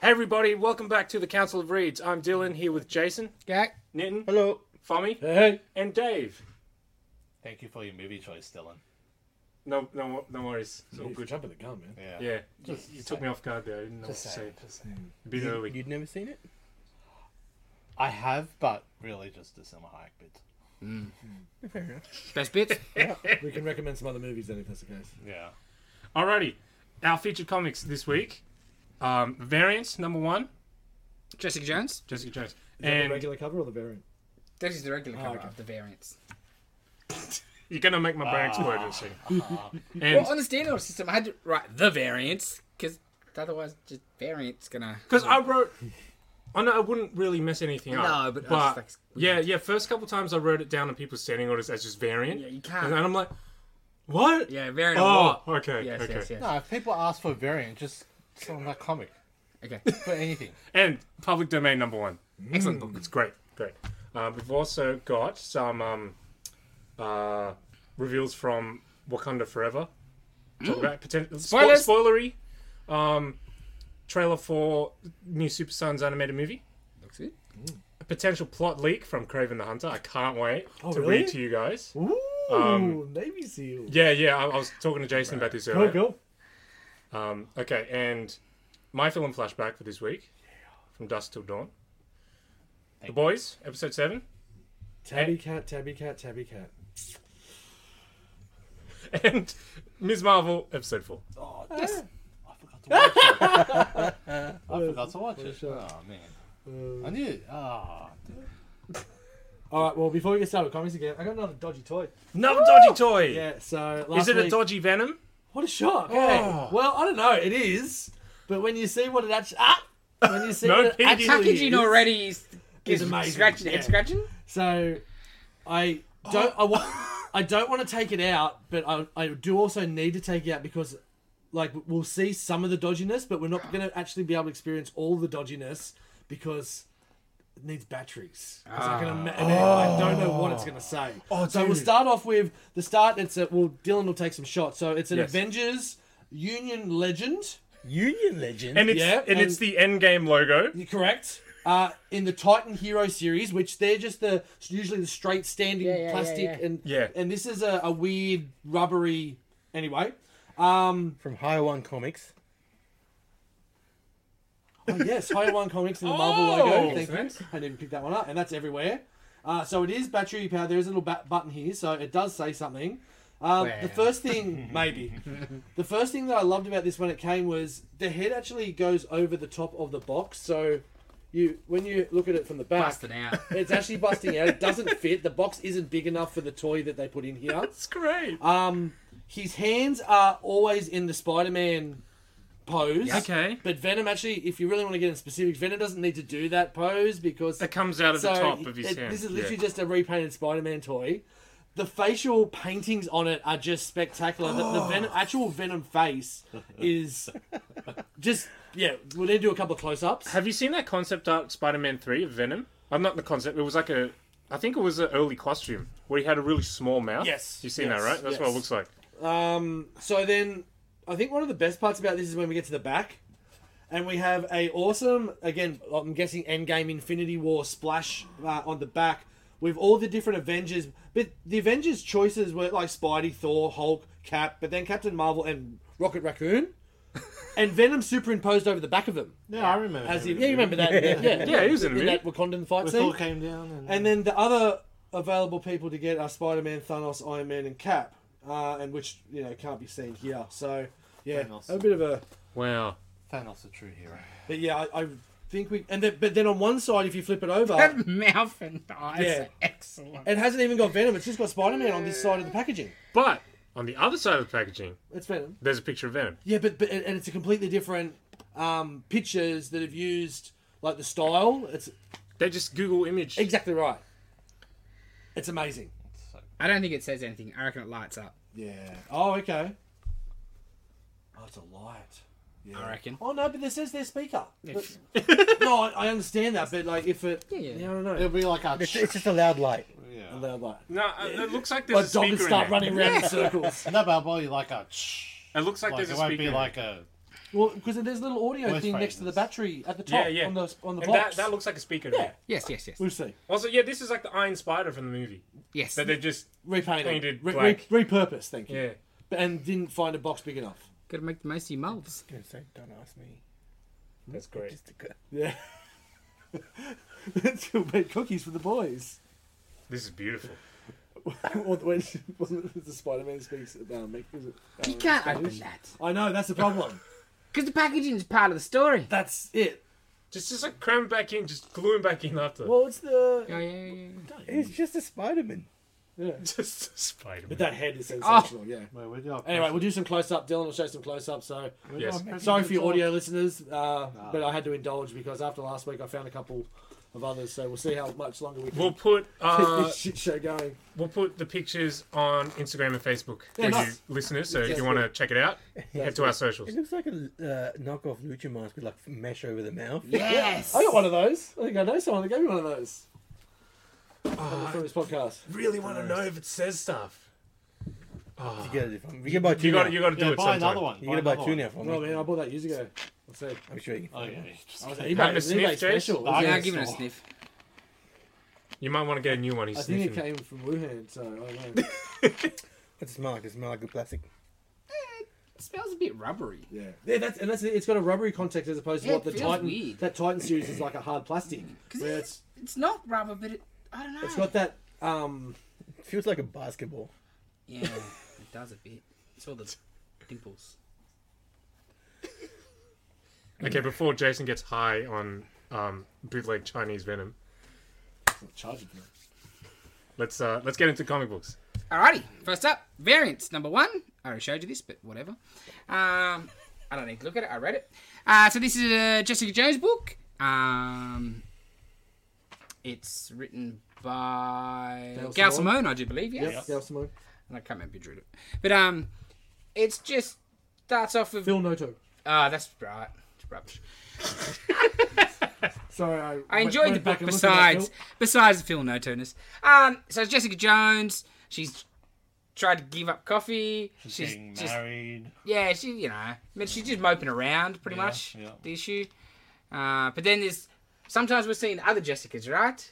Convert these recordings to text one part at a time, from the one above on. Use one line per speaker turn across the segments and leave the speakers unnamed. Hey everybody, welcome back to the Council of Reeds. I'm Dylan here with Jason,
Gak.
Nitin,
Hello.
Fommy,
Hey.
and Dave.
Thank you for your movie choice, Dylan.
No, no, no worries. It's all
Oh, Good
good.
jumping the gun, man.
Yeah.
Yeah, you,
Just
you took me off guard there. I didn't know what to say.
Just saying.
A bit
You,
early.
would never seen it?
I have, but really just the cinema hike bit.
Best bits?
We can recommend some other movies then if that's the case.
Yeah.
Alrighty, our featured comics this week: um, Variants number one,
Jessica Jones?
Jessica Jones,
Is that the
and
regular cover or the variant?
That is the regular cover
okay.
of the variants.
you're gonna make my brain explode. I see.
Well,
And
on the standard system, I had to write the variants because otherwise, just variants gonna.
because I wrote, I know I wouldn't really mess anything up.
No, but I was just like-
yeah, yeah. First couple times I wrote it down in people's standing orders as just variant.
Yeah, you
And
can't.
I'm like, what?
Yeah, variant a
Oh,
lot.
okay,
Yes,
okay.
yes, yes.
No, if people ask for a variant, just tell them that comic.
Okay.
For anything.
And public domain number one.
Excellent book.
It's great, great. Uh, we've also got some um, uh, reveals from Wakanda Forever. Talk about potential spoil-
Mm. Spoilers!
spoilery um, trailer for new Super Sons animated movie.
Looks good.
A potential plot leak from Craven the Hunter. I can't wait
Oh,
to
really?
read to you guys.
Ooh,
Um,
Navy SEAL.
Yeah, yeah. I, I was talking to Jason about this
Go,
earlier.
go.
Um, okay, and my film flashback for this week from Dusk Till Dawn. the Boys, episode 7.
Tabby cat, tabby cat, tabby cat.
And Ms. Marvel, episode 4.
Oh, yes. I forgot to watch it. I forgot to watch it. Oh, man. I knew it. Ah.
All right, well, before we get started with comics again, I got another dodgy toy.
Another dodgy toy!
Yeah, so last
Is it a
week-
dodgy Venom?
What a shock! Hey, well, I don't know. It is, but when you see what it actually ah, when you see
No
what it
peeking.
actually
Packaging
is-
already is,
It's
is
amazing,
scratching
yeah.
and scratching.
So, I don't. I want. I don't want to take it out, but I, I do also need to take it out because, like, we'll see some of the dodginess, but we're not going to actually be able to experience all the dodginess because it needs batteries. 'Cause I, can ima- and I don't know what it's going to say.
Ah. Oh,
so we'll
dude.
start off with the start. It's a, well, Dylan will take some shots. So it's an
Yes.
Avengers Union Legend.
Union Legend?
And it's,
Yeah,
and, it's
and-
the Endgame logo.
You're correct. Uh, in the Titan Hero series, which they're just the usually the straight standing
Yeah, yeah, yeah,
plastic
yeah.
and
Yeah.
and this is a, a weird rubbery anyway. Um,
From High One Comics.
oh yes, High One Comics and the Marvel
Oh,
logo. Thank
thanks.
you. I didn't pick that one up, and that's everywhere. Uh, so it is battery powered. There is a little ba- button here, so it does say something. Um,
Well.
the first thing, maybe, the first thing that I loved about this when it came was the head actually goes over the top of the box. So you, when you look at it from the back,
Busted out.
It's actually busting out. It doesn't fit. The box isn't big enough for the toy that they put in here.
That's great.
Um, his hands are always in the Spider-Man pose.
Okay.
But Venom actually, if you really want to get in specifics, Venom doesn't need to do that pose because
That comes out of the
so
top of his
it-
hand.
This is literally just a repainted Spider-Man toy. The facial paintings on it are just spectacular. The, the Venom, actual Venom face is just yeah. We'll need to do a couple of close-ups.
Have you seen that concept art Spider-Man 3 of Venom? I'm not the concept. It was like a... I think it was an early costume where he had a really small mouth.
Yes,
You've seen
yes,
that, right? That's what it
yes.
looks like.
Um, so then, I think one of the best parts about this is when we get to the back, and we have a awesome again. I'm guessing Endgame Infinity War splash uh, on the back with all the different Avengers. But the Avengers choices were like Spidey, Thor, Hulk, Cap, but then Captain Marvel and Rocket Raccoon, and Venom superimposed over the back of them.
Yeah, I remember.
As if, yeah, you remember that? Yeah, yeah,
Yeah, he was in a
in
movie.
that Wakandan fight
With
scene.
all came down and,
And then the other available people to get are Spider Man, Thanos, Iron Man, and Cap, uh, and which you know can't be seen here. So yeah,
Thanos.
a bit of a
Wow.
Thanos, a true hero.
but yeah, I, I think we and then, but then on one side, if you flip it over,
That mouth and eyes
Yeah.
are excellent.
it hasn't even got Venom. It's just got Spider Man on this side of the packaging.
But on the other side of the packaging,
It's Venom.
there's a picture of Venom.
Yeah, but, but and it's a completely different um, pictures that have used like the style. It's
They just Google image.
exactly right. It's amazing.
I don't think it says anything. I reckon it lights up.
Yeah. Oh, okay. Oh, it's a light.
I reckon.
Oh no, but this is their speaker.
If-
But- no, I, I understand that, but like if it,
Yeah, yeah.
I don't know.
It'll be like our.
It's, it's just a loud light.
yeah.
And they're like,
No, uh, it looks like
my
there's a
dog
speaker
would
in there.
start running around in circles.
No, but I'll buy you like a. Shh.
It looks like,
Like,
there's
it
a
won't
speaker.
be
in there.
like a.
Well, because there's a little audio
Voice
thing next to the
phases.
battery at the top
yeah, yeah.
on the on the
and
box.
that, that looks like a speaker. to
Yeah.
me.
Yes, yes, yes.
we'll see.
Also, yeah, this is like the Iron Spider from the movie
Yes.
that they just
Repainted,
Painted
re-
black.
re- repurposed. Thank you.
yeah.
But- And didn't find a box big enough.
Gotta make the most of your mouths.
gonna say, don't ask me.
That's great.
Just to go.
Yeah. She'll make cookies for the boys.
This is beautiful.
when, when the Spider-Man speaks about me, is it?
You can't open that.
I know that's the problem.
Because the packaging is part of the story.
that's it.
Just just like cram it back in, just glue him back in after.
Well, it's the
Yeah, yeah, yeah.
It's just a Spider-Man.
yeah.
just Spider
But
Man.
that head is sensational. Yeah.
Wait, where'd you
Oh. Anyway, we'll do some close-up. Dylan will show some close-up. So
Yes.
sorry for your audio listeners, uh, but I had to indulge because after last week I found a couple of others. So we'll see how much longer we can
We'll put
keep
uh,
this shit show going.
we'll put the pictures on Instagram and Facebook
Yeah,
for
nice.
you listeners. So if
Yes.
you want to check it out, head to our socials.
It looks like a uh, knockoff lucha mask with like mesh over the mouth.
Yes!
I got one of those. I think I know someone that gave me one of those. from this podcast.
Really want to know if it says stuff.
You get it from. You can buy two.
You got
now.
to you got to do
Yeah,
it
buy
sometime.
another one.
You can buy
another
two
one.
now from
Oh
me.
man, I bought that years ago. Let's see.
I'm sure you. Can.
Oh, yeah.
I was
Just-
at eBay,
Having a
it was an
sniff,
eBay
Jake?
special.
I
Yeah,
got
I'll give it a
some.
sniff.
You might want to get a new one. He's
I think it
sniffing.
came from Wuhan, so I don't know.
What's it smell like? It smell like good plastic.
It smells a bit rubbery.
yeah. yeah, that's and that's it. it's got a rubbery context as opposed to
Yeah,
what
it
the
feels
Titan
weird.
that Titan series is like a hard plastic. Where it's
It's not rubber, but it. I don't know.
it's got that um
It feels like a basketball.
Yeah, it does a bit. It's all the dimples.
Okay, before Jason gets high on um, bootleg Chinese venom,
charging for it.
let's uh, let's get into comic books.
Alrighty, first up, variants number one. I already showed you this, but whatever. Um, I don't need to look at it. I read it. Uh, so this is a Jessica Jones book. Um, it's written by
Gail
Gail
Simone.
Simone, I do believe. Yes,
Yeah, Simone.
and I can't remember who drew it, but um, it's just starts off with.
Phil Noto.
Ah, that's right. It's rubbish.
Sorry, I,
I
went-
enjoyed
went
the book
back and looked at that
besides
Phil.
besides the Phil Notonus. Um, so it's Jessica Jones, she's tried to give up coffee. She's,
Getting
just
married.
yeah, she you know, I mean, she's just moping around pretty
Yeah,
much
yeah.
the issue. Uh, but then there's sometimes we're seeing other Jessicas, right?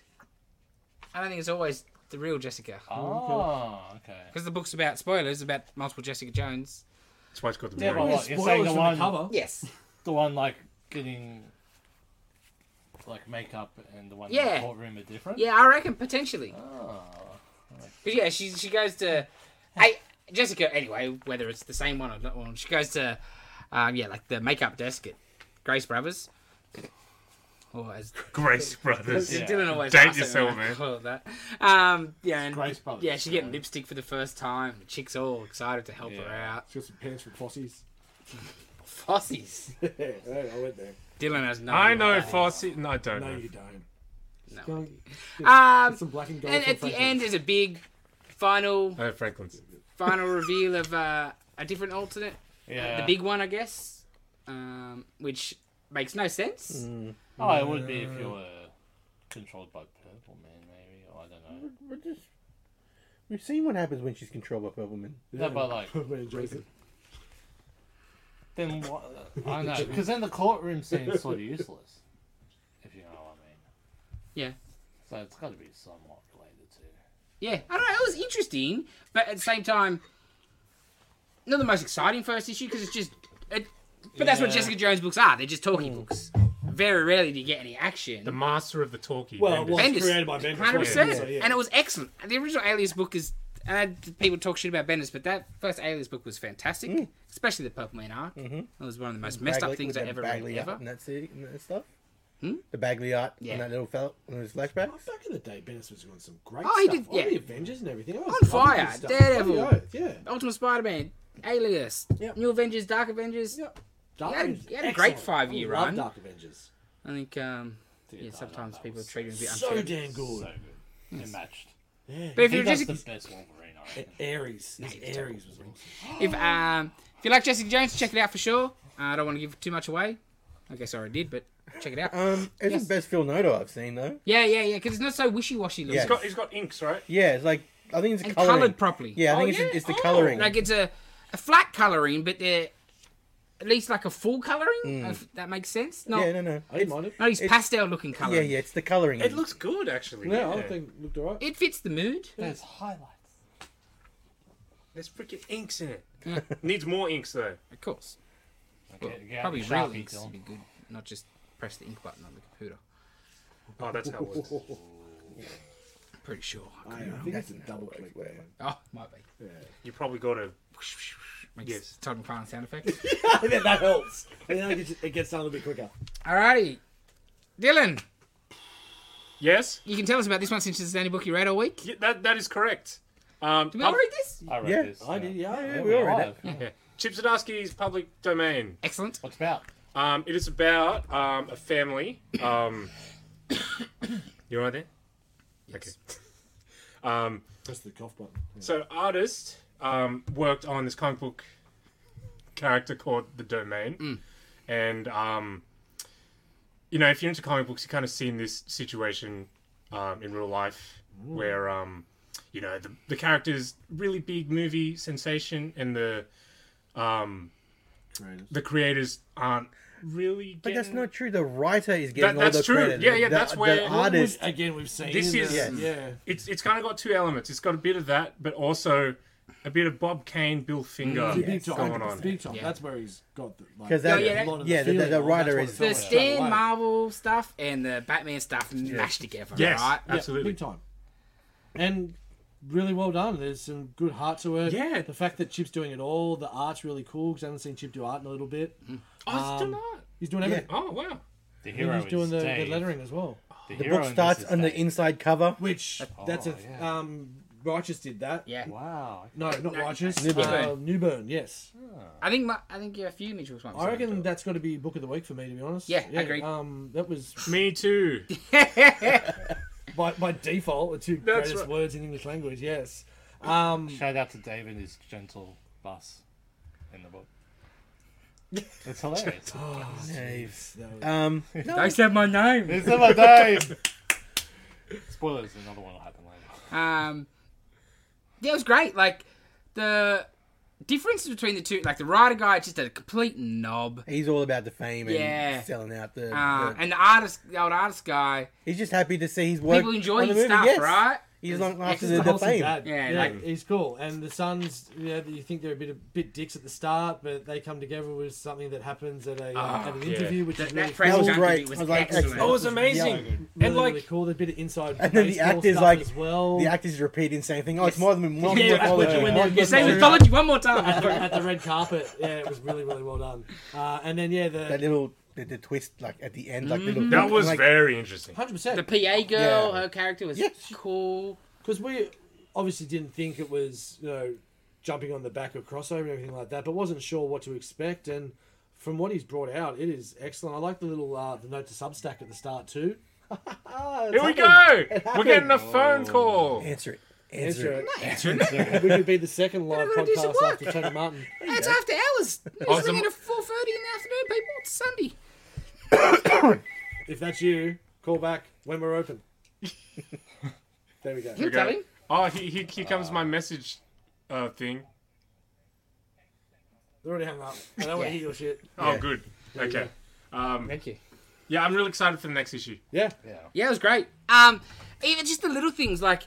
I don't think it's always the real Jessica
Oh, okay.
because the book's about spoilers about multiple Jessica Jones.
That's why it's called the
Yeah,
bootleg.
well, You're
Yeah,
saying
spoilers
the
from
one-
the cover.
Yes,
The one like getting like makeup and the one in
Yeah.
the courtroom are different.
yeah, I reckon potentially.
Oh.
But yeah, she she goes to, I Jessica anyway, whether it's the same one or not one, she goes to, um, yeah, like the makeup desk at Grace Brothers, or as
Grace Brothers.
Yeah.
Dylan always
Date
laughs at
yourself,
when I
man.
call it that. Um, yeah, and,
Grace Brothers,
Yeah, she's getting
yeah.
lipstick for the first time. The chick's all excited to help her
Yeah.
out.
It's got some pants from Fossies.
Fossies.
yeah, I went there.
Dylan has no.
I
idea what
know
that is.
Fossey. No, I don't
No,
know.
you don't.
No.
Go and
Um,
get some black and gold.
and
from
at the
Franklin.
end, there's a big final
I know Franklin's.
final reveal of uh, a different alternate
Yeah.
the big one, I guess, um, which makes no sense.
Mm.
Oh, it would be if you were controlled by Purple Man, maybe. Or I don't know.
We're just. We've seen what happens when she's controlled by Purple Man.
No, but like,
When it draws it.
then what? I don't know. Because then the courtroom scene's sort of useless. If you know what I mean.
Yeah.
So it's got to be somewhat related to.
Yeah, I don't know. It was interesting, but at the same time, not the most exciting first issue because it's just. It, but that's what
Yeah.
Jessica Jones books are. They're just talking
Mm.
books. Very rarely do you get any action.
The master of the talkie.
Well, it
Bendis.
was
Bendis.
created by Bendis.
Hundred percent,
wasn't it? So, yeah.
and it was excellent. The original Alias book is, and people talk shit about Bendis, but that first Alias book was fantastic, especially the Purple Man arc. It was one of the most messed up
Mm. Mm-hmm. Bagley-
things
with
I
that
ever
Bagley
read
art
ever. Hmm?
And that, se- and that stuff. The Bagley art
Yeah.
and that little fella in his
Oh,
flashbacks.
back in the day, Bendis was doing some great
Oh, he
stuff.
did-
All
yeah.
the Avengers and everything. I was
On
loving
fire,
this stuff.
Daredevil.
Bloody oath, Yeah.
Ultimate Spider-Man, Alias,
Yep.
New Avengers, Dark Avengers.
Dark
He had a-
Avengers,
he had a great
excellent.
five-year
I love
run.
Dark Avengers.
I think um,
Dude,
yeah,
I
sometimes
love that
people Hmm.
one.
treat him a bit
So
unfair.
damn
So
good.
good. It matched.
Yeah.
But if
He
you're
does
Jessica,
the best Wolverine, I reckon.
Ares. His
he's
Ares was awesome.
if um, if you like Jessica Jones, check it out for sure. Uh, I don't want to give too much away. I guess I already did, but check it out.
Um, it's
Yes.
the best Phil Noto I've seen though.
yeah, yeah, yeah, because it's not so wishy-washy looking
Yeah.
he's got he's got inks, right?
Yeah, it's like I think it's
and
coloring.
coloured properly. Oh,
Yeah, I think it's, it's the coloring.
Like it's a, a flat colouring, but they're at least like a full coloring. If that makes sense. Not,
Hmm. yeah, no, no.
I didn't mind it.
not these
It's-
pastel looking colors.
Yeah, yeah, it's the colouring.
It looks good, actually.
No,
yeah.
I think it looked alright.
It fits the mood.
There's highlights.
There's freaking inks in it. Needs more inks though.
Of course.
Okay, yeah,
Probably
Sharpie,
real inks
Dylan.
would be good, not just press the ink button on the computer.
Oh, that's how it works.
Pretty sure. I
I
could be wrong.
think it's a double click.
Oh, might be.
You probably got to.
Makes
Yes.
Todd McFarlane sound effect.
I think that helps. And then it gets, it gets done a little bit quicker.
Alrighty. Dylan,
Yes,
you can tell us about this one since it's the only book you read all week.
yeah, that that is correct. Um,
Did we
pub-
all read this?
I read
Yeah,
this. uh,
I did, yeah.
yeah, we all read it.
Yeah.
yeah. Chip Zdarsky's public domain.
Excellent.
What's about?
Um, it is about um, a family. Um, you all right there?
Yes.
Okay. Um,
Press the cough button.
So artist um, worked on this comic book character called the Domain, and um, you know if you're into comic books, you kind of seen this situation um, in real life where um, you know the the character's really big movie sensation, and the um, the creators aren't really.
But that's
getting-
not true. The writer is getting all
that's
the
true.
credit.
Yeah, yeah,
The-
that's
the
where-
artist.
again, we've seen
This
in
is-
the-
Yes.
yeah.
It's it's kind of got two elements. It's got a bit of that, but also a bit of Bob Kane, Bill Finger
The big
Oh, going
time,
on.
big time.
Yeah.
That's where he's got the like,
'Cause that-
Yeah, yeah,
a lot of
yeah, the- the-
feeling.
the
That's
writer
what felt
is-
The
like
Stan
straight away.
Marvel stuff and the Batman stuff mashed together,
Yes,
right?
Yeah,
absolutely.
big time. And really well done. There's some good heart to it.
Yeah.
The fact that Chip's doing it all, the art's really cool because I haven't seen Chip do art in a little bit.
Oh, it's still
Um,
not.
He's doing everything.
Oh wow.
The
And
hero
he's doing
is
the, the
Dave.
lettering as well.
The
hero
book
in this
starts
is
on the
Dave.
inside cover.
Which that's
oh,
a
yeah.
um, Righteous did that.
Yeah.
Wow.
No, not Righteous.
Newburn.
Uh, Newburn, yes.
I think my, I think yeah, a few Mitchells might be
I reckon
something
that's got to be book of the week for me, to be honest.
Oh. Yeah, agreed.
Um, that was
Me too.
by, by default the two
That's
greatest
right.
words in English language. Yes. Um,
Shout out to Dave and his gentle bus in the book. It's hilarious.
Dave.
that was-
Um,
to it. They said my name.
it's not my Dave. Spoilers. Another one will happen later.
Um, yeah, it was great. Like the difference between the two, like the writer guy just a complete knob,
he's all about the fame and
Yeah.
selling out the.
uh,
the-
and the artist, the old artist guy,
he's just happy to see his work.
people enjoy
on the
his
movie.
stuff,
yes.
right?
He's
It's-
long
it's
after
just
the,
a
the
wholesome
fame.
dad.
Yeah,
Yeah,
like-
he's cool. And the sons, you know, you think they're a bit of, bit dicks at the start, but they come together with something that happens at a uh,
Ah,
at an
yeah.
interview, which
That-
is
that
really,
phrase-
That was
Jack
great.
Beat was
I was like,
excellent.
excellent.
That was amazing.
really,
And like,
really cool. There's a bit of inside
And then the
baseball
act is
stuff
like-
as well.
The actors repeat the same thing. Oh, it's
Yes.
more than one
Yeah,
mythology.
when
one
they're-
You say
mythology.
mythology one more
at, the,
time.
at the red carpet, yeah, it was really really well done. Uh, and then yeah,
That
the
little the, the twist, like at the end, like
Mm-hmm.
little.
That was
like,
very interesting.
hundred
the
percent
PA girl,
Yeah.
her character was
Yes.
cool.
because we obviously didn't think it was you know jumping on the back of crossover and everything like that, but wasn't sure what to expect. And from what he's brought out, it is excellent. I like the little uh, the note to Substack at the start too.
Here we go. We're getting a phone call.
Answer it. Answer,
Answer
it.
it. we could be the second live
gotta do some
podcast
work.
after Tony Martin.
It's after hours. It's
Awesome.
ringing at four thirty in the afternoon, people. It's Sunday.
If that's you, call back when we're open. there we go.
You
Here we
tell
go.
him.
Oh, he, he, here comes my message uh, thing.
They're already hung up. I don't want to hear your shit.
Oh,
Yeah.
good. Okay. Um,
Thank you.
yeah, I'm really excited for the next issue.
Yeah.
Yeah, it was great. Um, even just the little things like,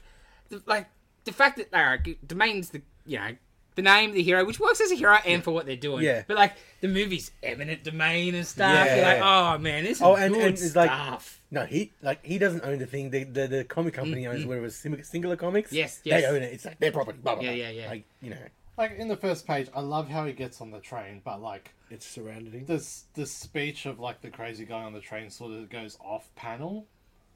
the, like the fact that like domains the you know the name the hero, which works as a hero and for what they're doing.
Yeah.
But like the movie's eminent domain and stuff.
Yeah.
You're like, oh man, this is
Oh, and-
good
and it's like-
stuff.
No, he like he doesn't own the thing. The the, the comic company owns whatever Sing- Singular Comics.
Mm-hmm. Yes, yes.
they own it. It's like their property. Blah, blah,
Yeah,
blah.
yeah, yeah.
Like you know,
Like in the first page, I love how he gets on the train, but like
It's surrounding.
this this speech of like the crazy guy on the train sort of goes off panel.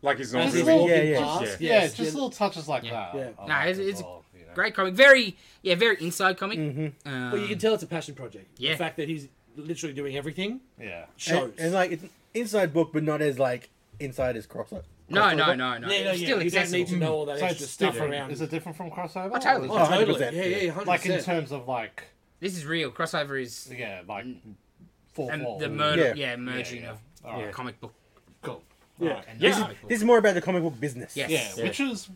Like it's
As
not
he's
really.
Yeah,
walking
yeah.
past,
Yeah,
yes,
just little touches like that.
Yeah.
Oh, I
No,
like
it's-
as
it's
well, you know.
Great comic, very yeah, very inside comic.
Mm-hmm.
Um,
Well, you can tell it's a passion project.
Yeah.
The fact that he's literally doing everything
Yeah.
shows.
and, and like it's an inside book, but not as like inside as crossover.
no, no,
crossover.
no, no,
yeah,
It's
no,
still
yeah, you don't
accessible.
need to know all that
So
extra
it's
stuff
different.
around.
Is it different from crossover?
Oh, totally.
Or
Oh,
is it-
totally.
100%.
Yeah, yeah, yeah, 100%.
Like in terms of like
This is real. Crossover is
yeah, like
Mm.
four
and
walls.
the murder, yeah,
Yeah.
merging
Yeah, yeah.
of
Alright.
comic book.
Cool.
yeah.
And
Yeah.
non-comic book.
This is more about the comic book business.
Yes.
Yeah,
Yeah.
which is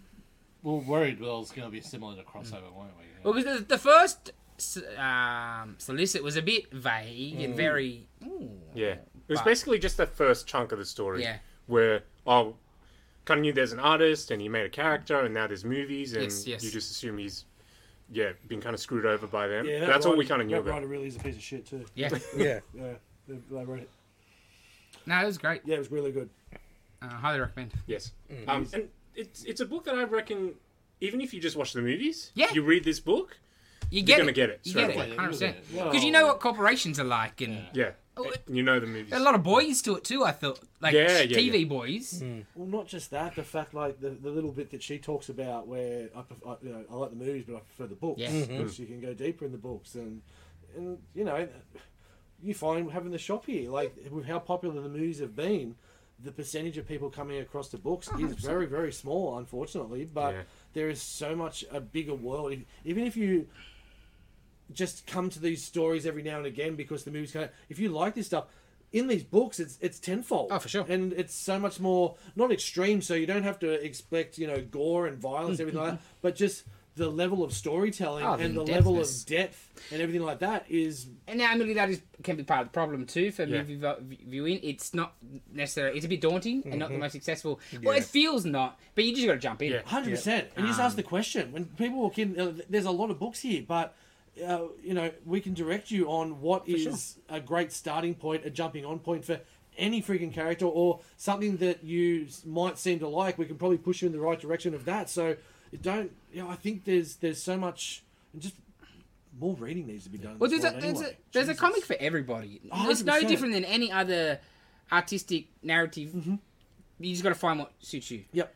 we we're worried that it was going to be similar to crossover, weren't we?
Well, because the, the first s- um, solicit was a bit vague and very. Ooh.
Yeah. It was
But-
basically just the first chunk of the story.
Yeah.
Where, oh, kind of knew there's an artist and he made a character and now there's movies and
Yes, yes.
you just assume he's, yeah, been kind of screwed over by them.
Yeah, that
That's all we
writer-
kind of knew
That
about.
writer really is a piece of shit too.
Yeah.
Yeah.
Yeah, they, they wrote it.
No, it was great.
Yeah, it was really good.
Uh, highly recommend.
Yes.
Mm.
Um, and it's, it's a book that I reckon, even if you just watch the movies,
Yeah.
you read this book,
You get
gonna
it.
get it
You
straight
get
away.
it.
Yeah,
Hundred
you'll get
percent.
it.
Because you know what corporations are like, and
yeah,
Oh, it-
you know the movies.
a lot of boys to it too. I thought, like
Yeah, yeah,
TV
yeah.
boys.
Well, not just that. The fact, like the, the little bit that she talks about, where I, pref- I, you know, I like the movies, but I prefer the books
Yeah.
because you can go deeper in the books, and and you know, you find having the shop here, like with how popular the movies have been, the percentage of people coming across the books is
100%.
very very small, unfortunately. But
Yeah.
there is so much a bigger world. If, even if you just come to these stories every now and again because the movies kind of if you like this stuff in these books it's it's tenfold
Oh, for sure.
and it's so much more not extreme so you don't have to expect you know gore and violence everything like that but just the level of storytelling
Oh, the
and the level
in-depthness.
of depth and everything like that is
And now, admittedly, that is can be part of the problem too for
Yeah.
movie v- viewing. It's not necessarily. It's a bit daunting and not the most successful. Well, it feels not, but you just got to jump in.
Yeah.
100% and you just
Um,
ask the question when people walk in uh, there's a lot of books here but uh, you know we can direct you on what is a great starting point a jumping on point for any freaking character or something that you s- might seem to like we can probably push you in the right direction of that so it don't you know i think there's there's so much and just more reading needs to be done in
Well,
this
there's a
world
there's a
anyway.
there's a
Jesus.
comic for everybody. It's no
100%.
different than any other artistic narrative. You just got to find what suits you.
Yep.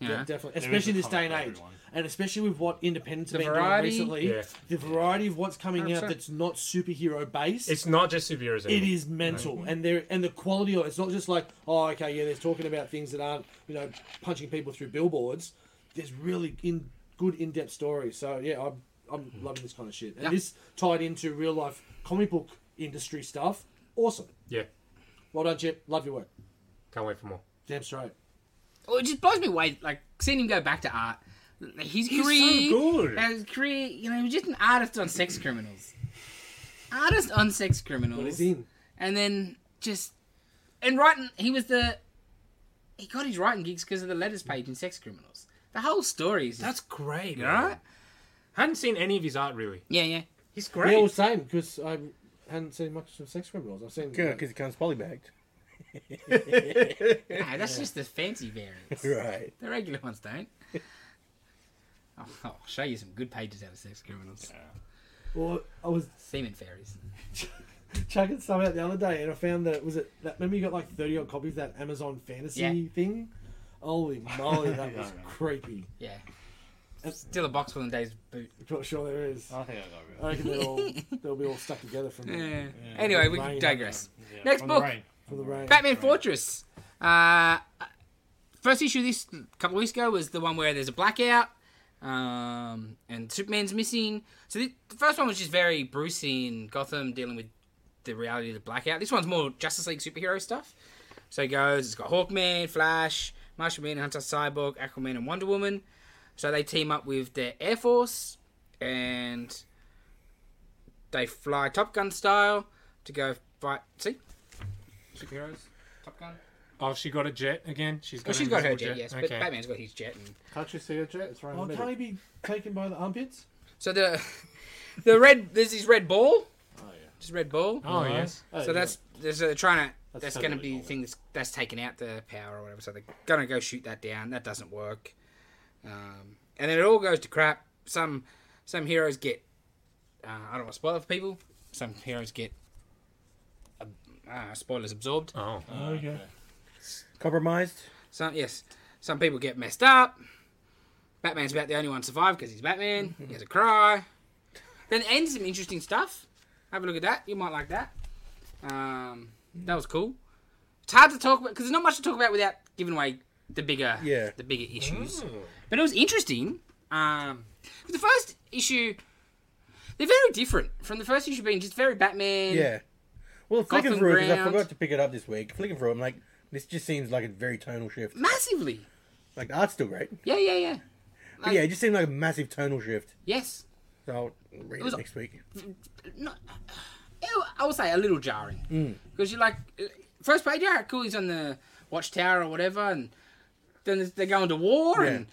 you
Yeah,
know?
definitely.
is
Especially
a
this
comic
day and
for
age,
everyone.
and especially with what independents have
The
been
variety.
doing recently.
Yeah.
The variety of what's coming out
100%.
that's not superhero based.
It's not just superheroes.
it
anymore.
is mental, and there and the quality of it's not just like oh okay yeah they're talking about things that aren't you know punching people through billboards. There's really in good in depth stories. So yeah, I'm I'm
Hmm.
loving this kind of shit, and
Yeah.
this tied into real life comic book industry stuff. Awesome.
Yeah.
Well done, Chip. Love your work.
Can't wait for more.
Damn straight.
Well, it just blows me away. Like seeing him go back to art. His
so
career,
good.
and his career, you know, he was just an artist on sex criminals, artist on sex
What
criminals,
is in?
and then just and writing. He was the he got his writing gigs because of the letters page in sex criminals. The whole story is
That's great.
all right.
Hadn't seen any of his art really.
Yeah, yeah.
He's
Yeah,
great.
well, same because I hadn't seen much of Sex Criminals. I've seen uh,
Because it comes polybagged.
No, that's just the fancy variants.
Right.
The regular ones don't. I'll, I'll show you some good pages out of sex criminals.
Well, I was
Semen fairies.
chucking some out the other day, and I found that was it. That remember you got like thirty odd copies of that Amazon fantasy
Yeah.
thing. Holy moly, that
Yeah,
was
I remember.
creepy.
Yeah. Still a box full of days boot.
I'm not sure there is.
I think I got rid
I
of
reckon they're all they'll be all stuck together from the,
Yeah. Anyway, we
Rain.
can digress.
it. Yeah,
Next
from the
book.
rain.
from the rain.
Batman Fortress. Uh, first issue this a couple of weeks ago was the one where there's a blackout, um, and Superman's missing. So the, the first one was just very Brucey in Gotham dealing with the reality of the blackout. This one's more Justice League superhero stuff. So it goes. It's got Hawkman, Flash, Martian Manhunter, Cyborg, Aquaman, and Wonder Woman. So they team up with the Air Force and they fly Top Gun style to go fight. See, superheroes, Top Gun.
Oh, she got a jet again. She's got. an
Well, Oh, she's got her
invisible
jet, yes, but Batman's got his jet. And...
Can't you see a jet? It's right in
Oh,
the
can't
middle.
he be taken by the armpits?
So the the red there's this red ball,
Oh, yeah.
just red ball.
Oh yes.
Oh,
so
yeah.
that's there's a, they're trying to that's,
That's
going to
totally
be the
normal.
thing that's that's taking out the power or whatever. So they're going to go shoot that down. That doesn't work. Um, and then it all goes to crap. Some some heroes get uh, I don't want to spoil it for people. Some heroes get uh, uh, spoilers absorbed.
Oh.
Okay. Compromised.
Some yes, some people get messed up. Batman's about the only one to survive because he's Batman. He has a cry. Then it ends some interesting stuff. Have a look at that. You might like that. Um, that was cool. It's hard to talk about because there's not much to talk about without giving away the bigger
Yeah. Oh.
the bigger issues. But it was interesting. Um, the first issue, they're very different from the first issue being just very Batman.
Yeah. Well, flicking
Gotham
through it because I
Mm. Ground.
forgot to pick it up this week. Flicking through, it, I'm like, this just seems like a very tonal shift.
massively.
Like the art's still great,
Yeah, yeah, yeah.
but yeah, it just seemed like a massive tonal shift.
Yes.
So I'll read it,
was-
next week.
not, it- I would say a little jarring because you're like uh, first page, yeah, cool, he's on the watchtower or whatever, and then there's- they're going to war, and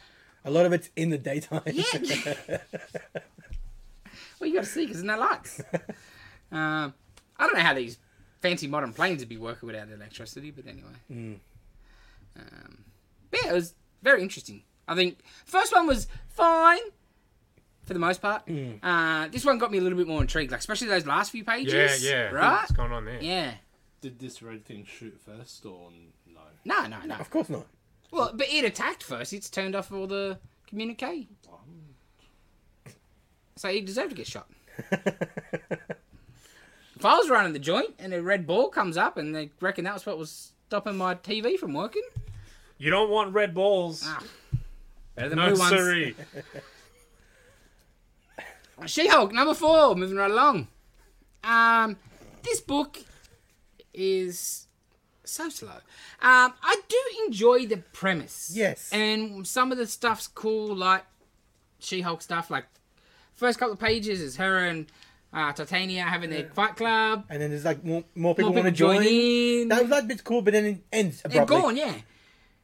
A lot of it's in the daytime.
yeah, well, you got to see because there's no lights. um, I don't know how these fancy modern planes would be working without electricity, but anyway,
Mm.
um, but yeah, it was very interesting. I think first one was fine. For the most part,
Mm.
uh, this one got me a little bit more intrigued, like especially those last few
Yeah,
pages.
yeah.
right.
What's going on there?
Yeah.
Did this red thing shoot first or n- no?
No, no, no.
Of course not.
Well, but it attacked first. It's turned off all the communique. So he deserved to get shot. if I was running the joint and a red ball comes up and they reckon that was what was stopping my TV from working,
You don't want red balls.
Ah, better than
no,
blue ones.
sorry.
She-Hulk number four. Moving right along. Um, this book is so slow. Um, I do enjoy the premise.
Yes.
And some of the stuff's cool, like She-Hulk stuff. Like first couple of pages is her and uh, Titania having their fight club.
And then there's like more,
More
more people want to
people join
join.
in.
That, that bit's cool, but then it ends
They're
abruptly.
gone, yeah.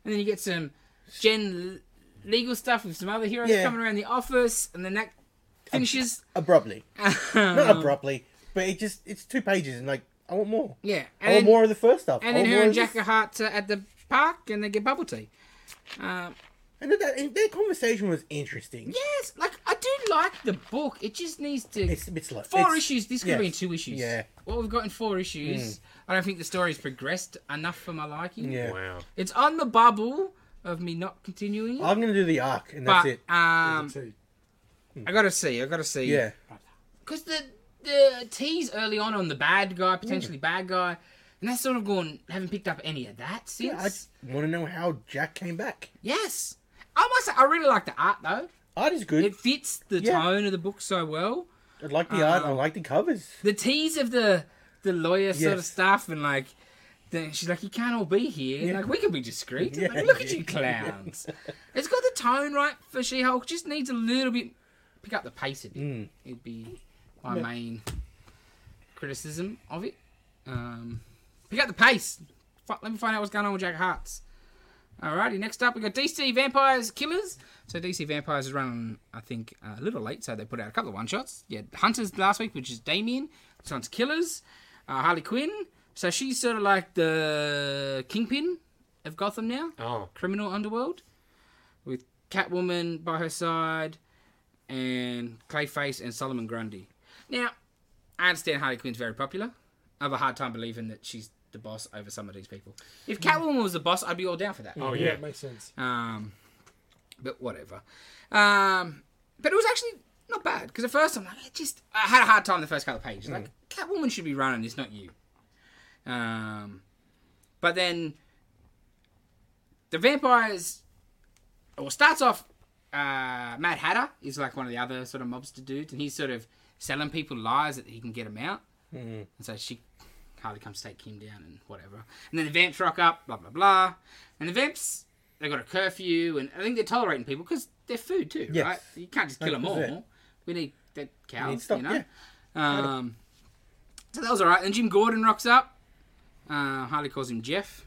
And then you get some Gen legal stuff with some other heroes
Yeah.
coming around the office, and then that finishes. Um,
Abruptly. not abruptly, but it just it's two pages and like I want more.
yeah.
I want
And-
more of the first stuff. I
And then
want
her
more
and
of this.
Jack are hot uh, at the park, and they get bubble tea. Um,
And that, and their conversation was interesting.
yes, like I do like the book. It just needs to.
It's a bit slow.
four
It's-
issues. This could be in
yes.
two issues.
Yeah.
What we've got in four issues, I don't think the story's progressed enough for my liking.
Yeah.
Wow.
It's on the bubble of me not continuing. It,
I'm gonna do the arc and
but
that's it.
um, I gotta see. I gotta see.
Yeah.
because the the tease early on on the bad guy, potentially bad guy, and that's sort of gone. Haven't picked up any of that since.
I just want to know how Jack came back.
Yes, I must. Say, I really like the art though.
Art is good.
It fits the
Yeah.
tone of the book so well.
I like the art. I
um,
like the covers.
The tease of the the lawyer sort of
Yes.
stuff and like. The, she's like, you can't all be here.
Yeah.
Like, we can be discreet.
Yeah.
Like, Look at you clowns. it's got the tone right for She Hulk. Just needs a little bit. Pick up the pace a bit.
Mm.
It'd be my main criticism of it. Um, pick up the pace. F- let me find out what's going on with Jack Hearts. Alrighty, next up we got DC Vampires Killers. So DC Vampires is running, I think, a little late, so they put out a couple of one shots. Yeah, Hunters last week, which is Damien. This one's Killers. Uh, Harley Quinn. So she's sort of like the kingpin of Gotham now,
Oh,
criminal underworld, with Catwoman by her side, and Clayface and Solomon Grundy. Now, I understand Harley Quinn's very popular. I have a hard time believing that she's the boss over some of these people. If Catwoman was the boss, I'd be all down for that.
oh yeah.
That makes sense.
Um, but whatever. Um, but it was actually not bad because at first I'm like, it just I had a hard time the first couple of pages. Like Catwoman should be running this, not you. Um, but then the vampires. Well, starts off. Uh, Mad Hatter is like one of the other sort of mobster dudes, and he's sort of selling people lies that he can get them out. Mm. And so she Harley comes take him down and whatever. And then the vamps rock up, blah blah blah. And the vamps, they've got a curfew, and I think they're tolerating people because they're food too,
Yes.
right? You can't just kill them all.
100%.
We need the cows,
stuff,
you know.
yeah.
Um, so that was all right. And Jim Gordon rocks up. Uh, Harley calls him Jeff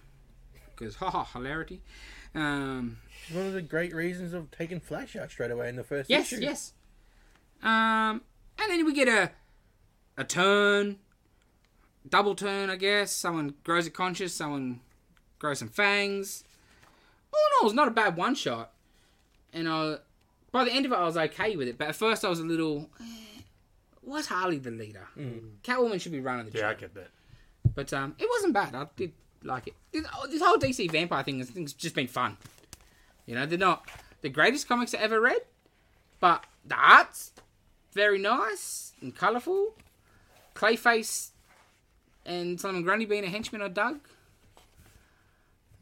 because ha ha hilarity. Um,
It's one of the great reasons of taking Flash out straight away in the first
Yes,
issue.
yes. Um, and then we get a a turn, double turn, I guess. Someone grows a conscious, someone grows some fangs. All in all, it's not a bad one shot. And I, by the end of it, I was okay with it. But at first, I was a little. Eh, was Harley the leader? Catwoman should be running the
Yeah, I
show.
get that.
But um, it wasn't bad. I did like it. This, oh, this whole DC vampire thing has thing's just been fun. You know, they're not the greatest comics I ever read, but the art's very nice and colourful. Clayface and Solomon Grundy being a henchman I dug.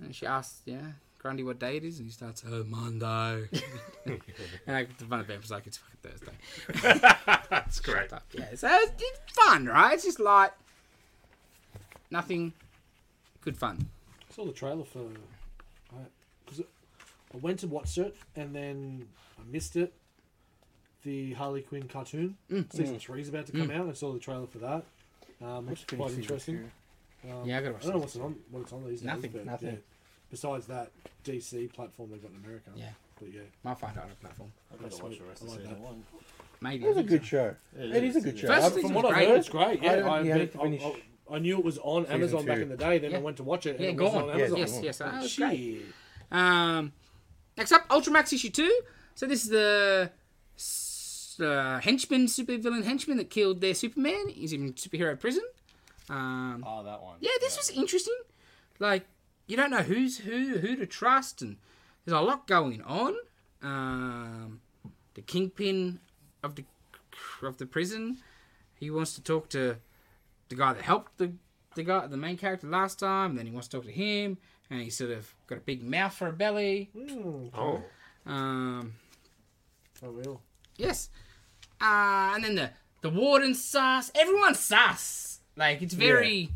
And she asked, yeah, Grundy what day it is, and he starts, oh, Monday. and like, the fun of it was like, it's fucking Thursday.
That's great.
Fuck yeah. So it's, it's fun, right? It's just like nothing. Good fun.
I saw the trailer for because I went to watch it and then I missed it. the Harley Quinn cartoon.
Mm.
Season three is about to come out. I saw the trailer for that. Um, looks quite interesting.
yeah, I gotta
Um, I
watch
don't know
that.
what's on what it's on these days.
Nothing,
but,
nothing.
yeah. Besides that DC platform they've got in America.
Yeah.
But yeah,
Might find it on a platform.
I've got to watch the rest of
I like
season
that.
one.
Maybe.
It was a good show. It is a good show.
First
Uh,
season
From
was
what I've
great.
heard,
it's great. Yeah,
I don't
I,
think I had
admit-
to
I,
finish.
I, I knew it was on Amazon back
two.
in the day. Then
Yeah.
I went to watch it. And
Yeah,
it
go
was
on.
on
Yeah,
Amazon. Oh,
Yes, yes, that was great.
Shit.
Um, next up, Ultramax issue two. So this is the s- uh, henchman, supervillain henchman that killed their Superman. He's in superhero prison. Um,
Oh, that one.
yeah, this was interesting. Like you don't know who's who, who to trust, and there's a lot going on. Um, the kingpin of the of the prison, he wants to talk to the guy that helped the the guy the main character last time. Then he wants to talk to him, and he sort of got a big mouth for a belly.
Oh,
Um,
For real.
yes. Uh, and then the the warden's sus. Everyone's sus. Like it's very.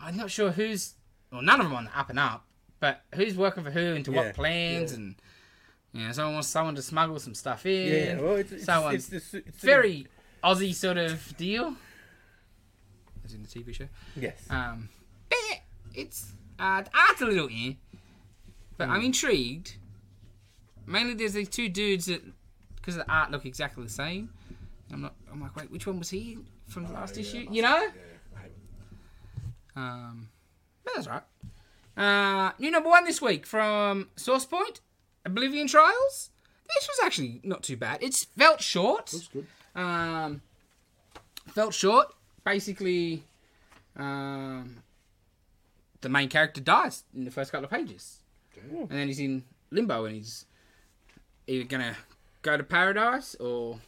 I'm not sure who's. Well, none of them on the up and up. But who's working for who and to
Yeah.
what plans and. You know, someone wants someone to smuggle some stuff in.
Yeah, well, it's, it's,
someone
it's, the su- it's the-
very Aussie sort of deal. As in the TV show.
yes.
Um, but yeah, it's uh, the art's a little eh, but
Hmm.
I'm intrigued. Mainly, there's these two dudes that, because of the art, look exactly the same. I'm not. I'm like, wait, which one was he from
Oh,
the last issue? You know. Um, but that's right. Uh, new number one this week from Source Point, Oblivion Trials. This was actually not too bad. It's felt short.
Looks good.
Um, felt short. Basically, um, the main character dies in the first couple of pages, and then he's in limbo, and he's either gonna go to paradise or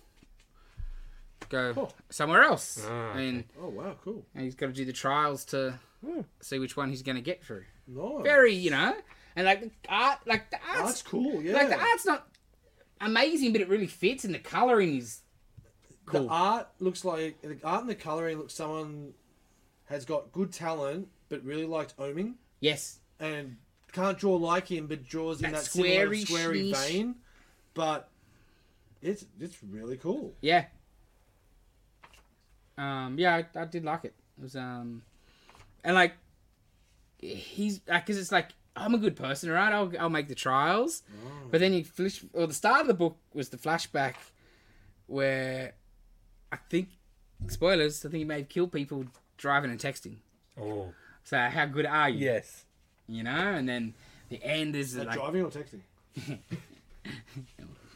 go
Cool.
somewhere else,
Ah,
and,
Oh wow, cool.
and he's got to do the trials to
Hmm.
see which one he's gonna get through.
Nice.
Very, you know, and like the art, like the art's
That's cool. Yeah.
like the art's not amazing, but it really fits, and the coloring is
The
cool.
art looks like the art and the coloring looks someone has got good talent, but really liked Omen
yes,
and can't draw like him, but draws in
That
that similar
squarish
squarey
niche.
vein. But it's it's really cool.
Yeah. Um. Yeah, I, I did like it. It was um, and like, he's because it's like I'm a good person, right? I'll I'll make the trials,
Oh.
but then you flash. Or the start of the book was the flashback, where I think spoilers. I think he may have killed people driving and texting.
oh,
So how good are you?
yes.
You know, and then the end is
Like,
like
driving or texting?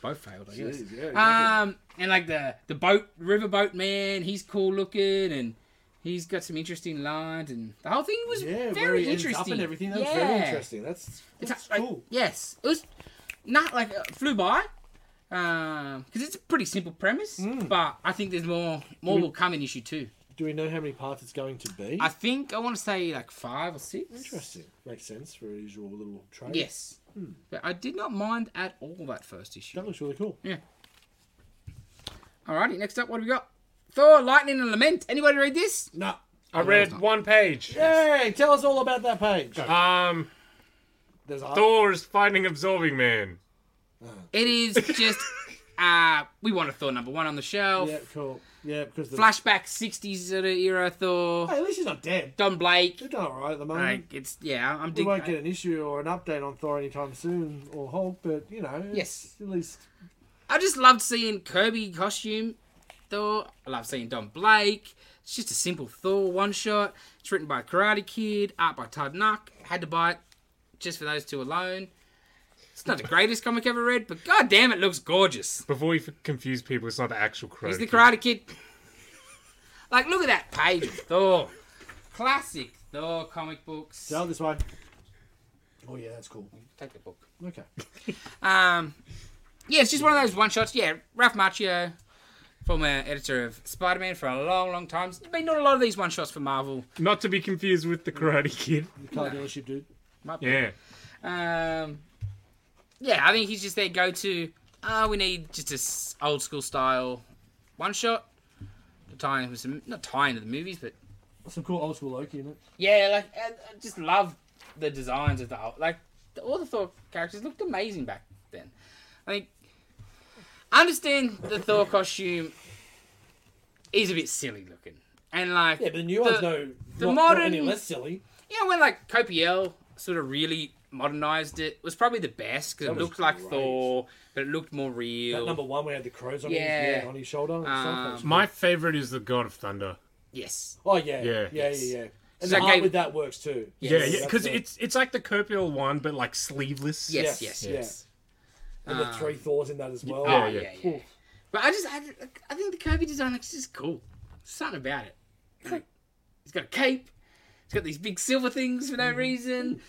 both failed. I guess.
Jeez, yeah, exactly.
Um, and like the the boat riverboat man, he's cool looking and he's got some interesting lines and the whole thing was
yeah, where
very
he ends up
interesting.
and everything. That's
yeah.
very interesting. That's,
It's
that's
like-
cool.
yes, it was not like uh, flew by. Um, because it's a pretty simple premise,
Mm.
but I think there's more more will come in issue two.
Do we know how many parts it's going to be?
I think I want to say like five or six.
Interesting. Makes sense for a usual little trade.
Yes, but I did not mind at all that first issue.
That looks really cool.
Alrighty, next up, what do we got? Thor, Lightning, and Lament. Anybody read this?
No.
I read one page.
Hey, tell us all about that page.
Um,
There's a
Thor is fighting Absorbing Man.
It is just uh we want a Thor number one on the shelf.
Yeah, cool. Yeah, because the
Flashback sixties sort of era Thor.
Hey, at least he's not dead.
Don Blake.
He's doing all right at the moment.
Like it's yeah, I'm
we
digging.
won't get an issue or an update on Thor anytime soon or Hulk, but you know, it's
Yes.
at least
I just loved seeing Kirby costume Thor. I love seeing Don Blake. It's just a simple Thor one shot. It's written by Karate Kid, art by Todd Knuck. Had to buy it just for those two alone. It's not the greatest comic ever read, but god damn it looks gorgeous.
Before we f- confuse people, it's not the actual Karate
He's the
Kid.
Karate Kid. Like, look at that page of Thor. Classic Thor comic books.
go this way. Oh yeah, that's cool.
Take the book.
Okay.
Um, yeah, it's just one of those one shots. Yeah, Ralph Macchio, former editor of Spider Man for a long, long time. There's been not a lot of these one shots for Marvel.
Not to be confused with the Karate Kid.
The car dealership dude.
Might be.
Yeah.
Um, yeah, I think he's just their go to. Ah, we need just a s- old school style one shot. To tie in with some, not tie into the movies, but
Some cool old school Loki in it.
Yeah, like I, I just love the designs of the whole- like the, all the Thor characters looked amazing back then. I think I understand the Thor costume is a bit silly looking. And like
Yeah, but the new one's no
the
not,
modern-
not any less silly.
you know when like Copiel sort of really modernized it was probably the best because it
That was
looked like
great.
Thor, but it looked more
That
real.
number one where he had the crows on
Yeah.
his yeah, on his shoulder. and
Um,
stuff.
My favorite is the God of Thunder.
yes,
oh yeah, yeah,
Yeah.
yeah, yeah. And
So
the
that
art
gave-
with that works too.
Yes.
Yeah, yeah,
that's
because
the-
it's it's like the Copial one, but like sleeveless.
yes, yes,
Yes,
yes. Um,
yeah. and the three Thors in that as well.
Oh
Yeah,
Ah. yeah,
yeah.
yeah. But I just, I, I think the Kobe design looks just cool. There's something about it. Like, he's got a cape. He's got these big silver things for no reason.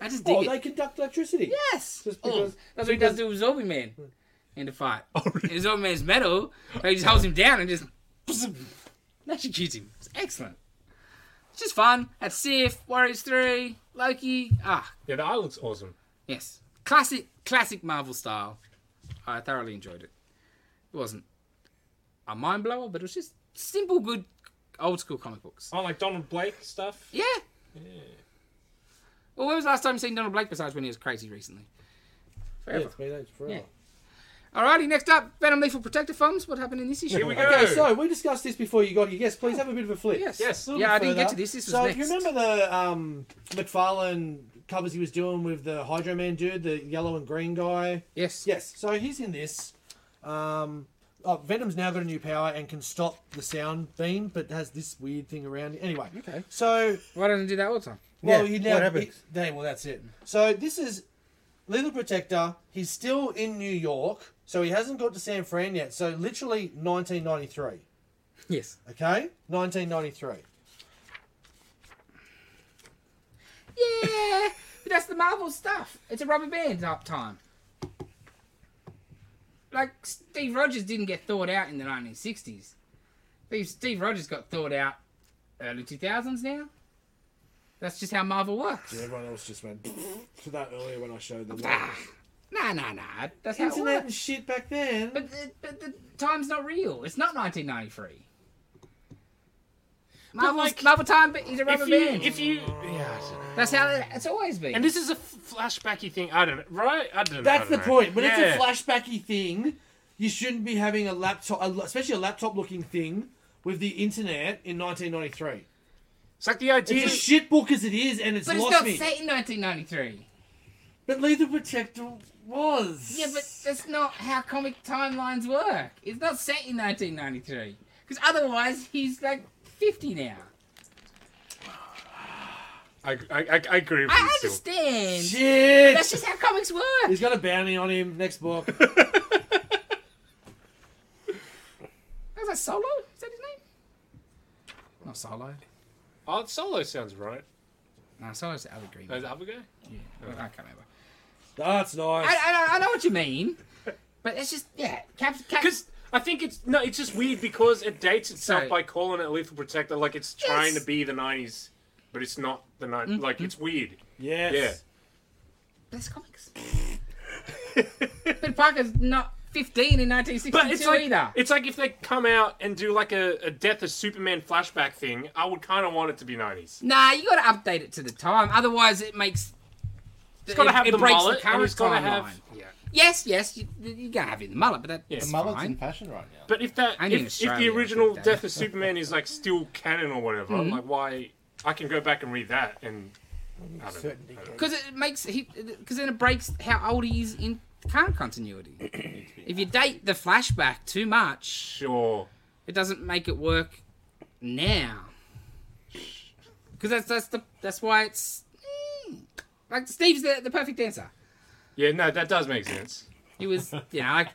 I just dig
Mm. Oh,
it.
they conduct electricity.
Yes.
Just
Oh,
because- Hmm. Oh,
that's what he does to Absorbing Man in the fight. And Absorbing Man's metal, so he just holds him down and just electrocutes him. It's excellent. It's just fun. That's Sif, Warriors 3, Loki. Ah,
Yeah, the eye looks awesome.
yes. Classic, classic Marvel style. I thoroughly enjoyed it. It wasn't a mind blower, but it was just simple, good, old school comic books.
Oh, like Donald Blake stuff.
Yeah. Well, when was the last time you seen Donald Blake besides when he was crazy recently?
Yeah,
Forever.
it's been ages forever.
Yeah. Alrighty, next up, Venom Lethal Protector Films. What happened in this issue?
Here we go.
Okay, so we discussed this before you got here. Yes, please have a bit of a flip.
Yes.
Yes.
Yeah, I didn't
Further.
get to this. This was
so
next.
you remember the um, McFarlane covers he was doing with the Hydro Man dude, the yellow and green guy?
Yes.
Yes. So he's in this. Um, oh, Venom's now got a new power and can stop the sound beam, but has this weird thing around it. Anyway.
Okay.
So
Why doesn't it do that all the time?
well,
Yeah,
you now
what happens?
he- they- well, that's it. So this is Little Protector. He's still in New York, so he hasn't got to San Fran yet. So literally 1993.
Yes.
Okay, 1993.
Yeah, but that's the Marvel stuff. It's a rubber band up time. Like Steve Rogers didn't get thawed out in the 1960s. Steve, Steve Rogers got thawed out early 2000s now. That's just how Marvel works.
Everyone else just went to that earlier when I showed them.
Ah, nah, nah, nah. That's how it
Internet
works.
and shit back then.
But the, but the time's not real. It's not 1993. Marvel's,
like,
Marvel time but is a rubber
If you,
band.
if you, yeah. I don't know.
That's how it- it's always been.
And this is a f- flashbacky thing. I don't know, right? I don't know. I
That's
don't
the
know.
point. When
Yeah.
it's a flashbacky thing, you shouldn't be having a laptop, a, especially a laptop-looking thing, with the internet in 1993.
It's like the idea.
It's a shit book as it is, and it's
but it's
lost
not
me.
set in 1993.
But Lethal Protector was.
Yeah, but that's not how comic timelines work. It's not set in 1993. Because otherwise, he's like 50 now.
I, I, I, I agree with
I
you. still.
understand.
shit.
That's just how comics work.
He's got a bounty on him. Next book.
Was that Solo? Is that his name? Not Solo.
Oh, Solo sounds right.
No, Solo's the other green.
No,
I
the other guy.
can't remember.
That's nice.
I, I, know- I know what you mean, but it's just yeah. Cap, cap,
Because I think it's no, it's just weird because it dates itself
Sorry.
by calling it Lethal Protector, like it's trying
Yes.
to be the '90s, but it's not the '90s.
Mm-hmm.
Like it's weird.
yes.
Yeah.
that's comics. but Parker's not fifteen in nineteen
But it's
sixty-two
like
either.
it's like if they come out and do like a, a Death of Superman flashback thing, I would kind of want it to be '90s.
Nah, you got to update it to the time. Otherwise, it makes.
It's got to
it-
have
it
the
breaks
mullet, and it's got to
timeline.
have. Yeah.
Yes, yes, you, you're gonna have it in the mullet, but that's
Yeah. The
The mullet's in
fine.
fashion right now.
But if that
And in
if, if
Australia,
the
I
original
think that- Mm-hmm.
Death of Superman is like still canon or whatever, like why I can go back and read that and I don't know.
Certainty.
Because it makes he because then it breaks how old he is in current continuity. if you date the flashback too much,
Sure.
it doesn't make it work now. Because that's that's the that's why it's mm, like Steve's the, the perfect answer.
Yeah, no, that does make sense.
He was you know like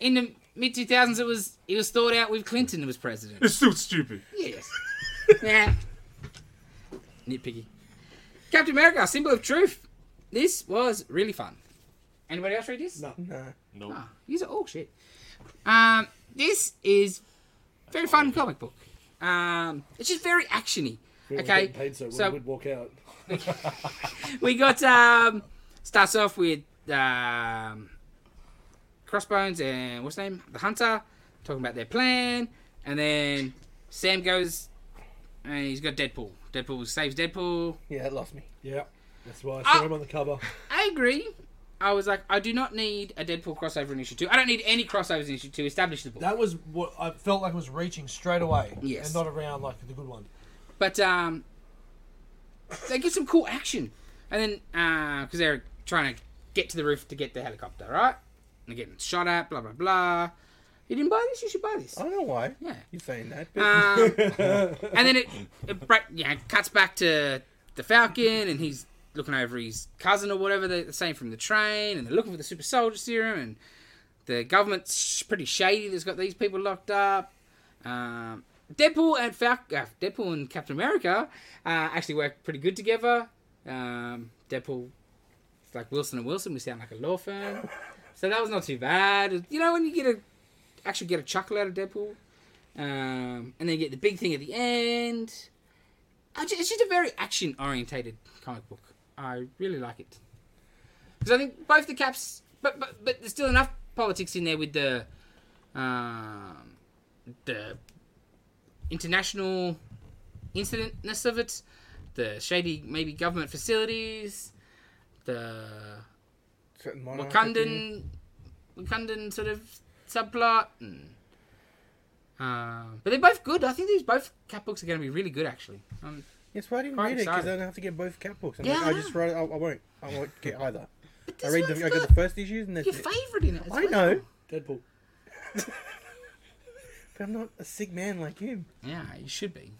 in the mid two thousands it was it was thought out with Clinton was president.
It's still stupid.
Yes. yeah. Nitpicky. Captain America, a symbol of truth. This was really fun. Anybody else read this?
No.
No.
No.
Ah, these are all shit. Um, this is very fun comic book. Um, it's just very actiony.
We were
Okay,
getting Paid, so,
so-
we would walk out.
we got um starts off with um crossbones and what's his name the hunter talking about their plan and then sam goes and he's got deadpool deadpool saves deadpool
Yeah, it lost me.
Yeah. That's why I
Ah.
saw him on the cover.
i agree I was like, I do not need a Deadpool crossover in issue two. I don't need any crossovers in issue two. Establish the book.
That was what I felt like was reaching straight away.
Yes.
And not around like the good one.
But um, they get some cool action, and then because they're trying to get to the roof to get the helicopter, right? And they're getting shot at, blah blah blah. You didn't buy this? You should buy this.
I don't know why
Yeah.
you're saying that. But
Um, and then it, it break, yeah, cuts back to the Falcon, and he's looking over his cousin or whatever they're the same from the train, and they're looking for the super soldier serum, and the government's sh- pretty shady. That's got these people locked up. Um, Deadpool and Falcon, uh, Deadpool and Captain America uh, actually work pretty good together. Um, Deadpool, it's like Wilson and Wilson, we sound like a law firm. So that was not too bad. You know, when you get a actually get a chuckle out of Deadpool, um, and then you get the big thing at the end. I ju- It's just a very action orientated comic book. I really like it because I think both the caps, but but but there's still enough politics in there with the um, the international incidentness of it, the shady maybe government facilities, the
certain monarch thing.
Wakandan, Wakandan sort of subplot. And, uh, but they're both good. I think these both cat books are going to be really good, actually. Um,
Yes, why I didn't
Quite
read it because I
excited.
don't have to get both cat books. I'm
Yeah,
like,
I
I just
know.
write. I, I won't. I won't get either.
but
I
this
read
one's
the. I got
got
the first issues and that's
your
it.
favourite in it. as
I
well.
know,
Deadpool.
but I'm not a sick man like him.
Yeah, you should be.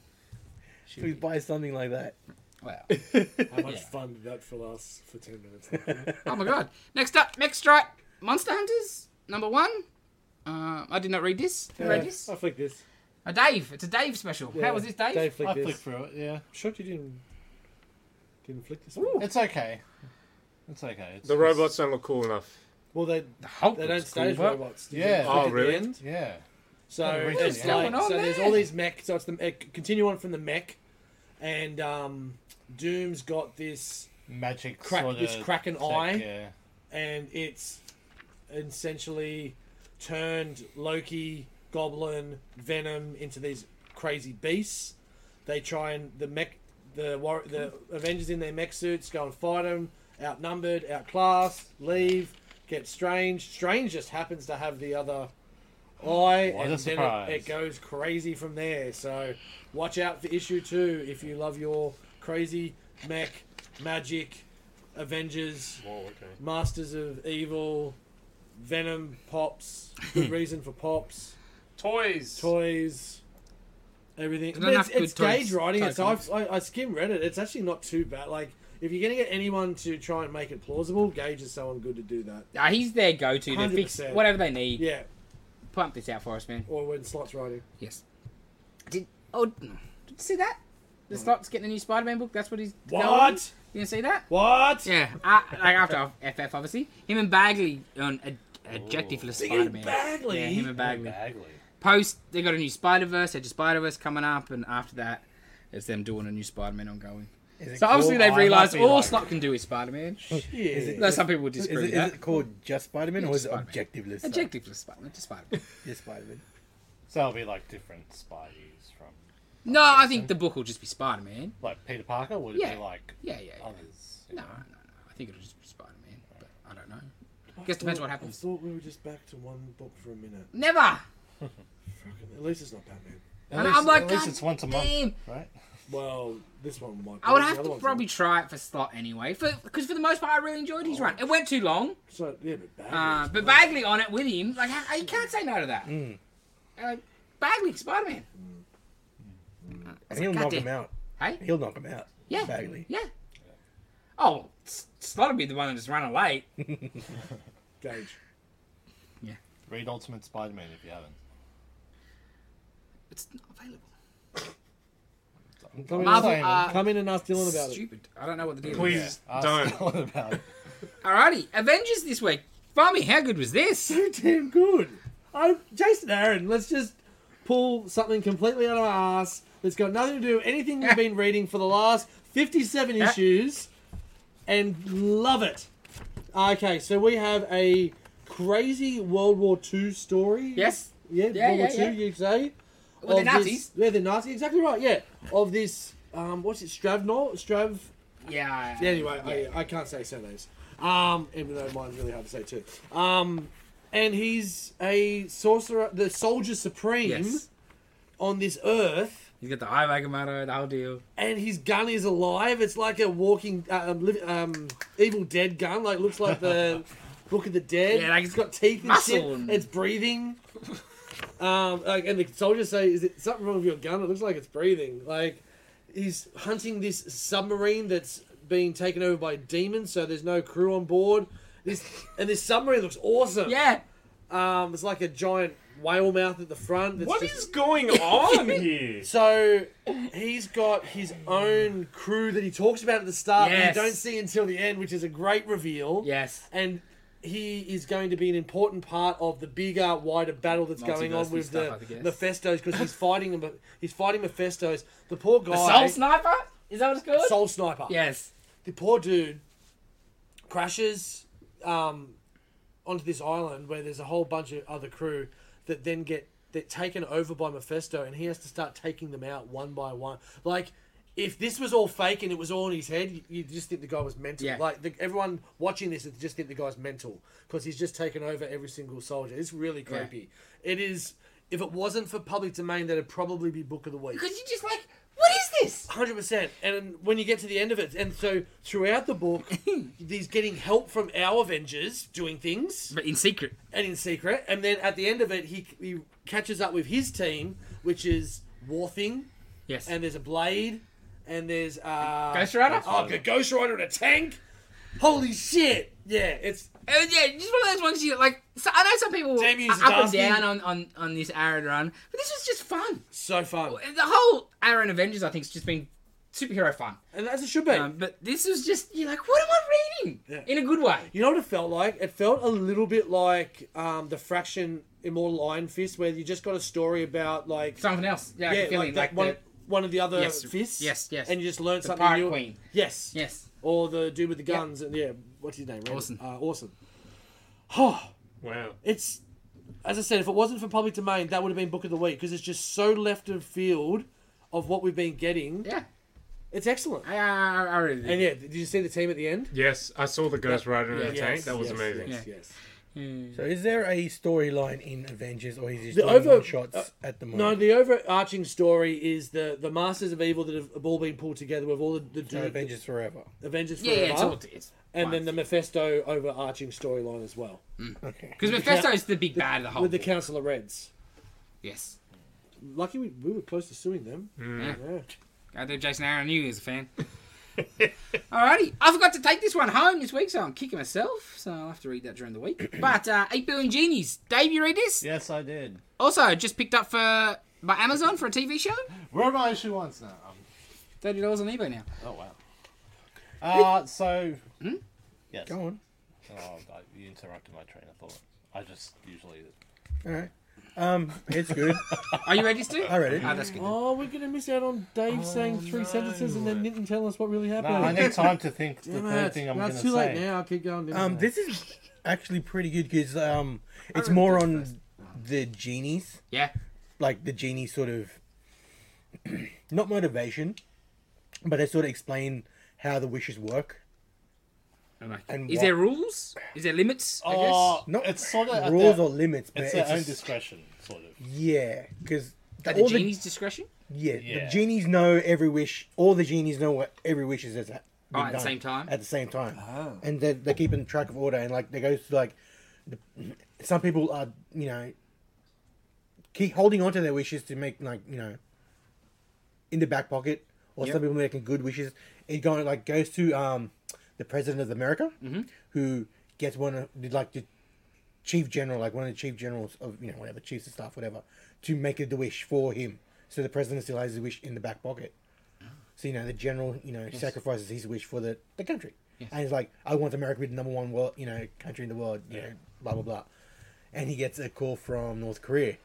Should
Who
be.
buys something like that?
Well,
How much
Yeah.
fun did that for us for ten minutes?
oh my god. Next up, Mech Strike Monster Hunters, number one. Uh, I did not read this. Who read this?
I flick this.
A Dave. It's a Dave special.
Yeah.
How was this, Dave?
Dave flicked
I
this.
flicked through it. Yeah,
Shocked you didn't didn't flick this. one.
it's okay. It's okay. It's,
The
it's-
robots don't look cool enough.
Well, they
The Hulk.
they
looks cool,
don't stage
but-
robots. do they?
Yeah.
They
Oh,
flick at the
really?
end.
Yeah,
So
Oh, really?
it's
What's
like
going on
so there's
there?
all these mech. So it's the it, continue on from the mech, and um, Doom's got this,
magic
Crack-
sort
this
of
Kraken
tech,
eye.
Yeah,
and it's essentially turned Loki, Goblin, Venom into these crazy beasts. They try and the mech, the war, the Avengers in their mech suits go and fight them. Outnumbered, outclassed, leave. Get Strange. Strange just happens to have the other eye,
What a
and then
surprise.
it, it goes crazy from there. So watch out for issue two if you love your crazy mech, magic, Avengers
Oh, okay.
Masters of Evil, Venom, Pops, Good Reason for Pops,
Toys.
Toys, everything.
There's
But it's
enough good
it's gauge
toys-
writing.
toy
It's, I've, I, I skim Reddit. It's actually not too bad. Like, if you're going to get anyone to try and make it plausible, Gage is someone good to do that.
Ah, he's their go to. They fix
100%.
whatever they need.
Yeah,
Pump this out for us, man.
or when Slot's writing.
Yes. Did oh did you see that? The slot's getting a new Spider-Man book. That's what he's. developing?
What?
You didn't see that?
What?
Yeah. Uh, like after FF, obviously, him and Bagley on a, adjectiveless
Big and
Spider-Man.
Bagley?
Yeah, him and Bagley.
Bagley.
Post, they got a new Spider-Verse, Edge of Spider-Verse coming up, and after that, it's them doing a new Spider-Man ongoing.
Is it
So obviously
called-
they've
I might
realised
be
all
like-
Slot can do is Spider-Man.
Is
Though some people would
Is
disagree
it,
with
is
that.
it called just Spider Man
Yeah,
or is
just
it
Spider-Man.
objective list?
Adjectiveless Spider-Man, just Spider-Man.
Just Spider Man.
So it'll be like different Spideys from
no, I think the book will just be Spider-Man.
like Peter Parker. Would it
Yeah.
be like
Yeah, yeah. yeah.
others?
No, no, no. I think it'll just be Spider Man, but I don't know. Guess depends what happens.
I thought we were just back to one book for a minute.
Never.
Fucking- At least it's not Batman.
At
And
least,
I'm like,
at least
"God
it's once a month,
Damn.
right?
Well, this one might. Be.
I would
The
have
other
to
one's
probably
not.
try it for slot anyway, for because for the most part I really enjoyed his run. It went too long,
So yeah, but Bagley.
uh, but Bagley on it with him, like I, I can't say no to that. Uh, Bagley, Spider Man,
And he'll knock
goddamn-
him out.
hey,
He'll knock him out.
yeah,
Bagley.
yeah. Oh, S- slot would be the one that just running late.
Gage.
Read Ultimate Spider-Man if you haven't.
It's not available.
I'm
Come in,
Marvel
saying-
are
come in and ask
Uh,
Dylan about it.
stupid. I don't know what the deal is.
Please
ask
don't.
Dylan about it.
Alrighty, Avengers this week. Bummy, how good was this?
so damn good. I, Jason Aaron, let's just pull something completely out of our ass that's got nothing to do with anything we've been reading for the last 57 issues and love it. Okay, so we have a crazy World War II story.
Yes.
Yeah,
Yeah,
World
yeah, yeah.
War II, you say?
Well, the
Of this-
Nazis.
Yeah, the Nazis, exactly right, yeah. Of this, um, what's it, Stravnor? Strav.
Yeah.
Anyway, I, I can't say surnames. Um, even though mine's really hard to say too. Um, and he's a sorcerer, the soldier supreme
Yes.
on this earth,
He's got the eye Agamotto, the whole deal.
and his gun is alive. It's like a walking uh, um, liv- um, Evil Dead gun. Like looks like the Book of the Dead.
Yeah, like
it's got teeth and shit.
muscle and-
It's breathing. Um, like, and the soldiers say, "Is it something wrong with your gun? It looks like it's breathing." Like he's hunting this submarine that's being taken over by demons, so there's no crew on board. This and this submarine looks awesome.
Yeah.
Um, it's like a giant whale mouth at the front. That's
What
just-
is going on here?
so he's got his own crew that he talks about at the start
Yes.
and you don't see until the end, which is a great reveal.
Yes.
And he is going to be an important part of the bigger, wider battle that's going on
Multiversity
with
stuff, I
the
guess.
Mephistos because he's fighting him. He's fighting Mephistos. The poor guy,
The Soul Sniper? Is that what it's called?
Soul Sniper.
Yes.
The poor dude crashes um, onto this island where there's a whole bunch of other crew that then get that taken over by Mephisto, and he has to start taking them out one by one. Like, if this was all fake and it was all in his head, you, you just think the guy was mental.
Yeah.
Like the, everyone watching this, would just think the guy's mental because he's just taken over every single soldier. It's really creepy. It is. If it wasn't for public domain, that'd probably be book of the week
Because you're just like, what is this?
hundred percent. And when you get to the end of it, and so throughout the book, he's getting help from our Avengers doing things
But in secret.
and in secret. And then at the end of it, he he catches up with his team, which is War Thing,
Yes.
and there's a Blade, and there's uh,
Ghost Rider?
Oh, a Ghost Rider and a tank. Holy shit! Yeah, it's
Uh, yeah, just one of those ones you like. So I know some people were
Damien
up and
Zadowski.
down on, on, on this Aaron run, but this was just fun.
so fun,
The whole Aaron Avengers, I think, has just been superhero fun.
and that's it should be.
Um, but this was just you're like, what am I reading?
Yeah.
In a good way.
You know what it felt like? It felt a little bit like um, the Fraction Immortal Iron Fist, where you just got a story about like
Something else. Yeah, I
yeah,
can feel
like,
it,
that
like
one,
the-
one of the other
Yes,
fists.
yes, yes.
And you just learn
The
something
Pirate
new.
Queen.
Yes.
yes.
Or the dude with the guns and yeah, what's his name? Randall?
Awesome.
Uh, awesome. Oh,
Wow.
it's as I said, if it wasn't for public domain, that would have been book of the week because it's just so left of field of what we've been getting.
Yeah.
It's excellent.
I, I, I really
And yeah, did you see the team at the end?
Yes, I saw the Ghost Rider in the tank. That was
yes,
amazing.
Yes, yes.
So is there a storyline in Avengers, or is he just
The
doing
over-
one shots
uh,
at the
No,
moment?
the overarching story is the the Masters of Evil that have, have all been pulled together with all the, the
So
dude,
Avengers forever.
Avengers
Yeah,
Forever.
yeah, it's all it's
and then the Mephisto overarching storyline as well
Okay.
because Mephisto is the big bad of the whole.
with the
war.
Council of Reds.
yes,
Lucky we, we were close to suing them. Yeah.
goddamn Jason Aaron knew he was a fan. Alrighty, I forgot to take this one home this week, so I'm kicking myself. So I'll have to read that during the week. But uh, Eight Billion Genies, Dave, you read this?
Yes, I did.
Also, just picked up for by Amazon for a TV show.
Where am I issue once now? Um,
Thirty dollars on eBay now.
oh wow. Uh, so.
Hmm?
Yes.
Go on.
Oh, I, you interrupted my train of thought. I just usually.
All right. Um, it's good.
Are you ready to?
I read it.
Oh, that's good.
Oh, we're gonna miss out on Dave saying three sentences and then didn't tell us what really
No,
happened.
I need time to think. The
Damn
third
it.
thing I'm
No,
going
it's
to
too
say.
late now. I'll keep going.
Um, this is actually pretty good because um, it's
read
more
that
on
first.
the genies,
Yeah.
like the genie sort of not motivation, but they sort of explain how the wishes work. And
is
what-
there rules? Is there limits? I guess.
Oh,
No,
it's sort of
rules or limits, but
it's
it's,
their own
just-
discretion, sort of.
yeah, because
At the genie's discretion.
yeah,
Yeah.
the genies know every wish. All the genies know what every wish is. At the
Oh, at the same time?
At the same time, and they they keep in track of order, and like they go to like the, some people are you know keep holding on to their wishes to make like you know in the back pocket, or some people making good wishes. It going like goes to um the president of America, who gets one of like the chief general, like one of the chief generals of you know whatever chiefs of staff, whatever, to make the wish for him. So the president still has his wish in the back pocket. So you know the general, you know, sacrifices his wish for the the country, and he's like, I want America to be the number one world, you know, country in the world, you know, blah blah blah, and he gets a call from North Korea,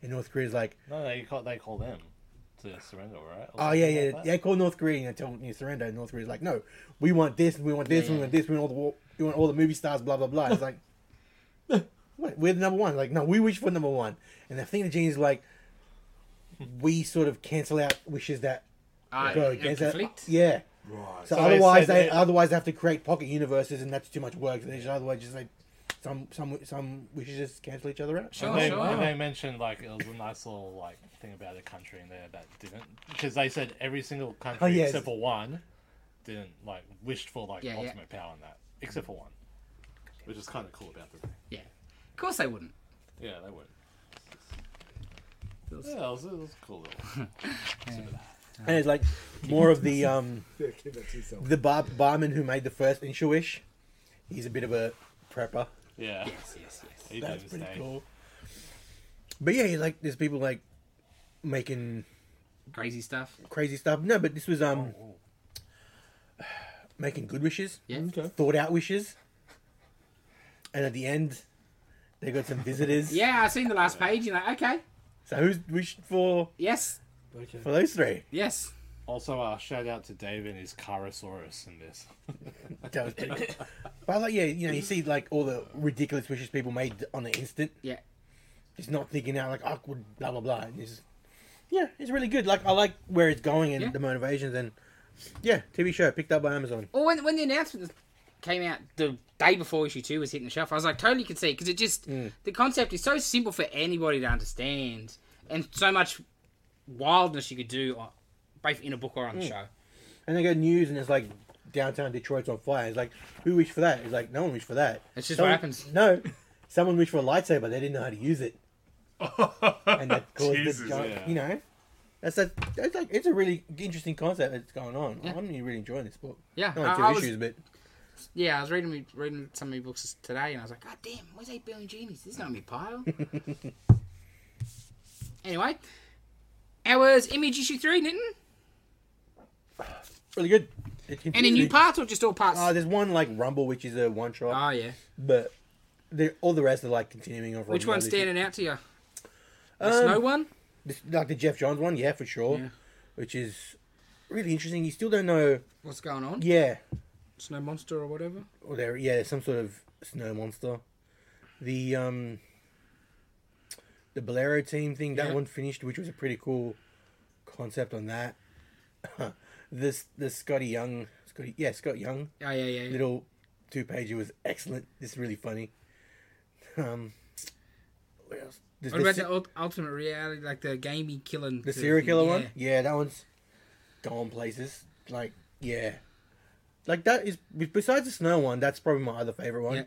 and North Korea's like,
No, no, you call, they call them to surrender, right? Or
Oh
something
yeah, yeah,
like
yeah.
that?
Call North Korea and tell them you surrender. And North Korea's like, no, we want this, we want this, we want this, we want all the war, we want all the movie stars, blah blah blah. It's like, what? We're the number one. Like, no, we wish for number one. And I think the genie's like, we sort of cancel out wishes that
Uh,
go
in
against that.
Uh, conflict.
Yeah.
Right. So
So,
they
otherwise,
said
they
that-
otherwise they have to create pocket universes, and that's too much work. They just otherwise just like some some some we should just cancel each other out.
Sure,
and, they,
Oh, sure.
and they mentioned like it was a nice little like thing about a country in there that didn't because they said every single country
Oh, yes.
except for one didn't like wished for like
Yeah, yeah.
ultimate power in that except for one, which is kind of cool about the thing.
Yeah. Of course they wouldn't.
Yeah, they would.
Feels-
Yeah, it was, it was cool. Little.
And it's like more of the um
Give that to yourself.
the bar, barman who made the first Inshuish. He's a bit of a prepper.
Yeah,
Yes, yes, yes.
he
That's
did
pretty
stay.
cool. But yeah, like there's people like making
Crazy stuff.
crazy stuff. No, but this was um
Oh.
making good wishes,
Yeah.
thought out wishes, and at the end they got some visitors.
Yeah, I've seen the last page. You're like, okay.
So who's wished for
Yes.
Okay.
for those three?
Yes.
Also, uh, shout out to Dave and his Carosaurus in this.
That was pretty cool. But like, yeah, you know, you see like all the ridiculous wishes people made on the instant.
Yeah.
Just not thinking out like awkward blah blah blah. And it's just- yeah, it's really good. Like I like where it's going and
Yeah.
the motivations and yeah, TV show picked up by Amazon.
Well, when, when the announcement came out the day before issue two was hitting the shelf, I was like, totally could see because it just the concept is so simple for anybody to understand, and so much wildness you could do on, both in a book or on the show.
And they got news and it's like downtown Detroit's on fire. It's like who wished for that? It's like no one wished for that.
It's just what
Someone-
happens.
No, someone wished for a lightsaber. They didn't know how to use it, and that caused
Jesus,
the giant,
yeah.
you know. That's a, that's like it's a really interesting concept that's going on. I'm really enjoying this book.
Yeah,
Not
I-
two
I was-
issues, but
Yeah, I was reading me- reading some of my books today, and I was like, God damn, where's eight billion genies? This is not in my pile. anyway, ours image issue three, Ninton.
really good. It
Any
continues
new
to-
parts or just all parts?
Uh, there's one like Rumble, which is a one shot,
oh yeah.
but the, all the rest are like continuing on. from
Which
the
one's
other issue.
standing out to you? The
Um,
snow one.
This- Like the Jeff Johns one, yeah, for sure.
Yeah.
Which is really interesting. You still don't know,
What's going on?
yeah,
Snow monster or whatever.
or there, yeah, there's some sort of snow monster. The um, the Bolero team thing that
Yeah.
one finished, which was a pretty cool concept on that. this the Scotty Young, Scotty, yeah, Scott Young,
Oh yeah, yeah. yeah.
little two pager was excellent. This is really funny. Um, what else? There's
What about
the,
the ult- ultimate reality, like the gamey killing?
the serial killer
yeah.
one? Yeah, that one's gone places. Like, yeah. Like that is besides the snow one, that's probably my other favorite one.
Yeah.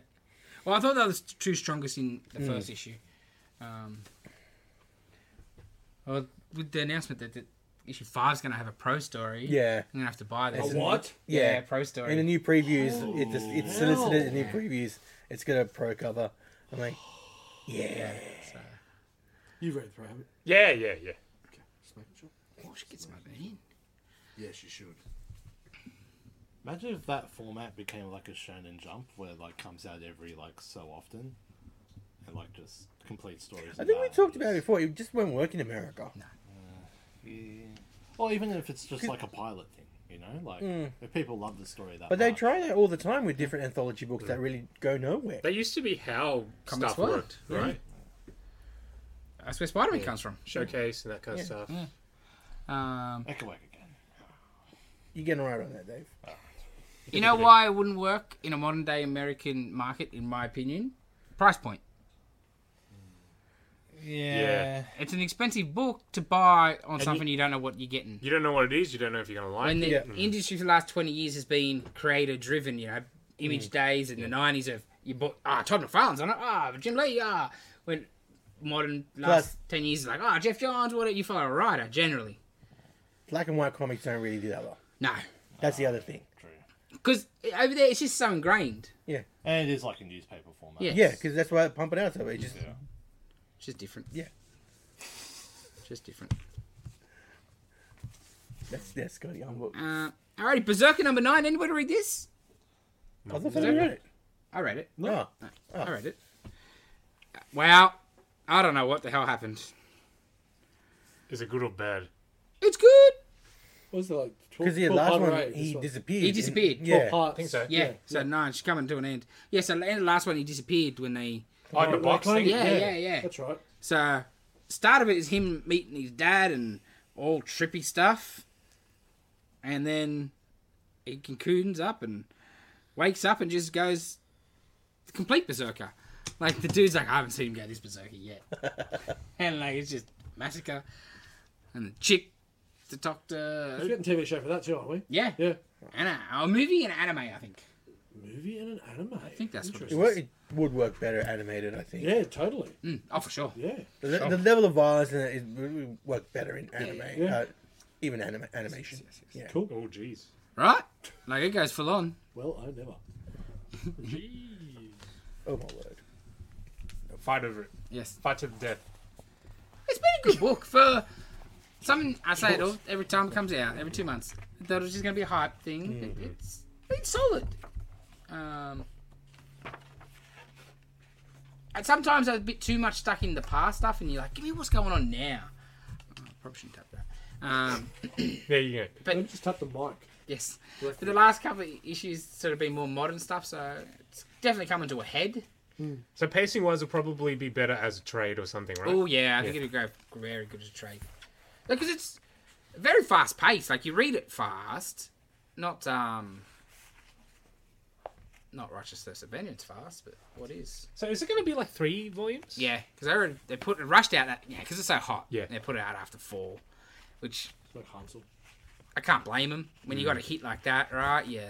Well, I thought that was the two strongest in the
Hmm.
first issue. Um, well, with the announcement that, that issue five's going to have a pro story.
Yeah.
I'm going to have to buy this.
A Oh, what?
Yeah,
Yeah.
pro story.
In the new previews, it just, it's
Hell.
solicited in new previews. It's got a pro cover. I'm like, yeah.
so.
You read through, haven't you?
Yeah, yeah, yeah.
Okay. Just making sure.
Oh, she gets my in.
Yes, you should.
Imagine if that format became like a Shonen Jump, where it, like comes out every like so often, and like just complete stories.
I
in
think we
that,
talked
just-
about it before. It just won't work in America.
Yeah. Or even if it's just like a pilot thing, you know, like if people love the story that.
Mm. But they
much.
try that all the time with different anthology books that really go nowhere.
That used to be how
Comics
stuff
were.
worked, right?
That's where Spider Man comes from.
Showcase and that kind of stuff.
Um,
That could work again.
You're getting right on that, Dave.
you know why it wouldn't work in a modern day American market, in my opinion? Price point.
Yeah.
It's an expensive book to buy on
you-
something you don't know what you're getting.
You don't know what it is. You don't know if you're gonna like
when the
it.
Yeah.
industry for the last 20 years has been creator driven you know
Mm.
image days in the 90s of you bought ah todd mcfarlane's on it ah jim lee ah when modern last
Plus-
10 years is like ah jeff johns what you follow a writer generally
Black and white comics don't really do that well.
no
That's the other thing.
True.
because over there it's just so ingrained
And it is like a newspaper format.
Yeah.
Yeah, because that's why I pump it out so it just
Yeah.
it's just different
Yeah.
It's just different
That's that's Scotty Young book.
uh alrighty berserker number nine anybody read this
I thought I read it. Ah,
i read it
No.
i read it wow i don't know what the hell happened
Is it good or bad?
it's good
What was it like?
Because the last one he disappeared.
He
in-
disappeared.
Yeah.
I think so.
yeah, so no it's coming to an end yeah so the end of the last one he disappeared when they
Like the box thing?
Yeah, yeah, yeah.
That's right.
So, start of it is him meeting his dad and all trippy stuff, and then he cocoons up and wakes up and just goes complete berserker. Like the dude's like, I haven't seen him go this berserker yet, and like it's just massacre. And the chick, the
We're
doctor,
getting TV show for that too, aren't we?
yeah,
Yeah.
and a, a movie and anime, I think.
Movie and an anime. I
think that's what it
It, wo- it would work better animated, I think.
Yeah, totally.
Mm, oh, for sure.
Yeah.
The, le- the level of violence in it, it would work better in anime,
Yeah.
Uh, even anima- animation. Yeah.
Cool.
Oh, jeez.
Right? Like it goes full on.
Well, I never.
Jeez.
Oh my word.
Fight over it.
Yes.
Fight to the death.
It's been a good book for something I say it all every time it comes out, every two months. That it's just gonna be a hype thing. It- It's it's solid. Um and sometimes I was a bit too much stuck in the past stuff and you're like, give me what's going on now. Oh, I probably shouldn't tap that. Um
There you go.
Don't just tap the mic.
Yes. For the last couple of issues sort of been more modern stuff, so it's definitely coming to a head.
So pacing wise, will probably be better as a trade or something, right?
Oh yeah, I think it'd go very good as a trade because it's very fast paced. Like you read it fast, not um, not Rochester Abandon's fast, but what is?
So is it going to be like three volumes?
Yeah, because they already- they put it rushed out that yeah because it's so hot.
Yeah.
they put it out after four, which
It's like Hansel.
I can't blame them when you got a hit like that, right? Yeah.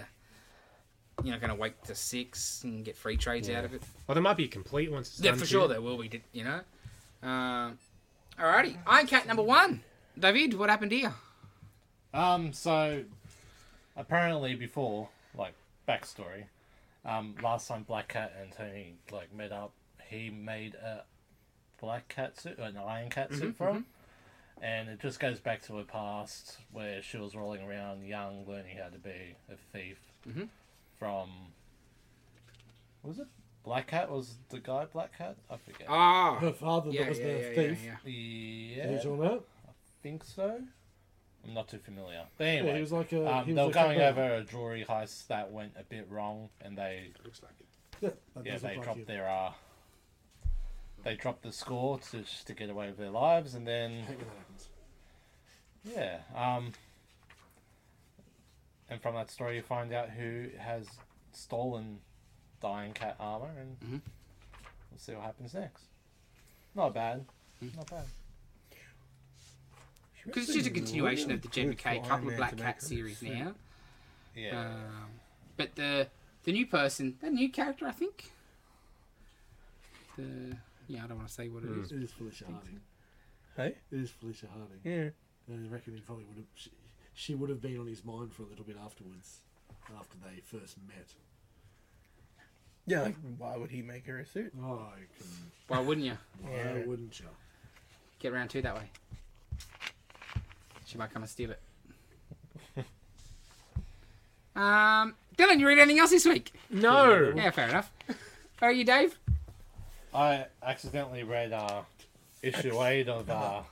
You're not gonna wait to six and get free trades out of it.
Oh, there might be a complete once. It's
Yeah,
done
for
too.
sure there will be. di- You know. Um, alrighty, Iron Cat number one. David, what happened here?
Um, so apparently before, like backstory, um, last time Black Cat and Tony like met up, he made a black cat suit or an iron cat suit for him. And it just goes back to her past where she was rolling around young, learning how to be a thief from was it? Black Cat was the guy Black Cat? I forget.
Ah.
Her father
yeah,
that was
yeah,
the
yeah, yeah,
thief.
yeah.
yeah.
Are you talking about?
think so. I'm not too familiar. But anyway,
he was like a-
um,
he was
they were
like a
going
cop out.
over a jewelry heist that went a bit wrong, and they
Looks like it.
That, that
yeah
does
they
look
dropped
like you.
their uh they dropped the score to just to get away with their lives, and then
Hate when that happens.
yeah um and from that story you find out who has stolen Dying Cat armor, and we'll see what happens next. Not bad, not bad.
Because it's just a continuation of the Jim McKay couple of Black Cat series now.
Yeah.
Um, but the the new person, the new character, I think. The yeah, I don't want to say what it is.
It is Felicia Hardy.
Hey?
It is Felicia Hardy.
Yeah.
And I reckon he probably would have. She, she would have been on his mind for a little bit afterwards, after they first met.
Yeah, like, why would he make her a suit?
Oh, I can,
Why wouldn't you
why
Yeah.
wouldn't you?
get round two that way? She might come and steal it. um, Dylan, you read anything else this week?
No.
Yeah, fair enough. How are you, Dave?
I accidentally read uh, issue eight of uh,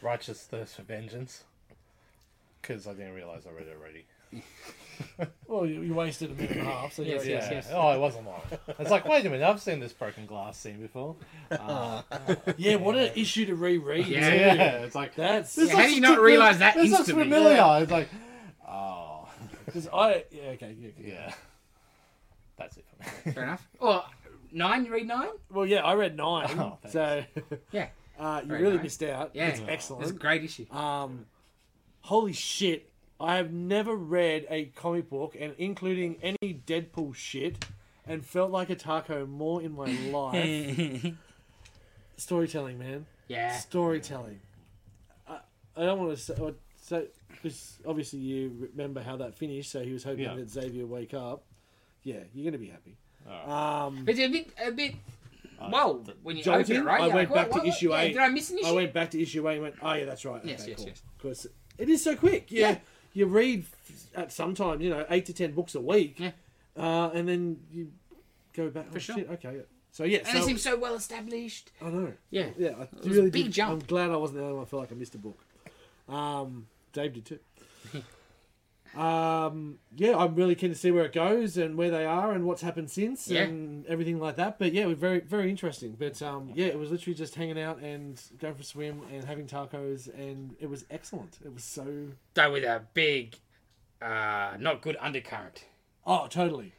Righteous Thirst for Vengeance because I didn't realize I read it already.
Well, you, you wasted a minute and a half. So
Yes,
yeah,
yes, yes.
Oh, it wasn't long. It's like, wait a minute, I've seen this broken glass scene before.
yeah. What an issue to reread.
Yeah.
Yeah, it's like
That's
this
Yeah, how do
looks
you not
fami-
realise that
This looks
instantly?
familiar. It's like, oh,
because I yeah okay yeah, yeah.
yeah. That's it for me.
Fair enough. Or nine? You read nine?
well yeah I read nine
Oh, thanks.
so
Yeah.
uh, you
Read
really
nine.
missed out
Yeah.
it's
It's a
excellent
great issue.
Um, holy shit! I have never read a comic book, and including any Deadpool shit, and felt like a taco more in my life. Storytelling, man.
Yeah.
Storytelling. I, I don't want to say. I- So, because obviously you remember how that finished, so he was hoping
Yeah.
that Xavier wake up. Yeah, you're gonna be happy.
Alright.
Um,
It's a bit, a bit. Whoa! When you open
Jolting?
it, right?
I
You're
went
like,
back
what-
to
what- what-
issue
yeah,
eight.
Did I miss an issue?
I went back to issue eight and went, oh yeah, that's right.
Yes, yes, yes.
Because it is so quick. Yeah. You read f- at some time, you know, eight to ten books a week.
Yeah.
Uh, and then you go back. For oh,
sure.
Shit, okay. So yeah.
And it
So,
seems so well established.
I know.
Yeah.
Yeah. I
was a
really
big
did-
jump.
I'm glad I wasn't the only one. I feel like I missed a book. Um, Dave did too. um, yeah, I'm really keen to see where it goes and where they are and what's happened since
Yeah.
and everything like that. But yeah, it was very very interesting. But um, yeah, it was literally just hanging out and going for a swim and having tacos and it was excellent. It was so
Though with a big uh, not good undercurrent.
Oh, totally.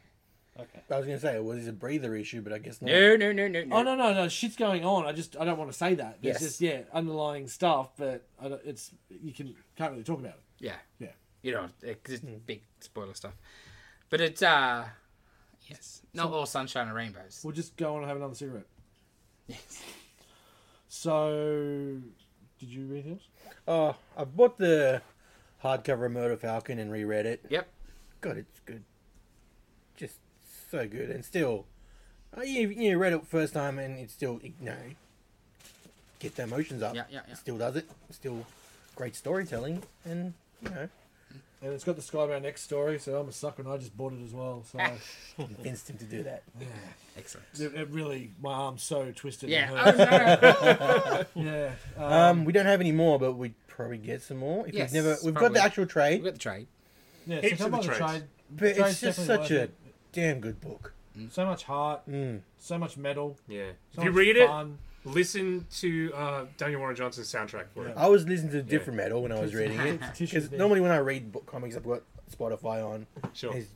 Okay.
I was gonna say it was a breather issue, but I guess not.
No, no, no, no, no.
Oh no no no shit's going on. I just I don't want to say that. There's
Yes.
just yeah underlying stuff, but I don't, it's you can can't really talk about it.
Yeah.
Yeah. Mm.
You know, because it's big spoiler stuff. But it's, uh, yes. Not all sunshine and rainbows.
We'll just go on and have another cigarette.
Yes.
So, did you read anything else?
Oh, I bought the hardcover of Murder Falcon and reread it.
Yep.
God, it's good. Just so good, and still, uh, you you read it first time, and it still you know get the emotions up.
Yeah, yeah, yeah.
It still does it. Still great storytelling, and you know
And it's got the Skybound X story, so I'm a sucker and I just bought it as well. So
Mm.
convinced him to do that.
Excellent.
it, it really, my arm's so twisted.
Yeah.
And
Oh,
hurt.
no, no.
yeah. Um,
Um, we don't have any more, but we'd probably get some more if
Yes,
we've never. We've
probably.
got the actual
We've
trade,
got the trade.
yeah. So
heaps
come
of
on
the
the
trades.
trade.
but
trade's
it's just
definitely
such a
worth
damn good book.
So much heart,
Mm.
so much metal.
Yeah.
So
if you
much
read it,
fun.
listen to uh, Daniel Warren Johnson's soundtrack for it.
I was listening to different metal when I was reading it
Tissues
because
there.
normally when I read book comics, I've got Spotify on.
Sure.
It's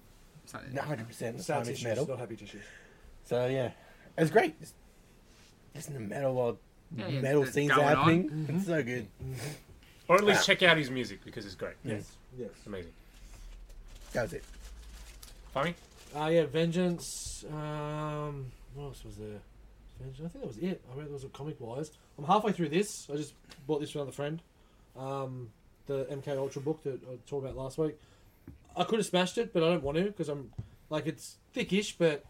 It's not-
100 percent of the
Sad
time it's
tissues,
metal.
not happy tissues.
So yeah, it's great. It's, listen to metal while
Yeah, yeah,
metal
it's
scenes are
going on.
happening.
Mm-hmm.
It's so good.
Or at least check out his music because it's great.
Yes. Yes.
It's amazing.
That was it.
Fami?
Uh, yeah, Vengeance. Um, what else was there? Vengeance. I think that was it. I read there was a comic wise. I'm halfway through this. I just bought this from another friend. Um, the MK Ultra book that I talked about last week. I could have smashed it, but I don't want to because I'm like it's thickish, but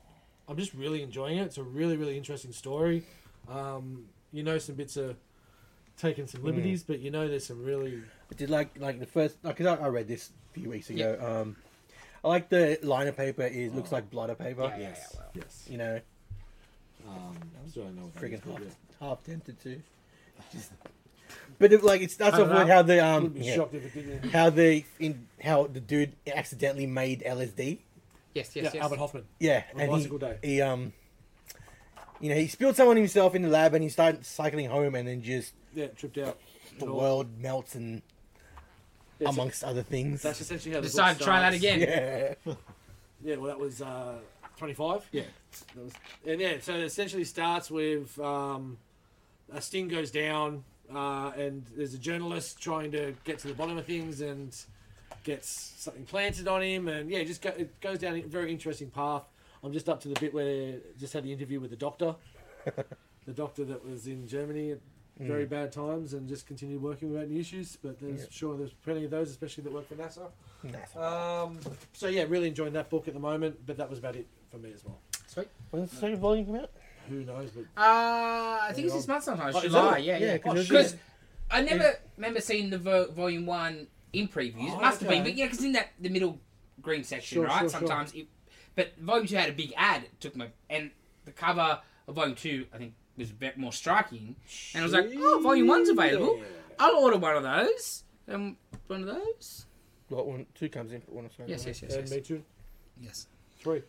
I'm just really enjoying it. It's a really really interesting story. Um, you know some bits are taking some liberties, but you know there's some really
I did like like the first because I, I read this a few weeks ago. Um, I like the liner paper is looks like blotter paper.
Yeah, yeah, yeah, well.
Oh. yes.
You know,
Um, I don't know. what that is,
freaking
but
half,
yeah.
half tempted to. Just- But it, like it starts
I
off
don't
with
know.
how the um
Would be
yeah,
shocked if it didn't.
how the in how the dude accidentally made LSD.
Yes, yes,
Yeah,
yes.
Albert Hoffman.
Yeah,
On a
and he,
bicycle day.
he um, you know, he spilled some on himself in the lab, and he started cycling home, and then just
Yeah, tripped out.
the
And all-
world melts and
Yeah, so
amongst other things.
that's essentially how the book
Decided to try that
starts.
again.
yeah.
Yeah, well, that was uh, 25.
Yeah.
That was, and yeah, so it essentially starts with um, a sting goes down, uh, and there's a journalist trying to get to the bottom of things and gets something planted on him, and yeah, it just go, it goes down a very interesting path. I'm just up to the bit where they just had the interview with the doctor, the doctor that was in Germany at very bad times, and just continued working without any issues. But there's sure there's plenty of those, especially that work for NASA.
Nice.
Um, so yeah, really enjoying that book at the moment, but that was about it for me as well.
Sweet.
When's the second volume come out?
Who knows? But
Uh, I think it's this month sometime.
Oh, is
July.
it?
Yeah,
Yeah,
yeah.
'cause it was-
Because I never remember seeing the vo- volume one in previews.
Oh,
it must have been,
okay.
but yeah, because in that the middle green section,
Sure,
right?
sure, sure.
Sometimes it. But volume two had a big ad. It took my and the cover of volume two, I think, was a bit more striking. And I was like, oh, volume one's available. I'll order one of those. Um, one of those.
Well, one, two comes in, but one second.
Yes, yes, yes,
and
yes.
me too.
Yes.
Three,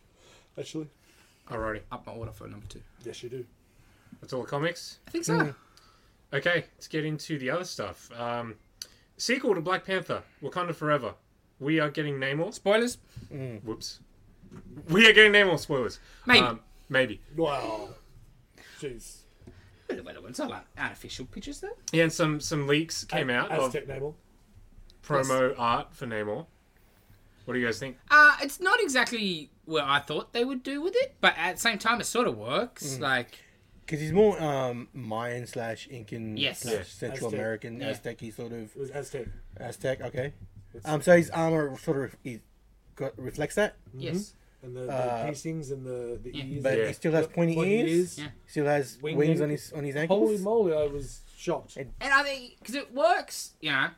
actually.
Alrighty.
Up my order for number two.
Yes, you do.
That's all the comics.
I think so.
Okay, let's get into the other stuff. Um, sequel to Black Panther, Wakanda Forever. We are getting Namor.
Spoilers.
Whoops. We are getting Namor spoilers. Um,
Maybe.
maybe.
Wow. Jeez.
Wait a minute, it's not like artificial pictures though.
Yeah, and some some leaks came out of
Aztec Nabal.
promo art for Namor. What do you guys think?
Uh, it's not exactly what I thought they would do with it, but at the same time, it sort of works.
Mm.
Like,
Mm-hmm. Because he's more um, Mayan slash Incan
Yes.
slash
Yeah.
Central
Aztec.
American,
Yeah.
Aztec Aztec sort of
It was Aztec.
Aztec. Okay. Um, so his armor sort of he got, reflects that,
yes,
And the, the
Uh,
piercings and the, the
yeah.
ears.
but
Yeah.
he still has pointy
Pointy
ears.
ears.
Yeah.
Still has
Wing-
wings
wing.
on his on his ankles.
Holy moly, I was shocked.
And-
and I think because it works, you know,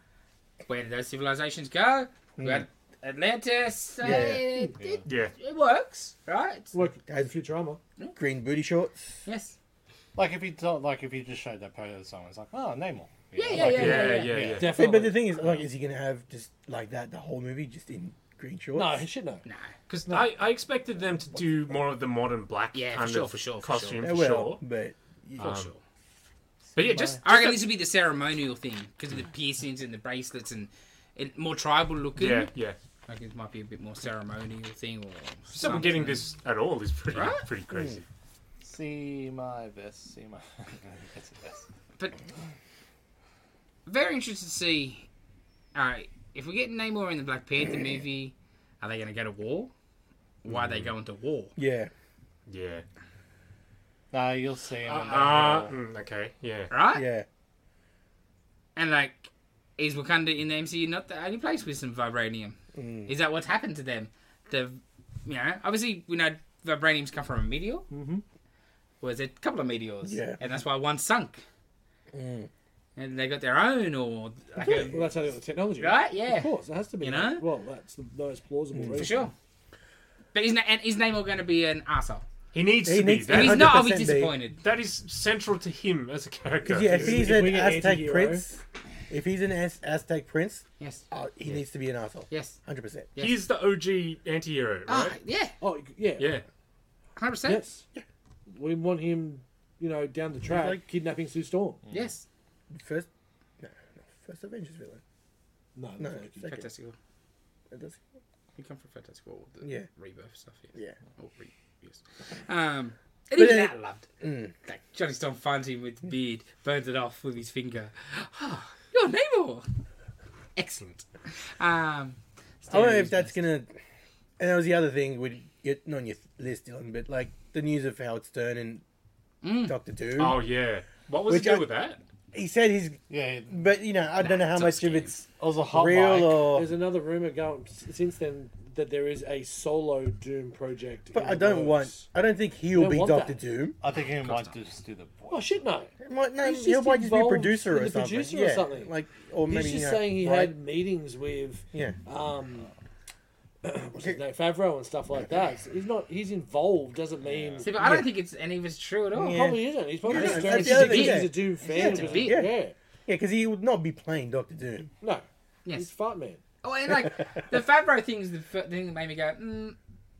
where did those civilizations go? We had Atlantis. uh,
Mm. Yeah.
It, it-
Yeah.
it works, right? It's-
Look,
Guys-
Futurama.
Green booty shorts.
yes.
Like if you don't, like if you just showed that photo to someone, it's like, oh, Namor. You
Yeah,
know,
yeah,
like,
yeah, yeah,
yeah.
yeah.
yeah.
See, but
Definitely.
the thing is, like, is he gonna have just like that the whole movie, just in green shorts?
no, shit no.
No.
Because I, I expected them to do more of the modern black
Yeah, for
kind
sure,
of
for sure, for
costume
Eh,
for
well,
sure.
but yeah.
For sure.
But yeah, Um, just
I reckon this would be the ceremonial thing because of the piercings and the bracelets and, and more tribal looking.
yeah, yeah.
Like it might be a bit more ceremonial thing or.
Just not getting
something.
this at all is pretty
Right? Hmm.
pretty crazy.
See my best. See my. That's a best.
But very interested to see. All right, if we get Namor in the Black Panther movie, are they going to go to war? Why are
Mm.
they going to war?
Yeah.
Yeah.
No, you'll see him.
Uh,
in that
uh,
role.
mm, okay. Yeah.
Right?
Yeah.
And like, is Wakanda in the MCU not the only place with some vibranium?
Mm.
Is that what's happened to them? The, you know, obviously we know vibraniums come from a meteor. Mm-hmm. Was it a couple of meteors?
Yeah. Mm.
And that's why one sunk. And they got their own, or like a,
Well, that's how they got the technology.
right?
Of
Yeah,
course, it has to be.
You know?
Well, that's the most
Mm.
plausible reason.
for sure. But is and is Namor going to be an asshole?
He needs
He
to be.
needs to
That,
If he's not, I'll be
100% they-
disappointed.
that is central to him as a character.
Yeah, if he's
if
an
we get
Aztec
anti-hero-
prince, if he's an Az- Aztec prince,
Yes.
oh, he needs to be an asshole.
Yes.
Hundred percent.
yes.
He's the OG anti-hero, right?
Ah, yeah,
Oh, yeah.
Yeah.
hundred percent.
Yes. We want him, you know, down the track,
like-
kidnapping Sue Storm.
Yes.
First, no, no, first Avengers villain.
No, that's
No,
Loki.
second.
Fantastical.
That does-
He come from Fantastical. Four, The
Yeah.
Rebirth stuff. Yes.
Yeah.
Or re- yes. Um. And even
it-
that I loved. it. Like Johnny Storm finds him with the beard, burns it off with his finger. Oh, you're Namor. Excellent. Um.
I don't know if that's gonna. And that was the other thing we get not on your list, Dylan, but like the news of Howard Stern and Doctor
Hmm.
Doom.
Oh yeah. What was
Which
he doing
I-
with that?
He said he's,
Yeah, it
but you know, I don't know how
it's a
much of
scam.
it's
was a hot
real
mic.
or.
There's another rumor going s- since then that there is a solo Doom project.
But
in
I
the
don't want.
works.
I don't think he'll
don't
be
want
Doctor
that.
Doom.
I think he might just do the voice.
Oh shit, no.
It might, no,
He's just
he might just be a
involved
producer
in
or
the
something.
producer or
yeah,
something.
Like, or
He's
maybe
just
you know,
saying he
right?
had meetings with
Yeah,
um, what's his name, Favreau and stuff like that. So he's not. He's involved. Doesn't mean.
See, but I don't
Yeah.
think it's any of it's true at all.
Yeah.
Probably isn't. He's probably
Yeah,
just
that's
doing
the
it
other
because
thing.
he's a Doom fan.
it's a
because-
bit.
yeah.
yeah, because he would not be playing Doctor Doom.
No. He's
Yes.
fart man.
Oh, and like the Favreau thing is the f- thing that made me go, mm,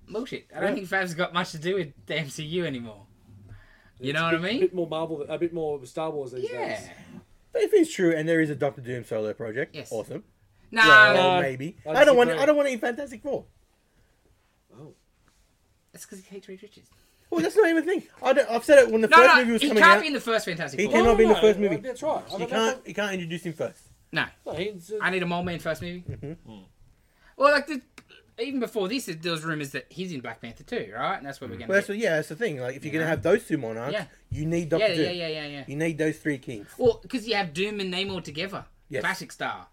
bullshit. I don't
Yeah.
think Fav's got much to do with the MCU anymore. You know what I
A
mean?
bit more Marvel, a bit more Star Wars these
Yeah.
days.
But if it's true and there is a Doctor Doom solo project,
Yes. Uh,
awesome.
Nah.
Well,
No,
maybe.
I
I, don't want.
disagree.
I don't want any Fantastic Four.
That's because he hates Reed Richards.
Well, that's not even a thing. I don't, I've said it when the
No,
first
no,
movie was
he
coming
can't
out.
be in the first Fantastic
He
Four.
cannot be in the
Oh, No,
first
no,
movie.
That's right. I don't
you
know.
can't. You can't introduce him first.
No,
No, he's, uh,
I need a mole man first movie.
Mm-hmm.
Mm. Well, like the, even before this, there was rumors that he's in Black Panther too, right? And that's what we're gonna.
Mm. Well, that's
get.
what, yeah, that's the thing. Like, if you're
Yeah.
gonna have those two monarchs,
Yeah.
you need
yeah,
Doctor Doom.
yeah, yeah, yeah, yeah.
You need those three kings.
Well, because you have Doom and Namor together,
Yes.
classic style.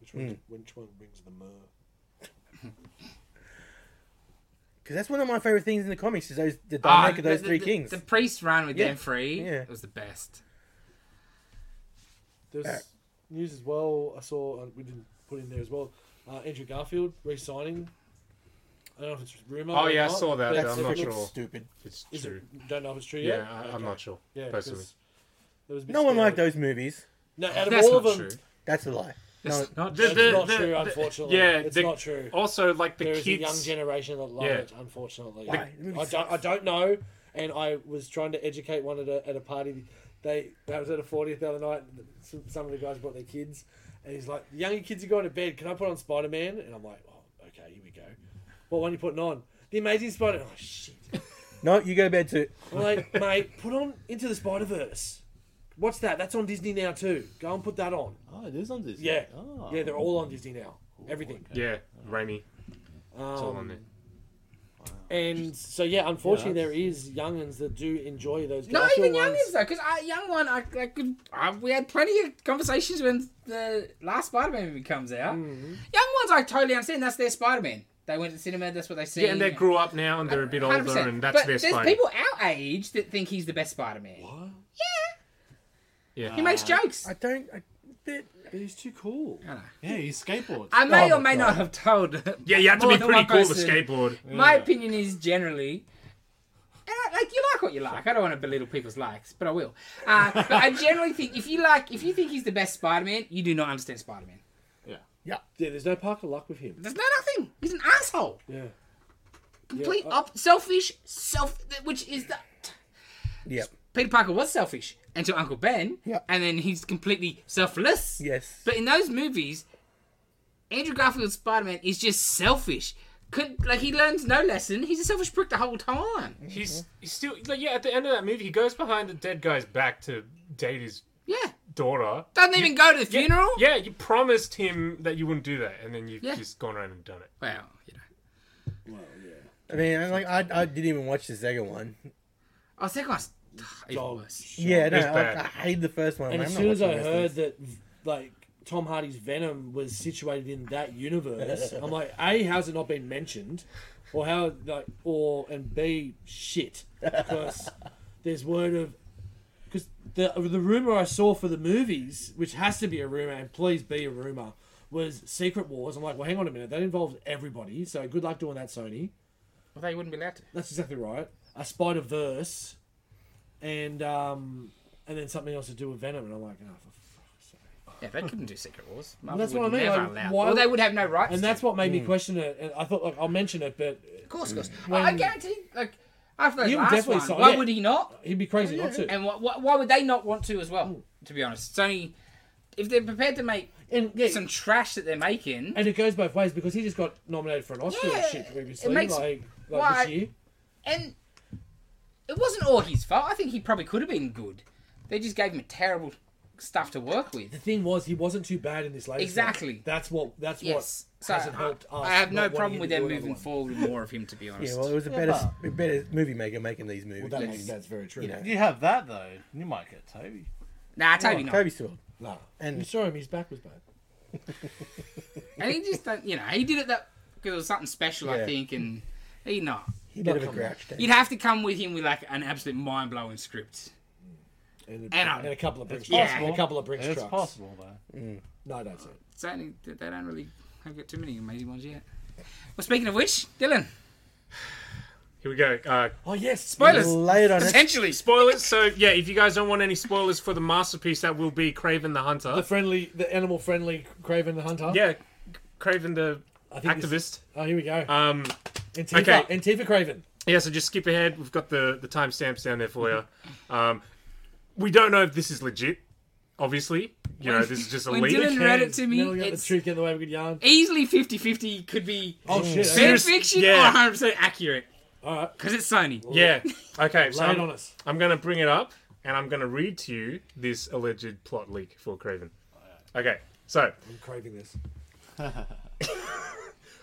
which, one, which one brings the myrrh?
Because that's one of my favorite things in the comics is those the
Ah,
dynamic of those
the,
three
the-
kings.
The priest ran with
Yeah.
them three.
Yeah.
It was the best.
There's
Alright.
news as well. I saw uh, we didn't put in there as well. Uh, Andrew Garfield re-signing. I don't know if it's rumor.
Oh,
or
yeah, I
not,
saw that,
but
but I'm not
if
sure.
it's-
Sure.
Stupid.
It's
Is
true.
it, don't know if it's true
Yeah,
yet.
I,
Okay.
I'm not sure.
Yeah,
personally.
because there was a bit
No one
scare-
liked those movies.
No, out of
That's
all
not
of them,
true.
That's a lie. No,
That's not
The-
true.
the-
it's not
the-
true.
the-
Unfortunately,
yeah,
it's
the-
not true.
Also, like the
There is
kids.
a young generation that love
Yeah.
it, unfortunately.
Why?
I, don't, I don't know, and I was trying to educate one at a, at a party. They that was at a 40th the other night. and Some, some of the guys brought their kids, and he's like, "The younger kids are going to bed. Can I put on Spider Man?" And I'm like, "Oh, okay, here we go. What one are you putting on? The Amazing Spider." Oh shit!
No, you go to bed too.
I'm like, mate, put on Into the Spider Verse. What's that? That's on Disney now too. Go and put that on.
Oh, it is on Disney.
Yeah,
Oh.
yeah, they're all on Disney now. Everything.
Yeah, Raimi. It's all
Um,
on there.
And so yeah, unfortunately,
Yeah,
there is younguns that do enjoy those.
Not
Garfield
even young
ones.
ones though, because I young one, I, I could. I, we had plenty of conversations when the last Spider-Man movie comes out.
Mm-hmm.
Young ones, I totally understand. That's their Spider-Man. They went to the cinema. That's what they see.
Yeah, and they grew up now and they're a bit older, and that's
but
their
there's
spine.
people our age that think he's the best Spider-Man.
Yeah.
He makes jokes.
I don't. I, but-
But he's too cool.
Yeah, he skateboards.
I may
Oh
or
my
may
God.
not have told.
yeah, you have to
more
be
than
pretty
one
cool to
person.
skateboard.
My opinion is generally, and I- like you like what you like. I don't want to belittle people's likes, but I will. Uh, but I generally think if you like, if you think he's the best Spider-Man, you do not understand Spider-Man.
Yeah, there's no Parker Luck with him.
There's no nothing. He's an asshole.
Yeah. uh,
Complete
I-
op- selfish, self, which is the
Yep.
Peter Parker was selfish until Uncle Ben,
Yeah.
and then he's completely selfless.
Yes.
But in those movies, Andrew Garfield's Spider Man is just selfish. Could like he learns no lesson. He's a selfish prick the whole time.
He's, he's still like yeah. At the end of that movie, he goes behind the dead guy's back to date his
Yeah,
daughter.
doesn't even go to the
Yeah,
funeral.
Yeah, you promised him that you wouldn't do that, and then you've
Yeah.
just gone around and done it.
Well, you know.
I mean, I'm like I, I didn't even watch the second one.
Oh, second one's ugh, even
Oh,
worse.
Yeah, no,
It's
I,
bad.
I hate the first one.
And
man.
as
I'm not
soon as I
watching the rest
heard that, like Tom Hardy's Venom was situated in that universe, I'm like, a how's it not been mentioned, or how like, or and b shit because there's word of because the the rumor I saw for the movies, which has to be a rumor, and please be a rumor, was Secret Wars. I'm like, well, hang on a minute, that involves everybody, so good luck doing that, Sony.
Well, they wouldn't be allowed to.
That's exactly right. A Spider Verse, and um, and then something else to do with Venom, and I'm like, oh, for fuck's sake.
Yeah, they couldn't do Secret Wars. Marvel
that's
would
what I mean,
Never
like,
allow.
why
Or they
would-
would have no rights.
And
to.
that's what made me
Mm.
question it. And I thought, like, I'll mention it, but
of course, of course.
When-
I guarantee, like after the
You would
last
definitely
one,
sign-
why
yeah.
would he not?
he'd be crazy not to. And,
And wh- wh- why would they not want to as well? To be honest, Sony, if they're prepared to make
yeah,
some trash that they're making,
and it goes both ways because he just got nominated for an Oscar and
Yeah,
shit
it
previously,
makes-
like, like
why-
this year.
and it wasn't all his fault. I think he probably could have been good. They just gave him terrible stuff to work
The
with.
thing was, he wasn't too bad in this latest.
Exactly.
one. That's what. That's
Yes,
what
so
hasn't
I,
helped us.
I have no
not wanting
problem
him
with
to
them
do another
moving
one.
forward with more of him. To be
of
honest,
this. Yeah, well, it was a
Yeah,
better, better movie maker making these movies.
Well, that
Yes.
makes, that's very true.
know.
You have that though, you might get Toby.
nah, Toby not.
Toby Sword.
No,
And-
and you saw him; his back was bad.
And he just, don't- you know, he did it that because it was something special, I
Yeah.
think, and he not.
He did have a grouch.
You'd have to come with him with like an absolute mind blowing script.
And,
And I-
and a couple of bricks.
Yeah.
and a couple of bricks
It's
trucks.
possible though.
No, that's it.
Certainly, they they don't really have got too many amazing ones yet. Well, speaking of which, Dylan,
Here we go. Uh,
Oh yes,
spoilers.
Lay it on it.
Potentially, spo-
spoilers. So yeah, if you guys don't want any spoilers for the masterpiece that will be Craven the
The
Hunter,
friendly, the animal friendly Craven the Hunter.
yeah, Craven the
I think this-
activist.
Oh, here we go.
Um,
Antifa,
okay.
Antifa Craven.
yeah, so just skip ahead. We've got the the timestamps down there for you. Um, we don't know if this is legit. Obviously, you know this is just a
when
leak.
Dylan read it to me,
Now we got the
it's
truth in the way we could yarn.
easily 50 50 could be
Oh shit!
fan
Serious-
fiction
yeah.
or 100% accurate
All right,
because it's Sony.
Yeah. Okay. So
lay it
I'm,
on us.
I'm going to bring it up and I'm going to read to you this alleged plot leak for Craven. Okay. So,
I'm craving this.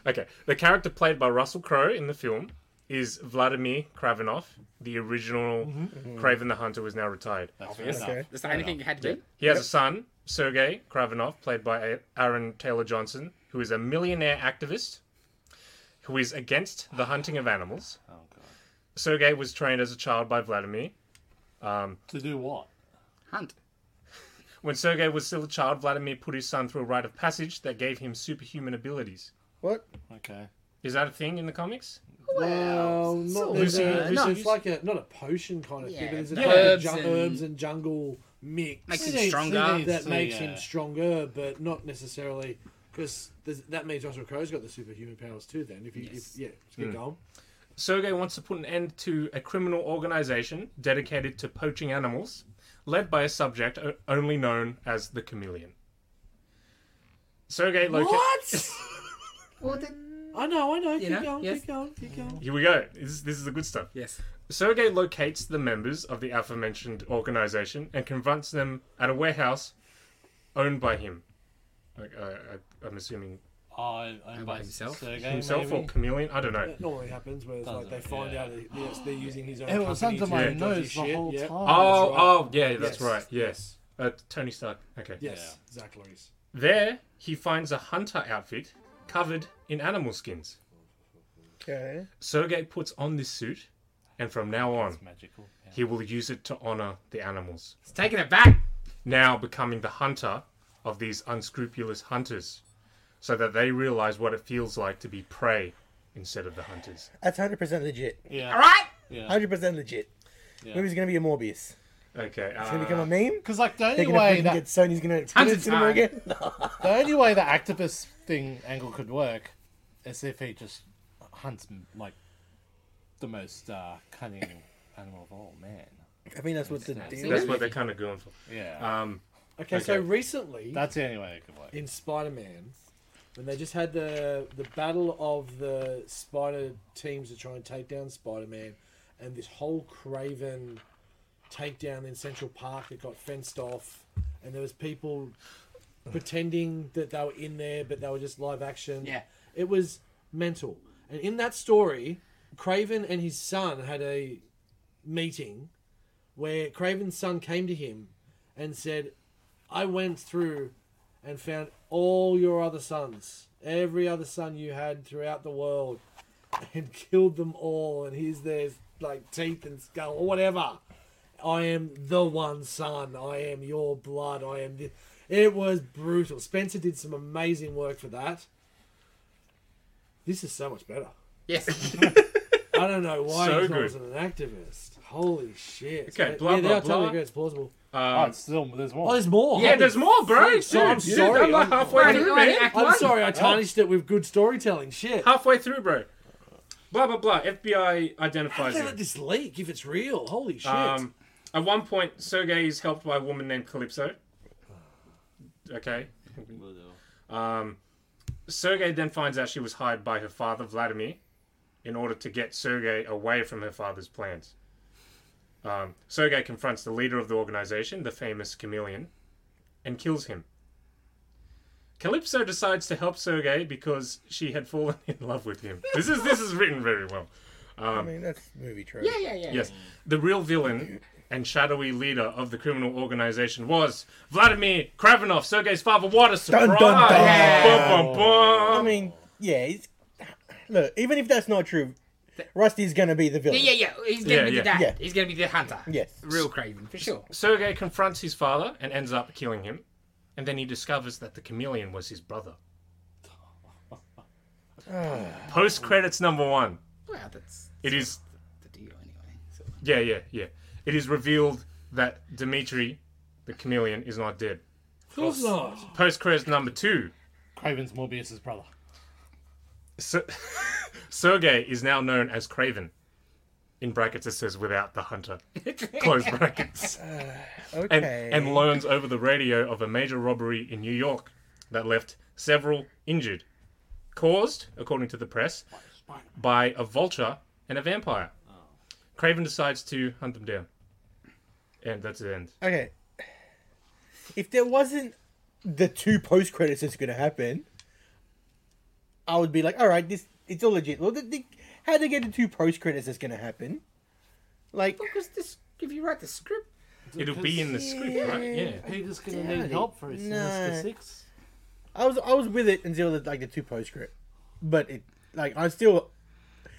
okay. The character played by Russell Crowe in the film is Vladimir Kravinov. The original
Mm-hmm.
Craven the Hunter was now retired.
That's fair enough.
Okay.
That's the only thing it had to be.
He has a son, Sergei Kravinov, played by Aaron Taylor Johnson, who is a millionaire activist who is against the hunting of animals.
Oh god.
Sergei was trained as a child by Vladimir.
To do what?
Hunt.
When Sergei was still a child, Vladimir put his son through a rite of passage that gave him superhuman abilities.
What?
Okay.
Is that a thing in the comics?
Well,
not
sort
there's
Lucy-
a,
Lucy-
it's like a not a potion kind of
Yeah,
thing, but there's a
yeah.
kind of
herbs
jun-
and-
herbs and jungle mix
Makes
It
him
ain't-
stronger.
it
that
So,
makes
yeah.
him stronger, but not necessarily because that means Joshua Crowe's got the superhuman powers too. Then, if you,
Yes.
if, yeah, let's
Hmm.
keep going.
Sergei wants to put an end to a criminal organization dedicated to poaching animals, led by a subject o- only known as the chameleon. Sergei locates.
Well,
What?
then-
I know, I know. Keep
know?
going,
Yes.
keep going, keep going.
Here we go. This, this is the good stuff.
Yes.
Sergei locates the members of the aforementioned organization and confronts them at a warehouse owned by him. Like, I, I, I'm assuming
I owned by
himself?
himself.
himself or chameleon. I don't know.
That normally happens where it's like they
Doesn't,
find
yeah.
out that yes, they're using his own.
It was
company
under my
to do dodgy
nose the
shit,
whole
yeah.
time.
Oh,
That's right.
oh, yeah, that's
Yes.
right. Yes. Uh, Tony Stark. Okay.
Yes, Zach Loris.
There, he finds a hunter outfit covered in animal skins.
Okay.
Sergei puts on this suit, and from now on,
It's magical. Yeah.
he will use it to honor the animals,
It's taking it back.
now becoming the hunter of these unscrupulous hunters, so that they realize what it feels like to be prey instead of the hunters.
That's 100% legit.
All
Yeah.
right.
Yeah.
100% legit.
Yeah.
Movie's going to be a Morbius.
Okay.
It's going to
Uh,
become a meme.
Because like the only
They're
way
going to
that
get Sony's going to put
Tons
it in
of
cinema
time.
again.
the only way the activist thing angle could work is if he just hunts like the most uh, cunning animal of all, man.
I mean, that's what the deal
that's
is.
what they're kind of going for.
Yeah.
Um,
Okay, so
Okay.
recently
That's the only way it could work.
in Spider Man, when they just had the the battle of the spider teams to try and take down Spider Man, and this whole Craven takedown in Central Park that got fenced off, and there was people pretending that they were in there, but they were just live action.
Yeah.
it was mental. And in that story, Craven and his son had a meeting where Craven's son came to him and said, I went through and found all your other sons, every other son you had throughout the world, and killed them all. And here's their like teeth and skull or whatever. I am the one son. I am your blood. I am. This. It was brutal. Spencer did some amazing work for that. This is so much better.
Yes.
I don't know why
So
he's not
good.
as an activist. Holy shit.
Okay,
So,
blah,
yeah,
blah,
now Tell me
blah.
again, it's plausible.
Oh,
Um,
it's still there's more.
Oh, there's more.
yeah, there's more, bro.
So I'm
Dude,
sorry,
I'm like
I'm-
halfway
Right,
through,
right,
man.
act
I'm
one.
sorry, I tarnished it with good storytelling. Shit. How
Halfway through, bro. Blah blah blah. FBI identifies
did
him.
let this leak if it's real? Holy shit.
Um, at one point, Sergei is helped by a woman named Calypso. Okay. Um, Sergei then finds out she was hired by her father, Vladimir, in order to get Sergei away from her father's plans. Um, Sergei confronts the leader of the organization, the famous chameleon, and kills him. Calypso decides to help Sergei because she had fallen in love with him. This is this is written very well.
I mean, that's movie trope.
yeah, yeah, yeah.
Yes. The real villain and shadowy leader of the criminal organization was Vladimir Kravinov, Sergei's father. What a surprise!
Dun, dun, dun.
Bum, bum, bum.
I mean, yeah. He's, look, even if that's not true, Rusty's gonna be the
Yeah,
villain.
yeah, yeah. He's gonna
Yeah,
be
yeah.
the dad.
Yeah.
He's gonna be the hunter.
Yes.
Real Craven, for sure.
Sergei confronts his father and ends up killing him, and then he discovers that the chameleon was his brother. Post credits number one.
Well, that's
It is
the deal anyway. So.
yeah, yeah, yeah. It is revealed that Dmitri, the chameleon, is not dead.
of course not.
Post credits number two.
Craven's Morbius's brother.
Ser- Sergey is now known as Craven. In brackets, it says without the hunter. Close brackets. And,
Okay.
and learns over the radio of a major robbery in New York that left several injured. Caused, according to the press, by a vulture and a vampire.
Oh.
Craven decides to hunt them down. And that's the end.
okay. If there wasn't the two post credits that's gonna happen, I would be like, all right, this it's all legit. Well, the, the, how they get the two post credits that's gonna happen? Like,
Because this, if you write the script,
It'll be in the script, right? Yeah.
Peter's gonna
Doubt
need
it.
help for his
No.
semester six.
I was I was with it until the, like the two post credit, but it like I'm still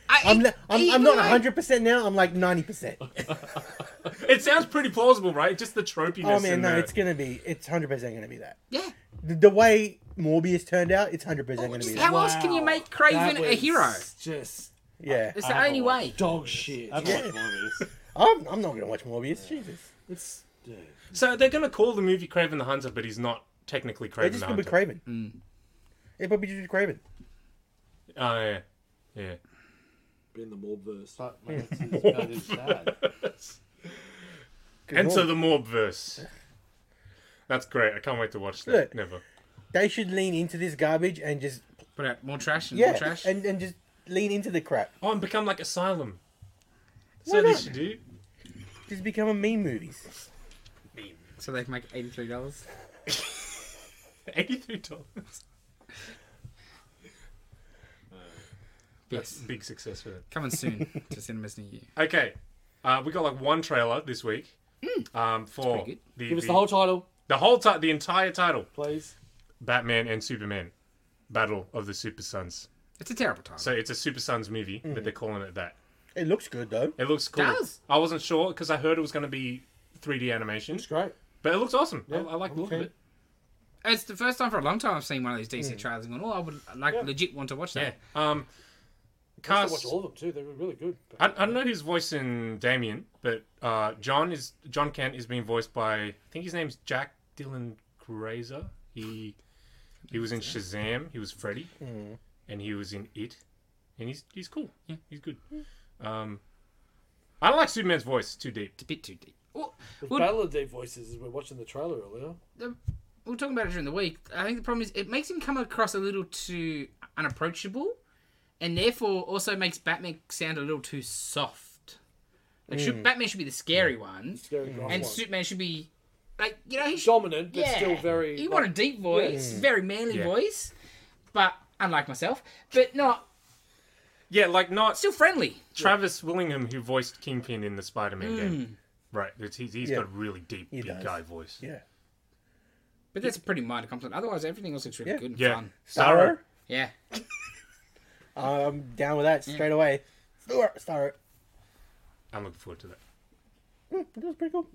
I,
I'm
it-
le- I'm,
even
I'm not
though-
100 percent now. I'm like 90 percent.
It sounds pretty plausible, right? Just the tropiness.
Oh man,
and
no,
the-
it's gonna be it's 100 percent gonna be that.
Yeah.
The, the way Morbius turned out, it's 100 percent gonna be
Just
that.
how else can you
Wow.
make Craven
That
a
was
hero?
Just
Yeah,
It's the only way.
dog shit.
I've watched Morbius.
I'm, I'm not gonna watch Morbius. Jesus,
It's, dude.
So they're going to call the movie Craven the Hunter, but he's not technically
it
Craven
just
the
could be
Hunter.
Craven. It probably just be Craven.
Oh, yeah. Yeah.
Been the Morbverse.
But man, it's his about his dad.
Enter
Lord.
the Morbverse. That's great. I can't wait to watch that.
Look.
Never.
They should lean into this garbage and just
Put out more trash and more
yeah,
trash.
and, and just lean into the crap.
Oh, and become like Asylum.
Why
So they
not?
should do.
Just become a meme movies.
so they can make eighty-three dollars.
Eighty-three dollars. That's
Yes.
a big success for them.
Coming soon to cinemas near you.
Okay, uh, we got like one trailer this week. Um, for
pretty good.
the
Give us the whole title,
the whole ti- the entire title:
please.
Batman and Superman, Battle of the Super Sons.
It's a terrible title.
So it's a Super Sons movie, but they're calling it that.
It looks good though.
It looks cool.
Does.
I wasn't sure because I heard it was going to be 3D animation,
It's great.
but it looks awesome. I,
Yeah,
I like the
I'm
look
okay.
of it.
it's the first time for a long time I've seen one of these DC trailers and going, oh, I would like legit want to watch
Yeah.
that.
Um,
I
cast.
watched all of them too. They were really good.
I, I don't know who's voicing Damien, but uh, John is John Kent is being voiced by I think his name's Jack Dylan Grazer. He he was in Shazam. He was Freddy, and he was in It, and he's he's cool. Yeah, he's good. Um, I don't like Superman's voice. It's too deep.
It's a bit too deep. Oh,
The
would-
Battle of the Deep Voices, as we're watching the trailer earlier.
the- um, we were talking about it during the week. I think the problem is it makes him come across a little too unapproachable, and therefore also makes Batman sound a little too soft. Like should, Batman should be the scary one,
Very gruff
and
one.
Superman should be like you know he should,
dominant, but still very.
He
like,
wanted a deep voice, very manly
Yeah.
voice, but unlike myself, but not
Yeah, like not
still friendly.
Travis Willingham, who voiced Kingpin in the Spider-Man game. Right, it's, he's, he's got a really deep, big
does.
guy voice.
Yeah.
But that's a pretty minor compliment. Otherwise, everything else looks really
Yeah.
good and
Yeah.
fun.
Starro.
Yeah.
I'm down with that straight away. Star, Star.
I'm looking forward to that.
Mm, that was pretty cool.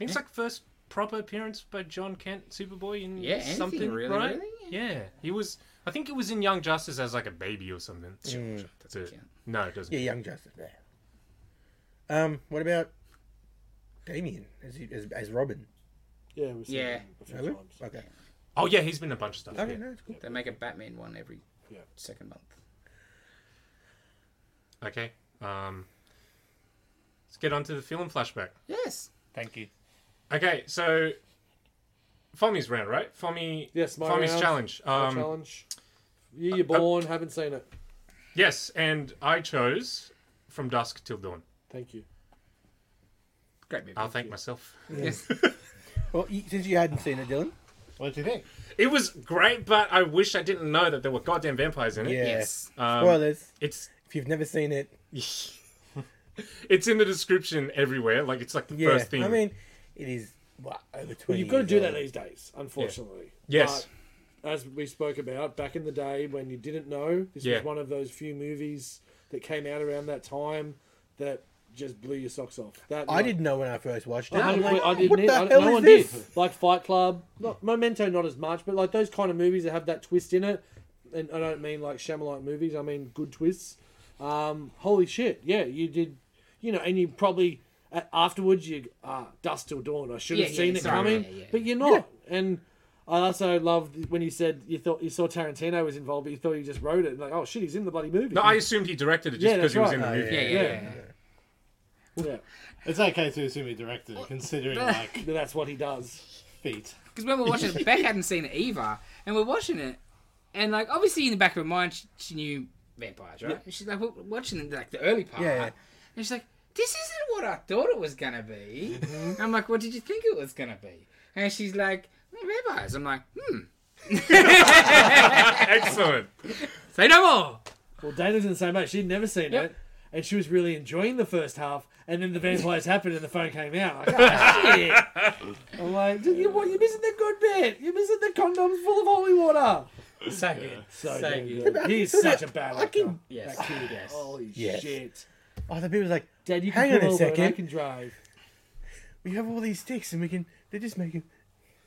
It's like first proper appearance by John Kent, Superboy, in
Yeah, anything
something,
really,
right?
really,
Yeah, he was. I think it was in Young Justice as like a baby or something. To-
Mm. count.
no, it doesn't.
Yeah, Young Justice. Yeah. Um, what about Damien as, he, as, as Robin?
Yeah, we've seen
Yeah.
him a few
Have we?
times.
Okay.
Oh yeah, he's been in a bunch of stuff.
Okay,
yeah.
no, it's cool.
They make a Batman one every
Yeah.
second month.
Okay. Um, let's get on to the film flashback.
Yes.
Thank you.
Okay, so Fommy's round, right? Fommy.
Yes, my
Fommy's
round.
challenge.
My
Um, uh,
challenge. Year you're born, haven't seen it.
Yes, and I chose from dusk till dawn.
Thank you.
Great movie.
I'll thank myself.
Yes.
Well, you, since you hadn't seen it, Dylan.
What do you think?
It was great, but I wish I didn't know that there were goddamn vampires in it.
Yeah.
yes.
Um,
Spoilers.
It's
If you've never seen it,
it's in the description everywhere. Like it's like the
yeah.
first thing.
I mean, it is what, over twenty.
Well, you've got to
years
do that
old.
these days, unfortunately.
yes.
But as we spoke about back in the day when you didn't know, this
Yeah.
was one of those few movies that came out around that time that just blew your socks off. That
I didn't know when I first watched it.
I
I'm
didn't,
like,
I didn't
what
either. I
the
don't-
hell
no
is
one
this?
did. Like Fight Club, not, Memento, not as much, but like those kind of movies that have that twist in it. And I don't mean like Shamalite movies. I mean good twists. Um, holy shit! Yeah, you did. You know, and you probably uh, afterwards you ah dust till dawn. I should have
Yeah, yeah,
seen it
sorry,
coming,
yeah, yeah, yeah.
but you're not. And I also loved when you said you thought you saw Tarantino was involved, but you thought he just wrote it. And like, oh shit, he's in the bloody movie.
No, I assumed he directed it just
Yeah,
because
that's
he was
right.
in the
Oh,
movie.
yeah, yeah, yeah.
yeah.
yeah.
yeah,
It's okay to assume he directed it, considering like
but that's what he does.
feet.
Because when we're watching it, Beck hadn't seen it either, and we're watching it, and like obviously in the back of her mind, she, she knew vampires, right? And she's like we're watching it, like the early part,
Yeah, yeah.
and she's like, "This isn't what I thought it was gonna be."
Mm-hmm.
I'm like, "What did you think it was gonna be?" And she's like, "Mm, "Vampires." I'm like, "Hmm."
Excellent.
Say no more.
Well, Dana's in the same boat. She'd never seen
Yep.
it, and she was really enjoying the first half. And then the vampires happened, and the phone came out. Like, oh, shit. I'm like, "Dude, you, what, you're missing the good bit. You're missing the condoms full of holy water.
So good.
So,
So, good.
good. He's such a bad
I
actor.
can-
Yes.
That kid.
Yes.
Holy
Yes.
shit.
Oh, the people's like,
Dad, you can
hang on
come
a
over and I
second.
can drive.
We have all these sticks, and we can. They're just making.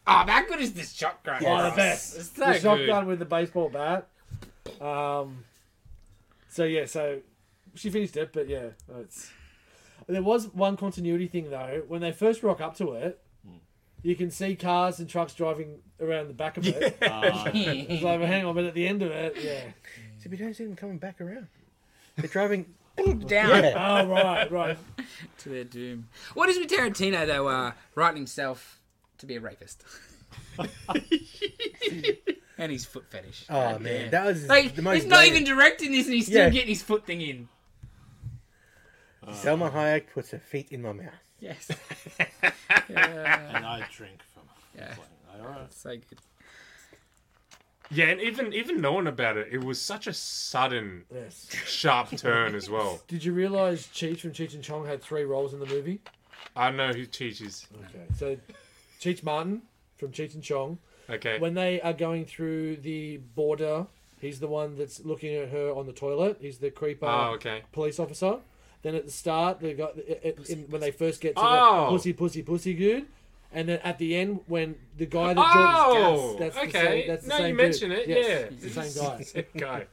Oh, how good is this shotgun?
Oh, the best.
It's so
the shotgun
good.
with the baseball bat. Um, so yeah, so she finished it, but yeah, it's. There was one continuity thing though. When they first rock up to it,
Hmm.
you can see cars and trucks driving around the back of it.
Ah.
It's like, well, hang on, but at the end of it, yeah.
So we don't see them coming back around. They're driving.
Down.
yeah.
Oh right, right.
to their doom. What is with Tarantino though? Uh, writing himself to be a rapist, and his foot fetish.
Oh man, that was
Like
the most.
he's not
brilliant-
even directing this, and he's still
Yeah.
getting his foot thing in.
Selma Hayek puts her feet in my mouth.
Yes,
And I drink from.
Yeah.
All right.
so good.
Yeah, and even even knowing about it, it was such a sudden,
Yes.
sharp turn as well.
Did you realise Cheech from Cheech and Chong had three roles in the movie?
I know who Cheech is.
Okay. So, Cheech Martin from Cheech and Chong
Okay.
when they are going through the border, he's the one that's looking at her on the toilet. He's the creeper
Oh, okay.
police officer. Then at the start, they got it- it- in, when they first get to
Oh.
the pussy, pussy, pussy, good. And then at the end, when the guy that
Oh,
Jordan's that's the
okay.
same, that's the
No, you
same
mention
dude.
it,
Yes,
yeah.
it's the same guy.
Guy.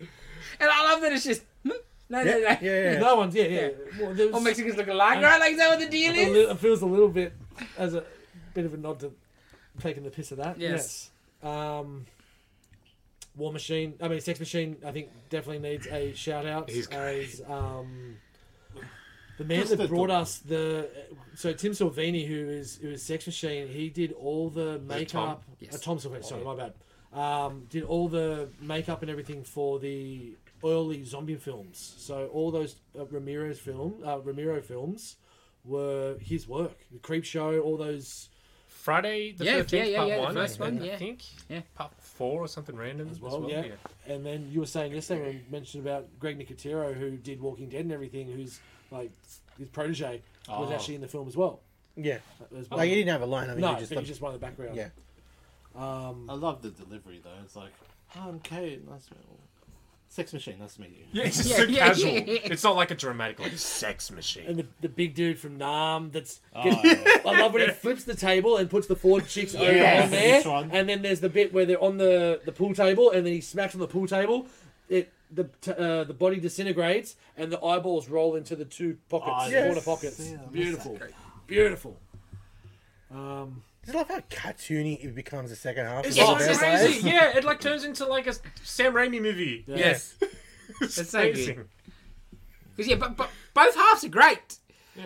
And I love that it's just hmm? no, no, no.
Yeah, yeah.
No one's yeah, yeah. Well, there was-
All Mexicans look alike, right? Like is that what the deal
a
is?
little, it feels a little bit as a bit of a nod to taking the piss of that.
Yes.
Yes. Um, War Machine. I mean, Sex Machine. I think definitely needs a shout out.
He's
as um, The man
Just
that
the-
brought us the so Tim Salvini, who is who is Sex Machine, he did all the makeup. Tom,
Yes.
uh, Tom Salvini, sorry, my bad. Um, did all the makeup and everything for the early zombie films. So all those uh, Ramiro's film, uh, Ramiro films, were his work. The Creep Show, all those
Friday the
Yeah, yeah,
13th,
yeah,
part
yeah, the
one,
first one,
I
yeah.
think.
Yeah.
Part four or something random as well.
yeah. And then you were saying yesterday when you mentioned about Greg Nicotero, who did Walking Dead and everything, who's like his protege was
Oh.
actually in the film as well. uh,
Yeah.
As well.
Like, he didn't have a line. I mean,
Oh. no,
he just.
but
Like,
he's just one of the background.
yeah.
Um,
I love the delivery though. It's like, "Oh, I'm Kate. Nice to meet you. Sex machine. Nice to meet you.
Yeah, it's just
Yeah,
so
yeah,
casual.
yeah.
It's not like a dramatic like sex machine.
and the, the big dude from Nam. That's
Oh, yeah.
I love when he flips the table and puts the four chicks
Yes. Each
over on
one.
there. And then there's the bit where they're on the, the pool table, and then he smacks on the pool table. It the t- uh, the body disintegrates, and the eyeballs roll into the two pockets,
Oh,
the
yes.
corner pockets.
Yeah, I miss
Beautiful,
Great.
beautiful. Um,
Just love how cartoony it becomes the second half.
Oh, It's
of
Yeah.
so
the
Yes.
best
crazy.
life.
Yeah, it like turns into like a Sam Raimi movie.
yeah.
Yes.
It's
so good.
amazing.
Because yeah, but, but both halves are great.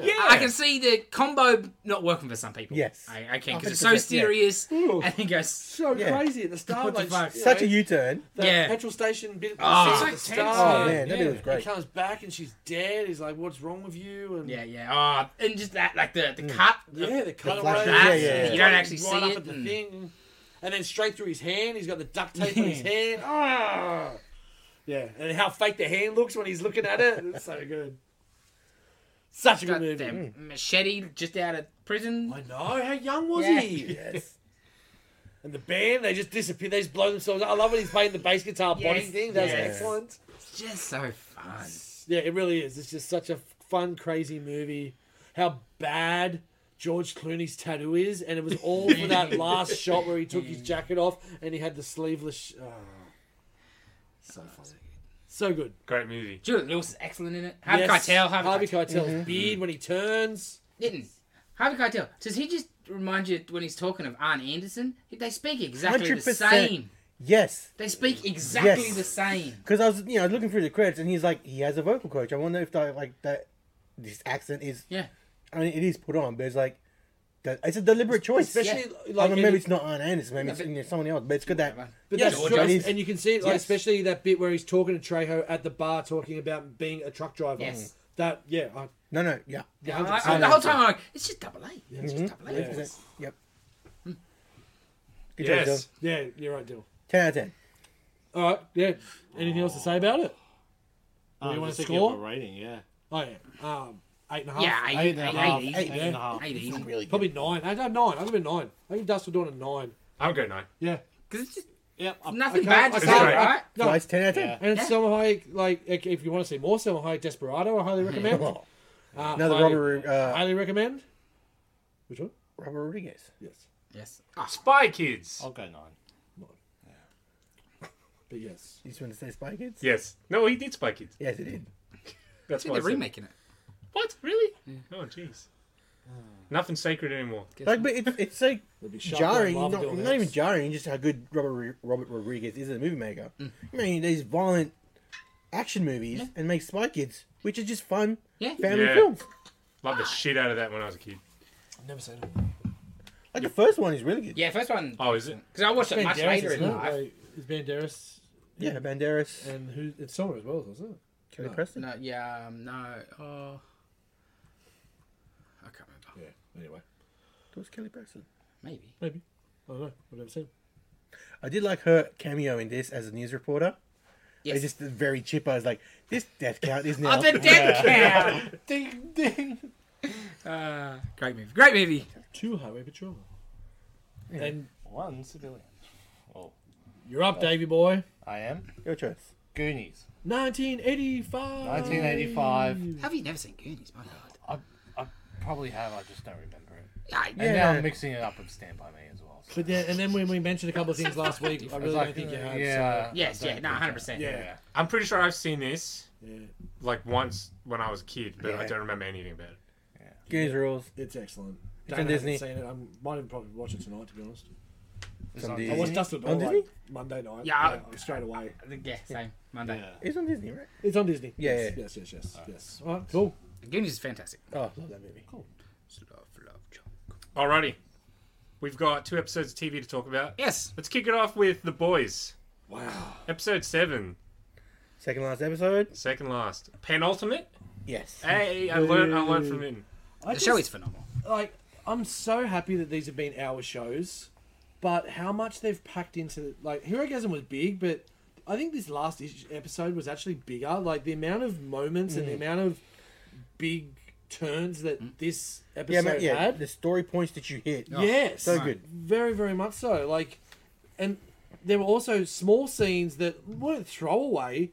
Yeah.
I can see the combo not working for some people.
Yes.
I, I can
I
because it's so
think that- yeah.
serious
Ooh.
and then goes.
so
Yeah.
crazy at the start.
What the
like,
fuck?
you
Such a
know,
U turn.
the
Yeah.
petrol station bit.
Ah.
at the
It's so
start.
tense,
Oh,
Uh,
man. That
yeah.
bit was
He
great.
comes back and she's dead. He's like, "What's wrong with you?" And
Yeah, yeah. Ah, and just that, like the the cut. the-
Yeah, the cutaway.
flash-
yeah,
yeah, yeah, yeah.
You don't actually see
up
it Hmm.
At the
and-
thing. And then straight through his hand, he's got the duct tape on his hand. Ah! Yeah, and how fake the hand looks when he's looking at it. It's so good. Such a good
got
movie.
the machete just out of prison.
I know. How young was
Yeah.
he?
Yes.
And the band, they just disappear. They just blow themselves up. I love when he's playing the bass guitar body
Yes,
thing. That's
yes.
excellent.
It's just so fun.
Yeah, it really is. It's just such a fun, crazy movie. How bad George Clooney's tattoo is, and it was all for that last shot where he took his jacket off and he had the sleeveless. Sh- oh,
So funny.
so good.
Great movie.
Julian Lewis is excellent in it. Harvey
Yes,
Keitel. Harvey,
Harvey
Harvey Keitel.
Keitel's beard when he turns.
Didn't. Harvey Keitel. Does he just remind you when he's talking of Arn Anderson? They speak exactly the
100%.
same.
Yes.
They speak exactly
Yes.
the same.
Because I was, you know, looking through the credits, and he's like, he has a vocal coach. I wonder if that, like that, this accent is.
Yeah.
I mean, it is put on, but it's like, that- it's a deliberate choice.
Especially
yeah.
like
I
any-
mean, maybe it's not Arn Anderson, maybe it's
but-
you know, someone else, but it's got that.
Whatever.
But
Yeah,
that's
George
true.
Clooney.
and you can see it, like,
Yes.
especially that bit where he's talking to Trejo at the bar, talking about being a truck driver.
Yes.
That yeah, I,
No, no, yeah.
Yeah, I-
100%.
I- the whole time I'm like, it's just double A. It's just double A.
Yeah.
voice.
Yep. Good choice,
Yes.
Dylan.
yeah, you're right, Dill.
10 out of 10.
All right, yeah. Anything else to say about it?
Oh,
you
I'm
wanna
just thinking of
score?
a rating? Yeah.
Oh yeah, um, eight and a half.
Yeah, eight,
Eight and a
eight,
half.
eight,
Eight
eight,
and a half.
eight, eight,
Really
Probably nine. I don't nine. I'm gonna be nine. I think Dust will do it at nine.
I'll go nine.
Yeah.
Because it's just
Yep. I-
nothing
I
bad
can't-
to
I
say,
can't-
right?
No.
Twice 10 out of 10.
Yeah.
And
Yeah.
Selma Hayek, like like, if you want to see more Selma Hayek Desperado, I highly recommend. Uh,
Well, Another
highly-
Robert, uh,
Highly recommend. Which one?
Robert Rodriguez.
Yes.
Yes. Oh,
Spy Kids.
I'll go nine.
But yes.
You just want to say Spy Kids?
Yes. No, he did Spy Kids.
Yes, it did.
That's why I
they're
said-
remaking it.
What? Really? Oh, jeez. Nothing sacred anymore.
Like, but it's, it's like
That'd be sharp
jarring,
on
not,
lava doing
not even
this.
jarring, just how good Robert, Ro- Robert Rodriguez is as a movie maker. I mean, these violent action movies
Yeah.
and make Spy Kids, which are just fun
Yeah.
family
Yeah.
films.
Loved the shit out of that when I was a kid.
I've never seen it.
Like, the first one is really good.
Yeah, first one.
Oh, is it?
Because I watched it much
Banderas,
later in
isn't it?
life.
Like, it's Banderas
Yeah, Banderas,
and who? It's Selma as well, isn't it?
Kelly
No.
Preston.
No, yeah, um, no. Oh. I can't remember.
Yeah. Anyway,
It was Kelly Preston.
Maybe.
maybe. I don't know. I've never seen. it.
I did like her cameo in this as a news reporter.
Yes.
It's just very chipper. It's like, this death count is now.
Oh, the dead
Ding ding.
cow! Uh, great movie. Great movie.
Two Highway Patrol. And
One civilian. Oh,
you're up, Davy boy.
I am.
Your choice.
Goonies.
1985.
1985.
Have you never seen Goonies? My God.
Probably have. I just don't remember it.
Yeah,
Yeah.
And now I'm mixing it up with Stand By Me as well. so-
But then, and then when we mentioned a couple of things last week, I
It's
really
like,
don't think you
uh,
have.
Yeah.
so-
yes,
I
yeah,
don't
no,
think
100%.
so.
Yeah.
Yeah.
I'm pretty sure I've seen this
yeah,
like once when I was a kid, but I
Yeah.
don't remember anything about it.
Goonies rules.
it's excellent.
It's
Dana
on Disney.
Hasn't seen it. I might even probably watch it tonight, to be honest.
It's
Some
on
Disney.
I
Is
watched
it?
Dust at
On
Dawn like,
Disney?
Monday night.
Yeah.
straight away.
Yeah, same. Monday.
Yeah.
It's on Disney, right?
It's on Disney.
Yeah,
Yes,
yeah.
yes, yes, yes. yes. All right, cool.
The Goonies is fantastic.
Oh, love that movie. Cool.
Love, love, John.
Alrighty. We've got two episodes of TV to talk about.
Yes.
Let's kick it off with The Boys.
Wow.
Episode 7,
Second last episode.
second last. Penultimate?
Yes.
Hey, I learned, I learned from him.
I
The show
just-
is phenomenal.
like I'm so happy that these have been our shows, but how much they've packed into like Heroism was big, but I think this last ish- episode was actually bigger. Like the amount of moments
Mm.
and the amount of big turns that this
Yeah,
episode
man, yeah.
had.
The story points that you hit.
yes,
Oh, so good.
very very much so. Like, and there were also small scenes that weren't throwaway,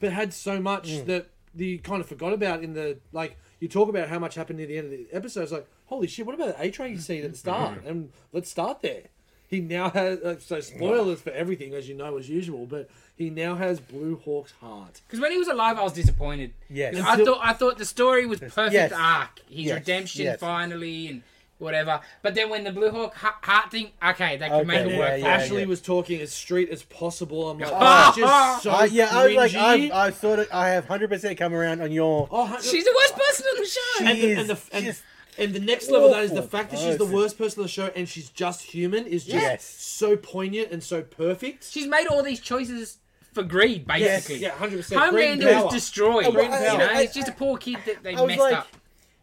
but had so much
Mm.
that you kind of forgot about in the like. You talk about how much happened near the end of the episode. It's like, holy shit! What about the A
Mm.
train scene at the start? And let's start there. He now has uh, so spoilers for everything as you know as usual, but he now has Blue Hawk's heart.
Because when he was alive, I was disappointed.
Yes.
'Cause I
Until-
thought I thought the story was perfect
Yes.
arc, his
Yes.
redemption
Yes.
finally, and whatever. But then when the Blue Hawk ha- heart thing, okay, they could
Okay.
make it
Yeah,
work.
yeah,
for me.
Ashley
yeah.
was talking as straight as possible. I'm like,
Oh.
oh, just so
I, yeah, I was like,
cringy.
I've, I've sort of, I have hundred percent come around on your.
Oh, hun-
She's the worst person on the show.
and,
She
the, and, the,
is
and,
just
and the next level of that is the
awful
fact that she's the
person.
worst person on the show and she's just human is just
Yes.
so poignant and so perfect.
She's made all these choices for greed, basically.
Yeah, hundred percent.
Homelander was
Oh,
destroyed.
well,
you know,
I- I-
it's just a poor kid that they
I was
messed
like,
up.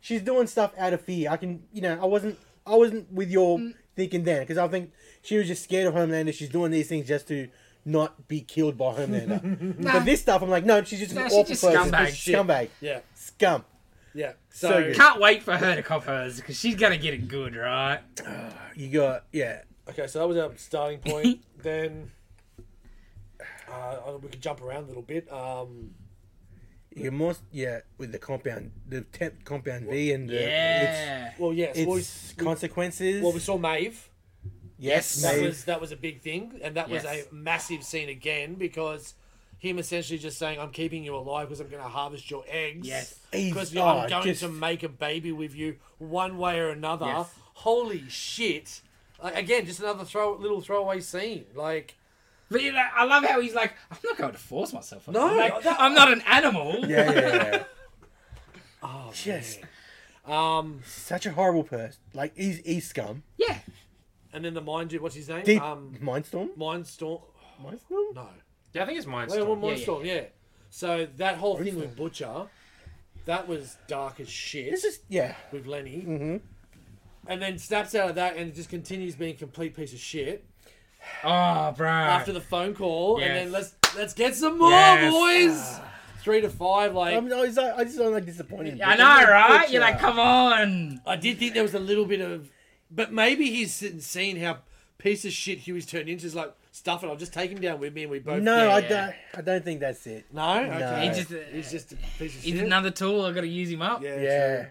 she's doing stuff out of fear. I can, you know, I wasn't, I wasn't with your
Mm.
thinking then because I think she was just scared of Homelander. She's doing these things just to not be killed by Homelander.
Nah.
But this stuff, I'm like, no, she's just
Nah,
an
she's
awful
just
person.
scumbag.
She's a scumbag,
Yeah,
scum.
yeah. So,
So good.
Can't wait for her to cop hers because she's gonna get it good, right?
You got, yeah,
okay, so that was our starting point. then uh, we could jump around a little bit. Um,
you must, yeah, with the compound, the temp compound V and the,
Yeah.
well, yes.
it's,
well,
it's consequences.
we, well, we saw Maeve.
Yes.
That
Maeve.
was that was a big thing, and that was
Yes.
a massive scene again because him essentially just saying, "I'm keeping you alive because I'm going to harvest your eggs."
Yes.
He's-
because
oh,
I'm going
just-
to make a baby with you one way or another.
Yes.
Holy shit! Like, again, just another throw little throwaway scene. Like
But you know, I love how he's like, I'm not going to force myself. On
No,
you. Like,
that-
I'm not an animal.
yeah, yeah, yeah.
oh,
Just
um,
such a horrible person. Like he's he's scum.
Yeah.
and then the mind, what's his name?
Deep
Um,
Mindstorm.
Mindstorm.
Mindstorm.
No,
Yeah, I think it's
Wait, one
Mindstorm.
Yeah, yeah.
Mindstorm. Yeah, So that whole thing with Butcher, that was dark as shit.
This is yeah.
with Lenny.
Mm-hmm.
And then snaps out of that and just continues being a complete piece of shit
Oh, bro.
after the phone call. And then
Yes.
let's let's get some more,
Yes.
boys. Three to five, like
I'm, I, was like, I just don't like disappointing.
I know, right? You're like, come on.
I did think there was a little bit of, but maybe he's seen- seen how piece of shit Huey's turned into. Is like stuff it. I'll just take him down with me, and we both.
No, I
Yeah.
don't. I don't think that's it.
no, okay.
He
just, uh,
he's just a piece of shit.
He's another tool. I've got to use him up.
yeah,
Yeah,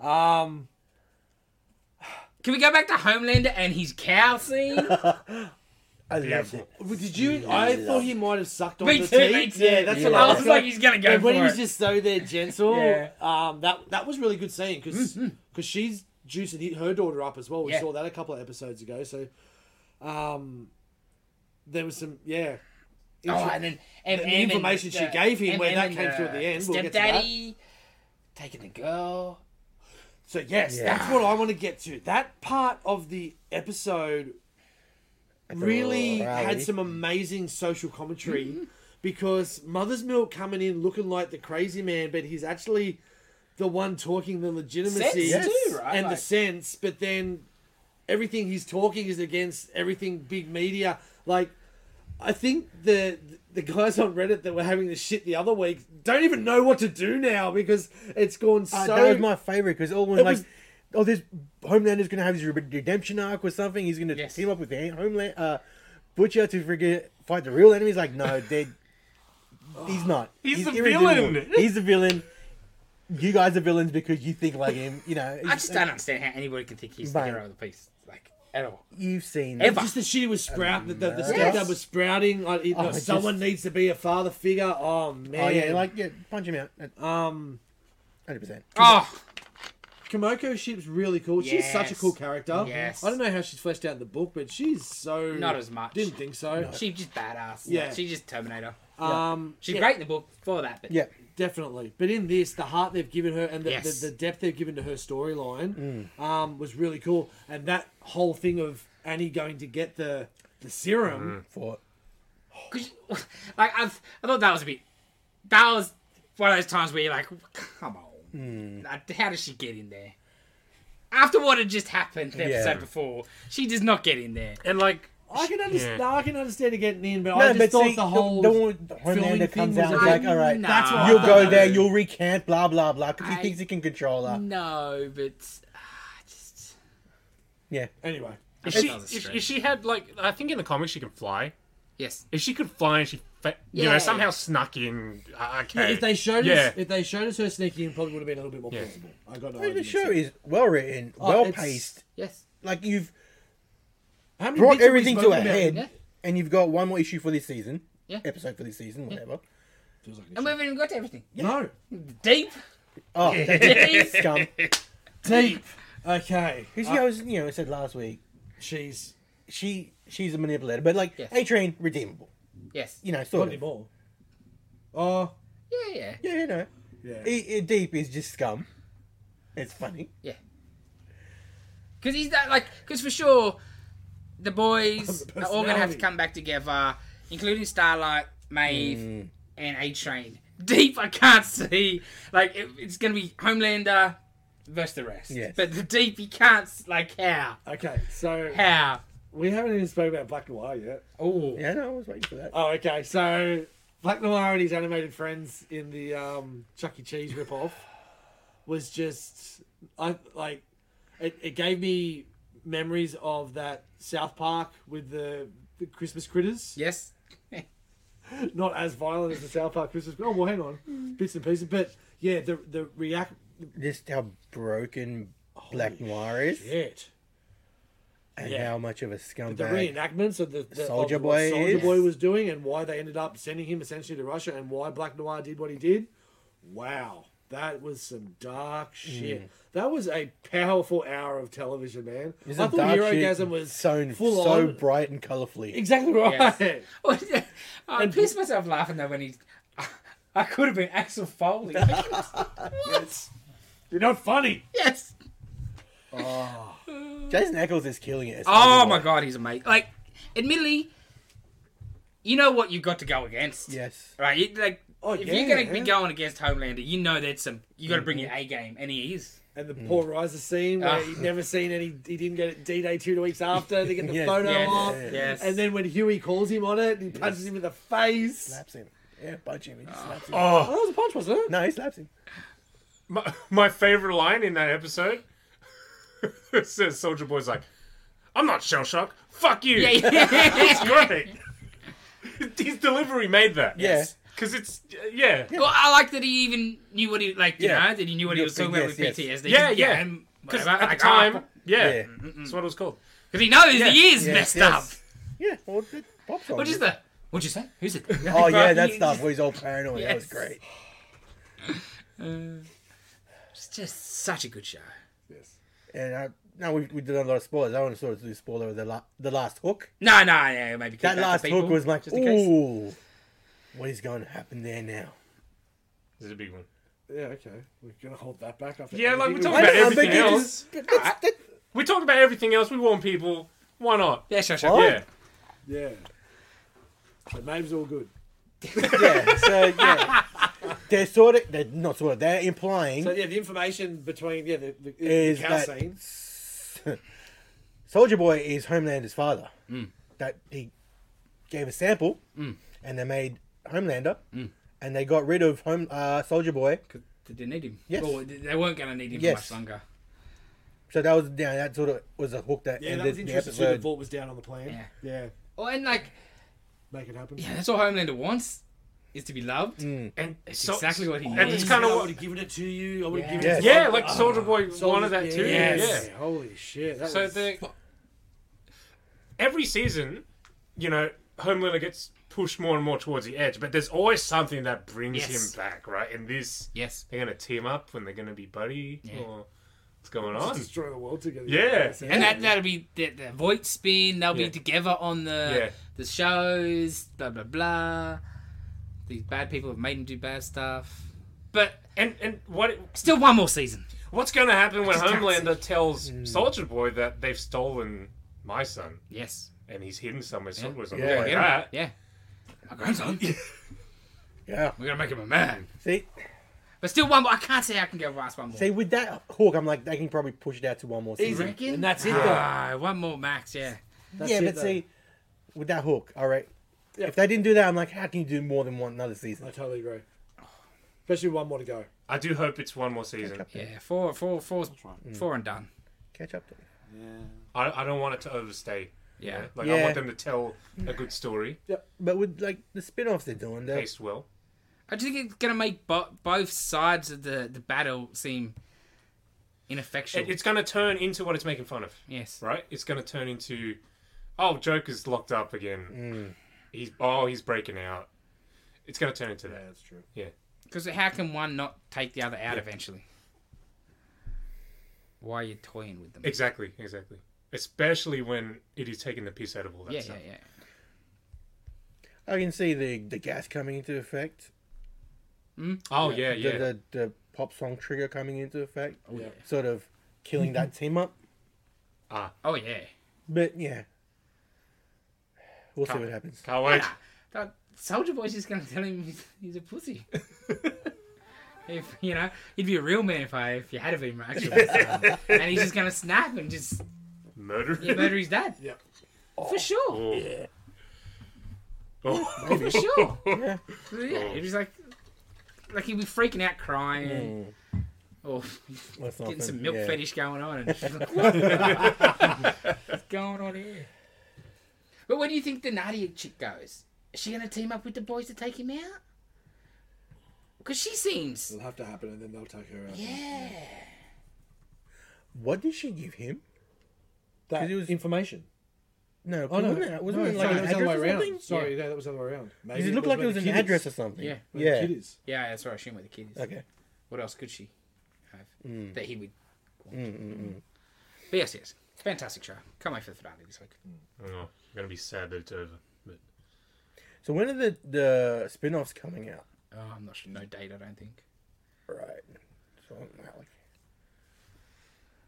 true. Um,
Can we go back to Homelander and his cow scene? Oh,
I loved
Beautiful.
it.
well, did you? I thought he might have sucked on
me
the
too,
teeth.
me too.
Yeah, that's what
I
I
was
like.
like, he's gonna go
And when
for
he was
it.
just so there gentle,
Yeah.
um, that that was really good scene because she's juicing he- her daughter up as well. We
Yeah.
saw that a couple of episodes ago. So, um, there was some yeah.
Oh, and then and,
The information she gave him, where that came through at the end, we'll get to that.
Stepdaddy taking the girl.
so yes,
Yeah.
that's what I want to get to. That part of the episode really
Rally.
had some amazing social commentary
Mm-hmm.
because Mother's Milk coming in looking like the crazy man, but he's actually the one talking the legitimacy.
Sense
Yes.
too, right?
and the
Like-
sense, but then everything he's talking is against everything big media. Like, I think the the guys on Reddit that were having this shit the other week don't even know what to do now because it's gone so.
Uh, that was my favorite because all was
It
like,
was-
oh, this Homelander's gonna have his re- redemption arc or something. He's gonna
Yes.
team up with the Homeland uh, Butcher to friggin' fight the real enemies. Like, no, they. He's not.
He's the
irredeemable.
villain.
He's the villain. You guys are villains because you think like him. You know.
I just don't understand how anybody can think he's the
Mate.
hero of the piece, like at all.
You've seen.
Ever.
just the shit was sprout that the, the
Yes.
stepdad was sprouting. Like, it-
Oh,
like,
it
someone
just-
needs to be a father figure. Oh man,
Oh yeah, like yeah, punch him out.
um,
Hundred percent.
Oh,
Komoko Ship's really cool. She's such a
Yes.
cool character.
Yes.
I don't know how she's fleshed out in the book, but she's so
Not as much.
Didn't think so.
she just badass. Yeah,
Yeah.
she just Terminator.
Um,
She's
yeah,
great in the book for that, but
Yeah.
definitely. But in this, the heart they've given her and the,
Yes.
the, the depth they've given to her storyline
Mm.
um, was really cool. And that whole thing of Annie going to get the the
Mm.
serum,
For
'Cause you- like I've, I thought that was a bit. That was one of those times where you're like, come on, Like, how does she get in there? After what had just happened the
Yeah.
episode before, she does not get in there.
And like,
I can understand. I can understand it getting in, but I
no,
just
but
thought
see,
the whole
the, one with the
filming
Homelander comes
thing
out
was
and like,
I-
all right,
no.
That's what I
you'll
thought.
go there, you'll recant, blah blah blah, because
I- Mm.
he thinks he can control her.
No, but ah, just
Yeah,
Anyway,
if
thought
she,
that was
if,
strange.
if she had like, I think in the comics she can fly.
yes,
If she could fly and she, fa- you
Yeah.
know, somehow snuck in. Uh, okay.
if they showed
yeah.
us, if they showed us her sneaking in, probably would have been a little bit more
Yeah.
plausible. I got no.
I mean, the
argument.
show is well written,
Oh,
well
it's-
paced.
yes,
Like you've
How many
brought
bits have we
everything to a
spoken about?
head,
yeah.
and you've got one more issue for this season,
Yeah.
episode for this season, whatever.
Feels like a
and we haven't even got to everything.
No.
Deep,
Oh, that's
Yeah.
scum.
Deep. Okay.
Because
Uh,
yeah, I was, you know, I said last week,
she's
she she's a manipulator, but like
Yes.
A Train redeemable,
yes,
you know, sort
not
of.
anymore. Oh,
yeah, yeah,
Yeah, you know,
yeah.
E- E- Deep is just scum. It's funny.
yeah. Because he's that like, because for sure, the boys
The
are all gonna have to
personality.
come back together, including Starlight, Maeve,
Hmm.
and A Train. Deep, I can't see. Like it, it's gonna be Homelander versus the rest.
Yes.
But the deep, you can't s- like how
Okay, so
how.
we haven't even spoken about Black Noir yet.
Oh,
Yeah, no, I was waiting for that.
Oh, okay. So Black Noir and his animated friends in the um, Chuck E. Cheese ripoff was just, I like, it, it gave me memories of that South Park with the, the Christmas critters.
yes.
Not as violent as the South Park Christmas. Oh well, hang on, bits and pieces. But yeah, the the react.
Just how broken Black Noir is,
Shit.
and
yeah.
how much of a
The
scumbag.
reenactments of the, the
Soulja
of what
Boy
Soldier
is-
Boy was doing, and why they ended up sending him essentially to Russia, and why Black Noir did what he did. Wow, that was some dark
Mm.
shit. That was a powerful hour of television, man.
Isn't
I thought
dark shit
Eurogasm was
so
full
so
on.
bright and colourfully.
Exactly right.
Yes. Oh, I pissed myself laughing though when he. I could have been Axel Foley. what?
You're not funny.
Yes.
Jason Ackles is killing it. as
Oh
Cyborg.
my god, he's amazing. Like, admittedly, you know what you've got to go against.
Yes.
Right. You, like,
Oh,
if you're going to be
yeah.
going against Homelander, you know that's some. You got to bring your
Mm-hmm.
A game, and he is.
And the poor Riser scene where
Ah.
he'd never seen any. He didn't get it D Day two weeks after to get the
Yes,
photo
yes,
off.
yes.
And then when Huey calls him on it, he punches him in the face.
Slaps him. Yeah, punch him. He just slaps him.
Oh,
oh,
that was a punch, wasn't it?
No, he slaps him.
my, my favorite line in that episode says Soldier Boy's like, "I'm not shell shocked. Fuck you."
Yeah, yeah.
Great. His delivery made that.
Yeah.
Because it's yeah.
Well, I like that he even knew what he like. You
Yeah.
know that he knew what he
Yeah,
was talking about
yes,
with
yes.
PTSD.
Yeah, yeah.
and
Because
whatever,
at the
like, oh,
time, yeah,
Yeah.
that's what it was called.
Because he knows
Yeah.
the ears
Yeah,
messed
yes.
up.
Yeah, well, it pops on.
What is
him.
the? What'd you say? Who's it?
Oh yeah, that stuff where he's all paranoid. That was
Yes.
great.
It's just such a good show.
And I, now we we did a lot of spoilers. I want to sort of do spoiler of the la- the last hook.
No, no, yeah, maybe keep
That
for
last
people,
hook was like,
just in case.
ooh, what is going to happen there now?
This is a big one.
Yeah, okay. We're gonna hold that back after.
Yeah, like,
everything
we're
we-
talking about
I don't know,
everything
but it
else.
is- that's- that-
We talked about everything else. We warn people. Why not?
Yeah, sure, sure.
What?
Yeah.
Yeah. So Maeve's all good.
yeah, so yeah, they're sort of they're not sort of they're implying
So yeah, the information between yeah the, the, the
is
cow
that
scene.
Soldier Boy is Homelander's father.
Mm.
That he gave a sample, and they made Homelander,
Mm.
and they got rid of Home uh, Soldier Boy.
They didn't need him.
Yes.
Well, they weren't going to need him
Yes.
for much longer.
So that was yeah, that sort of was a hook that
Yeah, that
ended
was
the
interesting. too. The
episode.
vault was down on the plan.
Yeah.
Yeah,
Oh, and like,
make it happen.
yeah, that's all Homelander wants is to be loved.
Mm.
And
It's
so-
exactly what he
And
needs.
it's kind
I
of
would
what.
have given it to you. I would have
Yeah.
given it. to
Yes.
you.
Yeah, like Soldier Boy wanted that too.
Yes.
Yeah.
Holy shit. That
So
was,
the every season, you know, Homelander gets pushed more and more towards the edge, but there's always something that brings
Yes.
him back, right? And this,
Yes.
they're gonna team up when they're gonna be buddy
Yeah.
or what's going
just
on?
destroy the world together.
Yeah.
Yes,
And that that'll be the, the Voight spin. They'll
Yeah.
be together on the
Yeah.
the shows. Blah blah blah. These bad people have made him do bad stuff. But
And and what
still, one more season.
what's going to happen when
just can't
Homelander tells Soldier Boy that they've stolen my son
Yes.
and he's hidden somewhere?
Yeah.
Soldier Boy's not
Yeah.
gonna like
Yeah.
that.
Yeah. My grandson.
Yeah.
We're gonna make him a man.
See,
But still, one more. I can't say I can go past one more.
see, with that hook, I'm like, they can probably push it out to one more season.
reckon?
And that's it, though.
Ah, one more max. Yeah.
That's
yeah,
it,
but
though.
see, with that hook, all right.
Yeah.
If they didn't do that, I'm like, how can you do more than one another
I
season?
totally agree. Especially one more to go.
I do hope it's one more season.
Catch up,
Yeah. Four, four, four,
Mm.
four and done.
catch up. There.
I, I don't want it to overstay.
Yeah.
Like I
Yeah.
want them to tell a good story,
But with like the spin-offs they're doing, they're,
paced well.
I just think it's gonna make bo- both sides of the the battle seem ineffectual.
It, it's going to turn into what it's making fun of,
yes.
right? It's going to turn into, oh, Joker's locked up again. He's oh, he's breaking out. It's going to turn into that.
that's true.
Because how can one not take the other out eventually? Why are you toying with them?
Exactly, exactly. Especially when it is taking the piss out of all that
yeah, yeah,
stuff.
yeah.
I can see the the gas coming into effect.
Oh yeah, yeah.
The, the the pop song trigger coming into effect.
yeah.
Sort of killing that team up.
Oh yeah.
But yeah, we'll see
Can't-
what happens.
Can't wait.
That Soldier Boy's just gonna tell him he's, he's a pussy. if you know, he'd be a real man if I if you had of him actually. and he's just gonna snap and just
Murder.
yeah, murder his dad.
Yep.
For sure.
Oh. Oh.
For sure.
Yeah.
Yeah. He'd be like like he'd be freaking out crying. Or
Let's not
getting some
offend-
milk
yeah.
fetish going on and she's like, What What's going on here? But where do you think the Nadia chick goes? Is she gonna team up with the boys to take him out? Cause she seems
It'll have to happen, and then they'll take her out.
Yeah.
What did she give him?
That
It was-
information.
No,
Oh no,
wasn't it? Wasn't
no,
it like
sorry,
an
it was the
address
other way
or
around.
something?
Sorry, no, that was the other way around. Maybe
Does it look like it
where
was
the
an
kid is.
address or something?
Yeah.
Where the
Yeah.
kid is.
Yeah, that's what I assume where the kid is.
Okay. Mm.
What else could she have that he would want? But yes, yes. Fantastic show. Can't wait for the finale this week.
Oh, I'm gonna be sad that it's over. But
So when are the the spin-offs coming out?
Oh, I'm not sure. No date, I don't think.
Right. So like,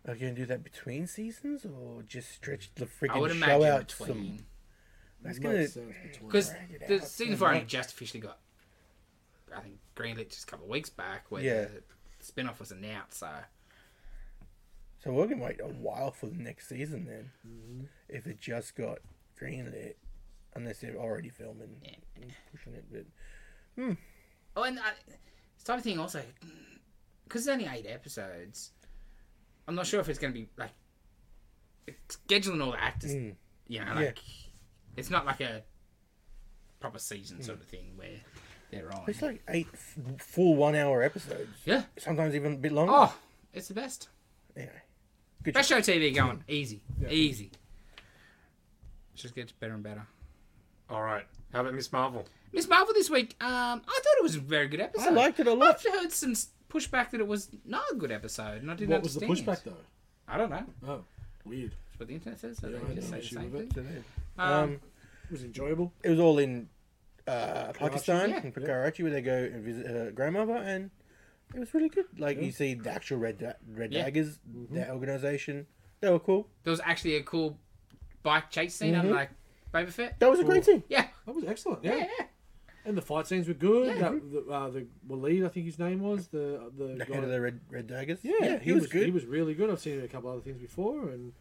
are you gonna do that between seasons or just stretch the freaking
I would
show
imagine
out some?
between.
That's gonna.
Makes sense between-
Because
Drag it
the
out
season
so
four only
much.
just officially got, I think, greenlit just a couple of weeks back where
Yeah.
the spin off was announced. So,
So we're gonna wait a while for the next season then, if it just got greenlit, unless they're already filming and pushing it. But
oh, and I, this type of thing also, because there's only eight episodes, I'm not sure if it's going to be like it's scheduling all the actors. You know, like it's not like a proper season sort of thing where they're on.
it's like eight f- full one-hour episodes.
yeah.
Sometimes even a bit longer.
Oh, it's the best.
Anyway.
Best show TV going. Easy. Easy. Just gets better and better.
all right. How about Miss Marvel?
Miss Marvel this week, um, I thought it was a very good episode.
I liked it a lot.
I've heard some s- pushback that it was not a good episode, and I didn't
What was the
understand.
pushback though?
I don't know.
Oh, weird.
It's what the internet says. So
I
they just
had no
say the
issue
same
with it.
thing.
Um,
It was enjoyable.
it was all in uh, Pakistan
Yeah.
in Karachi where they go and visit her grandmother, and it was really good. Like you see the actual Red da- Red
Yeah.
Daggers, that organization. They were cool.
There was actually a cool bike chase scene. I'm like, Boba Fett.
That was a great
Cool.
team.
Yeah,
That was excellent.
yeah,
Mm-hmm. Yeah.
yeah.
And the fight scenes were good. That, the, uh, the Walid, I think his name was the the,
The
guy-
head of the Red Red Daggers.
Yeah,
he, was, good.
He was really good. I've seen him in a couple other things before, and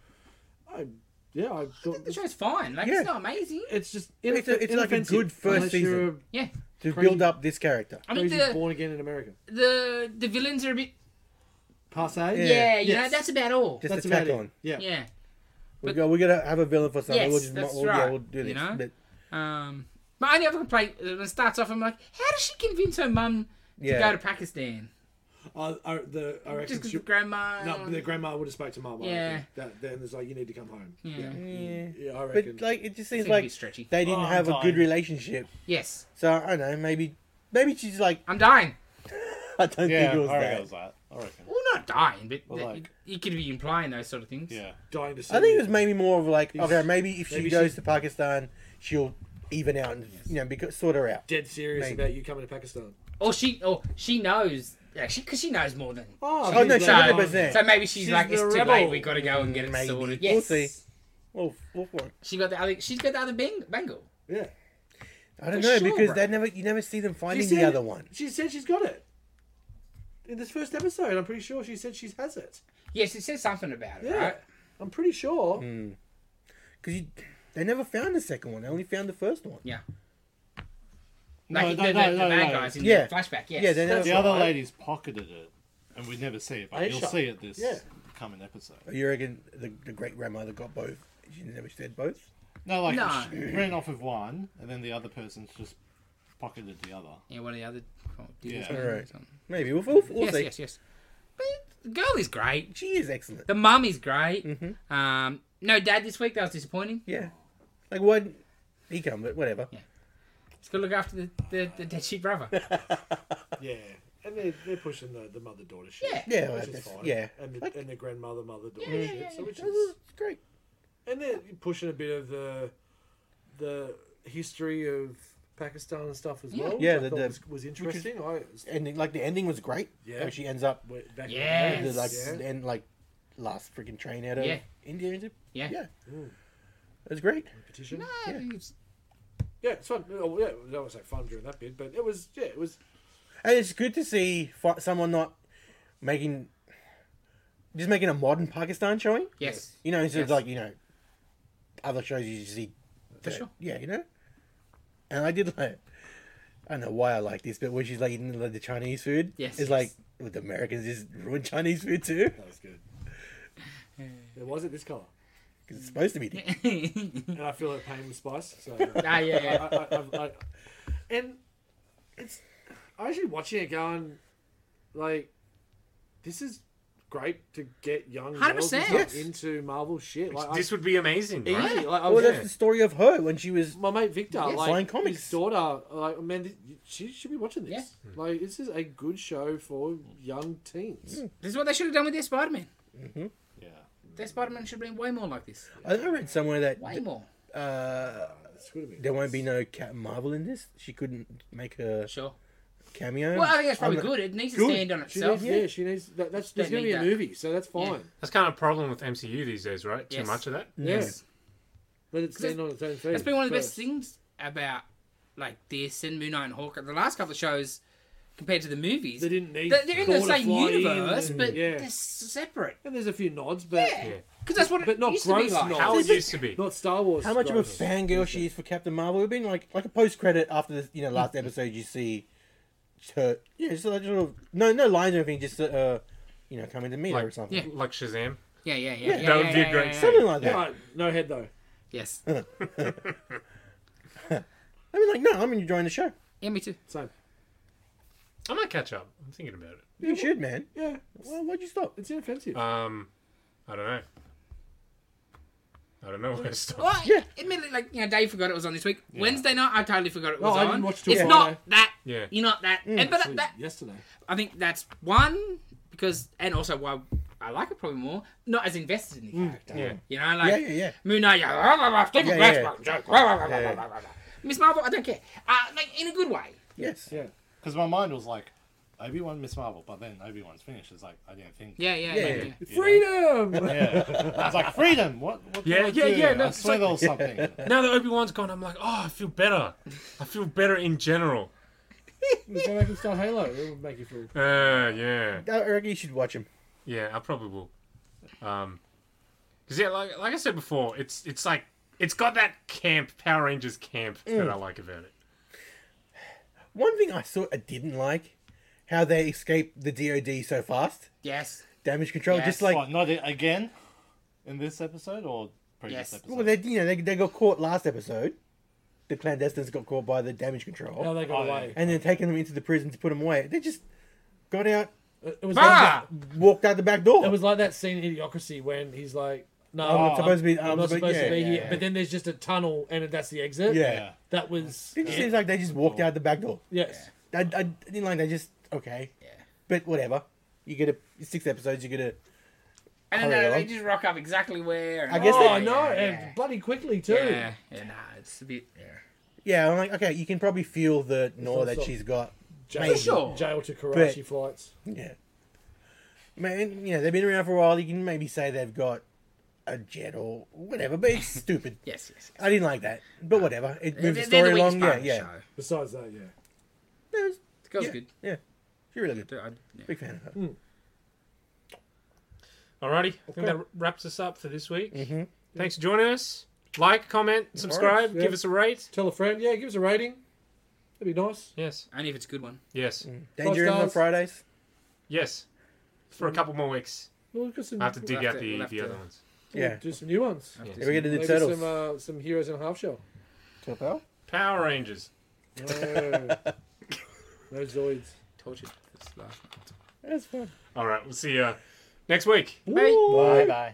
I yeah, I thought
The show's fine. Like
Yeah.
it's not amazing.
it's just
It's a- it's like a
inoffensive
good first
unless you're a
Yeah,
to
crazy- Um,
build up this character.
I mean
crazy
the
born again in America.
the the villains are a bit.
Passe.
Yeah, you
Yes.
know that's about all.
Just
That's
attack
about it.
on.
Yeah.
yeah.
We
But-
go. We gotta have a villain for something.
Yes,
we'll just
that's
we'll,
right,
yeah, we'll do
you
this.
know?
But
Um, my only other complaint uh, when it starts off, I'm like, how does she convince her mum to
Yeah.
go to Pakistan?
Uh, I, the, I reckon
Just because
she-
of grandma.
no, the grandma would have spoke to mama. I
Yeah.
reckon. That, then there's like you need to come home.
Yeah.
yeah.
Yeah, I reckon.
But like it just seems
Seems a
like
bit stretchy.
they didn't
Oh, I'm
have a good
dying.
relationship.
Yes,
So I don't know. Maybe maybe she's like
I'm dying.
I don't
Yeah,
think it was
I reckon
that.
it was that. I reckon.
Well, not dying, but
Well,
that-
like-
you, you could be implying those sort of things.
Yeah.
dying to see.
I think
you.
it was maybe more of like, okay, maybe if
maybe
she goes
she-
to Pakistan, she'll even out and you know because sort her out.
Dead serious
Maybe.
about you coming to Pakistan.
Or she, or she knows actually because she knows more than.
Oh,
Oh, no,
she's
she's
so,
like-
a hundred percent.
so maybe she's,
She's
like,
the
it's too
rebel.
late. We got to go and get it
Maybe.
sorted.
We'll
Yes,
see. Well, well, well,
she got the other. She's got the other bang, bangle.
Yeah.
I don't
For
know
sure,
because
bro.
they never you never see them
She
finding
said,
the other one.
She said she's got it. In this first episode, I'm pretty sure she said she has it.
Yes, it says something about it,
Yeah.
right?
I'm pretty sure.
Mm. Because they never found the second one. They only found the first one.
Yeah.
No,
Like
no,
the, the,
no,
the
no,
bad
no.
guys in
Yeah.
the flashback. Yes.
Yeah, they
That's-
never.
The other
right.
lady's pocketed it, and we never see it, but
They
you'll
shot-
see it this
yeah.
coming episode.
Oh, You reckon the, the great grandmother got both? She never said both.
No, like
No.
she ran off with one, and then the other person's just pocketed the other.
Yeah, what are the other? Oh,
Yeah.
yeah.
Alright. Maybe we'll, we'll, we'll
Yes,
see.
yes, yes. But the girl is great.
She is excellent.
The mum is great. Um, no dad this week. That was disappointing.
Yeah. Like why didn't he come? But whatever.
He's got to look after the, the, the dead sheep brother.
Yeah. And they're, they're pushing the, the mother daughter shit.
Yeah.
Yeah,
Which
that's-
is fine.
yeah.
And the,
Like-
and the grandmother mother daughter
Yeah, yeah,
shit.
yeah,
so
yeah.
which is,
It's great.
and they're pushing a bit of the the history of Pakistan and stuff as well.
Yeah,
which I
the-
thought
the-
was, was interesting. I
Ending like the ending was great.
Yeah.
How she ends up
went back
Yes.
the, like
Yeah.
and like last freaking train out of
Yeah.
India. Is it?
Yeah.
Yeah.
Ooh.
It was great.
petition.
No, it's-
Yeah, it's fun. Oh, yeah, I don't want to say fun during that bit, but it was yeah, it was
And it's good to see fi- someone not making just making a modern Pakistan showing.
Yes.
You know, instead of
Yes.
like you know other shows you see.
For
that-
sure.
Yeah, you know. And I did like. I don't know why I like this, but when she's like eating like, the Chinese food,
Yes, yes.
it's like with the Americans just ruin Chinese food too.
that was good. It was it this color,
'Cause it's supposed to be.
and I feel like pain with spice. So
ah, yeah, yeah.
I, I, I, I, and it's I actually watching it going like this is great to get young girls and
100%.
stuff
Yes.
into Marvel shit. Like,
this would be amazing,
I,
right?
easy. Like, I
Well,
was,
that's the story of her when she was.
my mate Victor,
Yes.
like
Flying comics.
his daughter, like man, th- she should be watching this.
Yeah.
Like this is a good show for young teens.
This is what they should have done with their Spider Man.
Yeah.
Their Spider Man should have been way more like this.
I think I read somewhere that
Way more.
uh,
It's good to be.
there won't be no Captain Marvel in this. She couldn't make a
Sure.
cameo.
Well, I think that's probably
I'm-
good. It needs to
Good.
stand on
She
itself.
needs, yeah, she needs. That, that's there's
Don't
gonna
need
be a
that.
movie, so that's fine.
Yeah.
That's kind of a problem with MCU these days, right? Too
Yes.
much of that.
Yes.
Let it stand on its own feet.
That's been one of the
first.
best things about like this and Moon Knight and Hawkeye. The last couple of shows compared to the movies,
They didn't need.
they're, they're in the
Thor to
same
fly in
universe,
and-
but
yeah.
they're separate.
And there's a few nods, but
Yeah, because that's what it
But not
used to be
gross
like.
nods.
How it
See,
used to be.
not Star Wars.
How much of a
gross.
fangirl she is for Captain Marvel? It'd been like like a post credit after the you know last episode. You see her, yeah, just like sort of no no lines or anything. Just uh, you know, coming to meet her or
Like,
something.
Yeah.
like Shazam.
Yeah, yeah, yeah. yeah,
that would
yeah,
be a
yeah,
great
yeah, yeah.
Something like that.
No, no head though.
Yes.
Uh-huh.
I mean, like, no, I'm enjoying the show.
Yeah, me too.
Same.
I might catch up. I'm thinking about it.
You should, man.
Yeah,
Well, why'd you stop?
it's inoffensive.
Um, I don't know. I don't know where to stop.
Well,
Yeah.
admittedly, like you know, Dave forgot it was on this week. Wednesday night, I totally forgot
Oh,
it was
No, I
on.
didn't watch till
it's
Friday.
not that.
Yeah.
You're not that.
Mm,
and, but
So,
that, that,
yesterday.
I think that's one because, and also why I like it probably more. Not as invested in the character.
yeah.
You know,
Mm. Yeah,
like
yeah, yeah.
Moon Knight, yeah, rah, rah, rah, stupid
Yeah,
Black
yeah.
Swan joke, rah, rah, rah, rah, rah, rah, rah. Miss Marvel, I don't care. Uh, like in a good way.
Yes.
Yeah.
Because my mind was like, Obi Wan, Miss Marvel, but then Obi Wan's finished. It's like, I didn't think.
Yeah, yeah,
Yeah,
yeah.
yeah.
yeah.
Freedom.
Yeah. it's like, freedom! What? what
Yeah,
do
yeah,
I do?
yeah, no,
I
it's
swear
like-
there was something.
Now that Obi Wan's gone, I'm like, oh, I feel better. I feel better in general.
We Go back and start Halo. It would make you feel.
Uh, yeah,
I reckon you should watch him.
yeah. I probably will. Um, cause yeah, like like I said before, it's it's like it's got that camp Power Rangers camp that
Mm.
I like about it.
One thing I sort of didn't like, how they escaped the DOD so fast.
Yes.
Damage control,
Yes.
just like
What, not it again? In this episode or previous
Yes.
episode?
well, they you know they, they got caught last episode. The clandestines got caught by the damage control.
How they got
Oh, yeah.
away.
and then taking them into the prison to put them away. They just got out,
It was.
Bah!
walked out the back door.
It was like that scene in Idiocracy when he's like, "No,
I'm
I'm-
not Oh, supposed to be.
I'm not supposed
yeah,
to be
yeah,
here."
yeah.
But then there's just a tunnel, and that's the exit.
Yeah.
Yeah.
That was.
it just seems like they just walked out the back door.
Yes.
I, I didn't like they just okay,
Yeah.
but whatever. You get a six episodes. You get a
And then uh,
Hurry
they- they
along.
just rock up exactly where. and-
I guess
oh
they-
no!
Yeah,
and bloody quickly too.
yeah, yeah, yeah, nah, it's a bit. Yeah.
Yeah, I'm like, okay, you can probably feel the gnaw that
also-
she's got.
Jail,
sure.
jail to Karachi
But-
flights.
Yeah. Man, you know, they've been around for a while. You can maybe say they've got a jet or whatever, but it's stupid.
Yes, yes. yes.
I didn't like that, but whatever. It
They're,
moved the
they're
story
weakest
along.
part
Yeah,
of the
yeah.
show.
Besides that, yeah.
No, it's-
The girl's
yeah,
good.
Yeah. She's really good.
Dude, I- yeah.
Big fan of her.
Alrighty, I think that wra- wraps us up for this week.
Mm-hmm.
Thanks for joining us. Like, comment, subscribe,
yeah.
give us a rate.
Tell a friend. Yeah, give us a rating. That'd be nice.
Yes,
Only if it's a good one.
yes,
Danger in the
stars.
Fridays.
yes. For a couple more weeks,
Well, we've got some.
I have to dig
have
out
to-
the,
we'll have
the
to-
other ones.
Yeah.
Do some new ones.
I have to
Yeah, we get to do
Maybe
turtles.
some uh, some heroes in a half shell.
Turtle?
Power Rangers.
No, no zoids.
torture this last one.
That's fun.
All right, we'll see you next week.
Bye bye.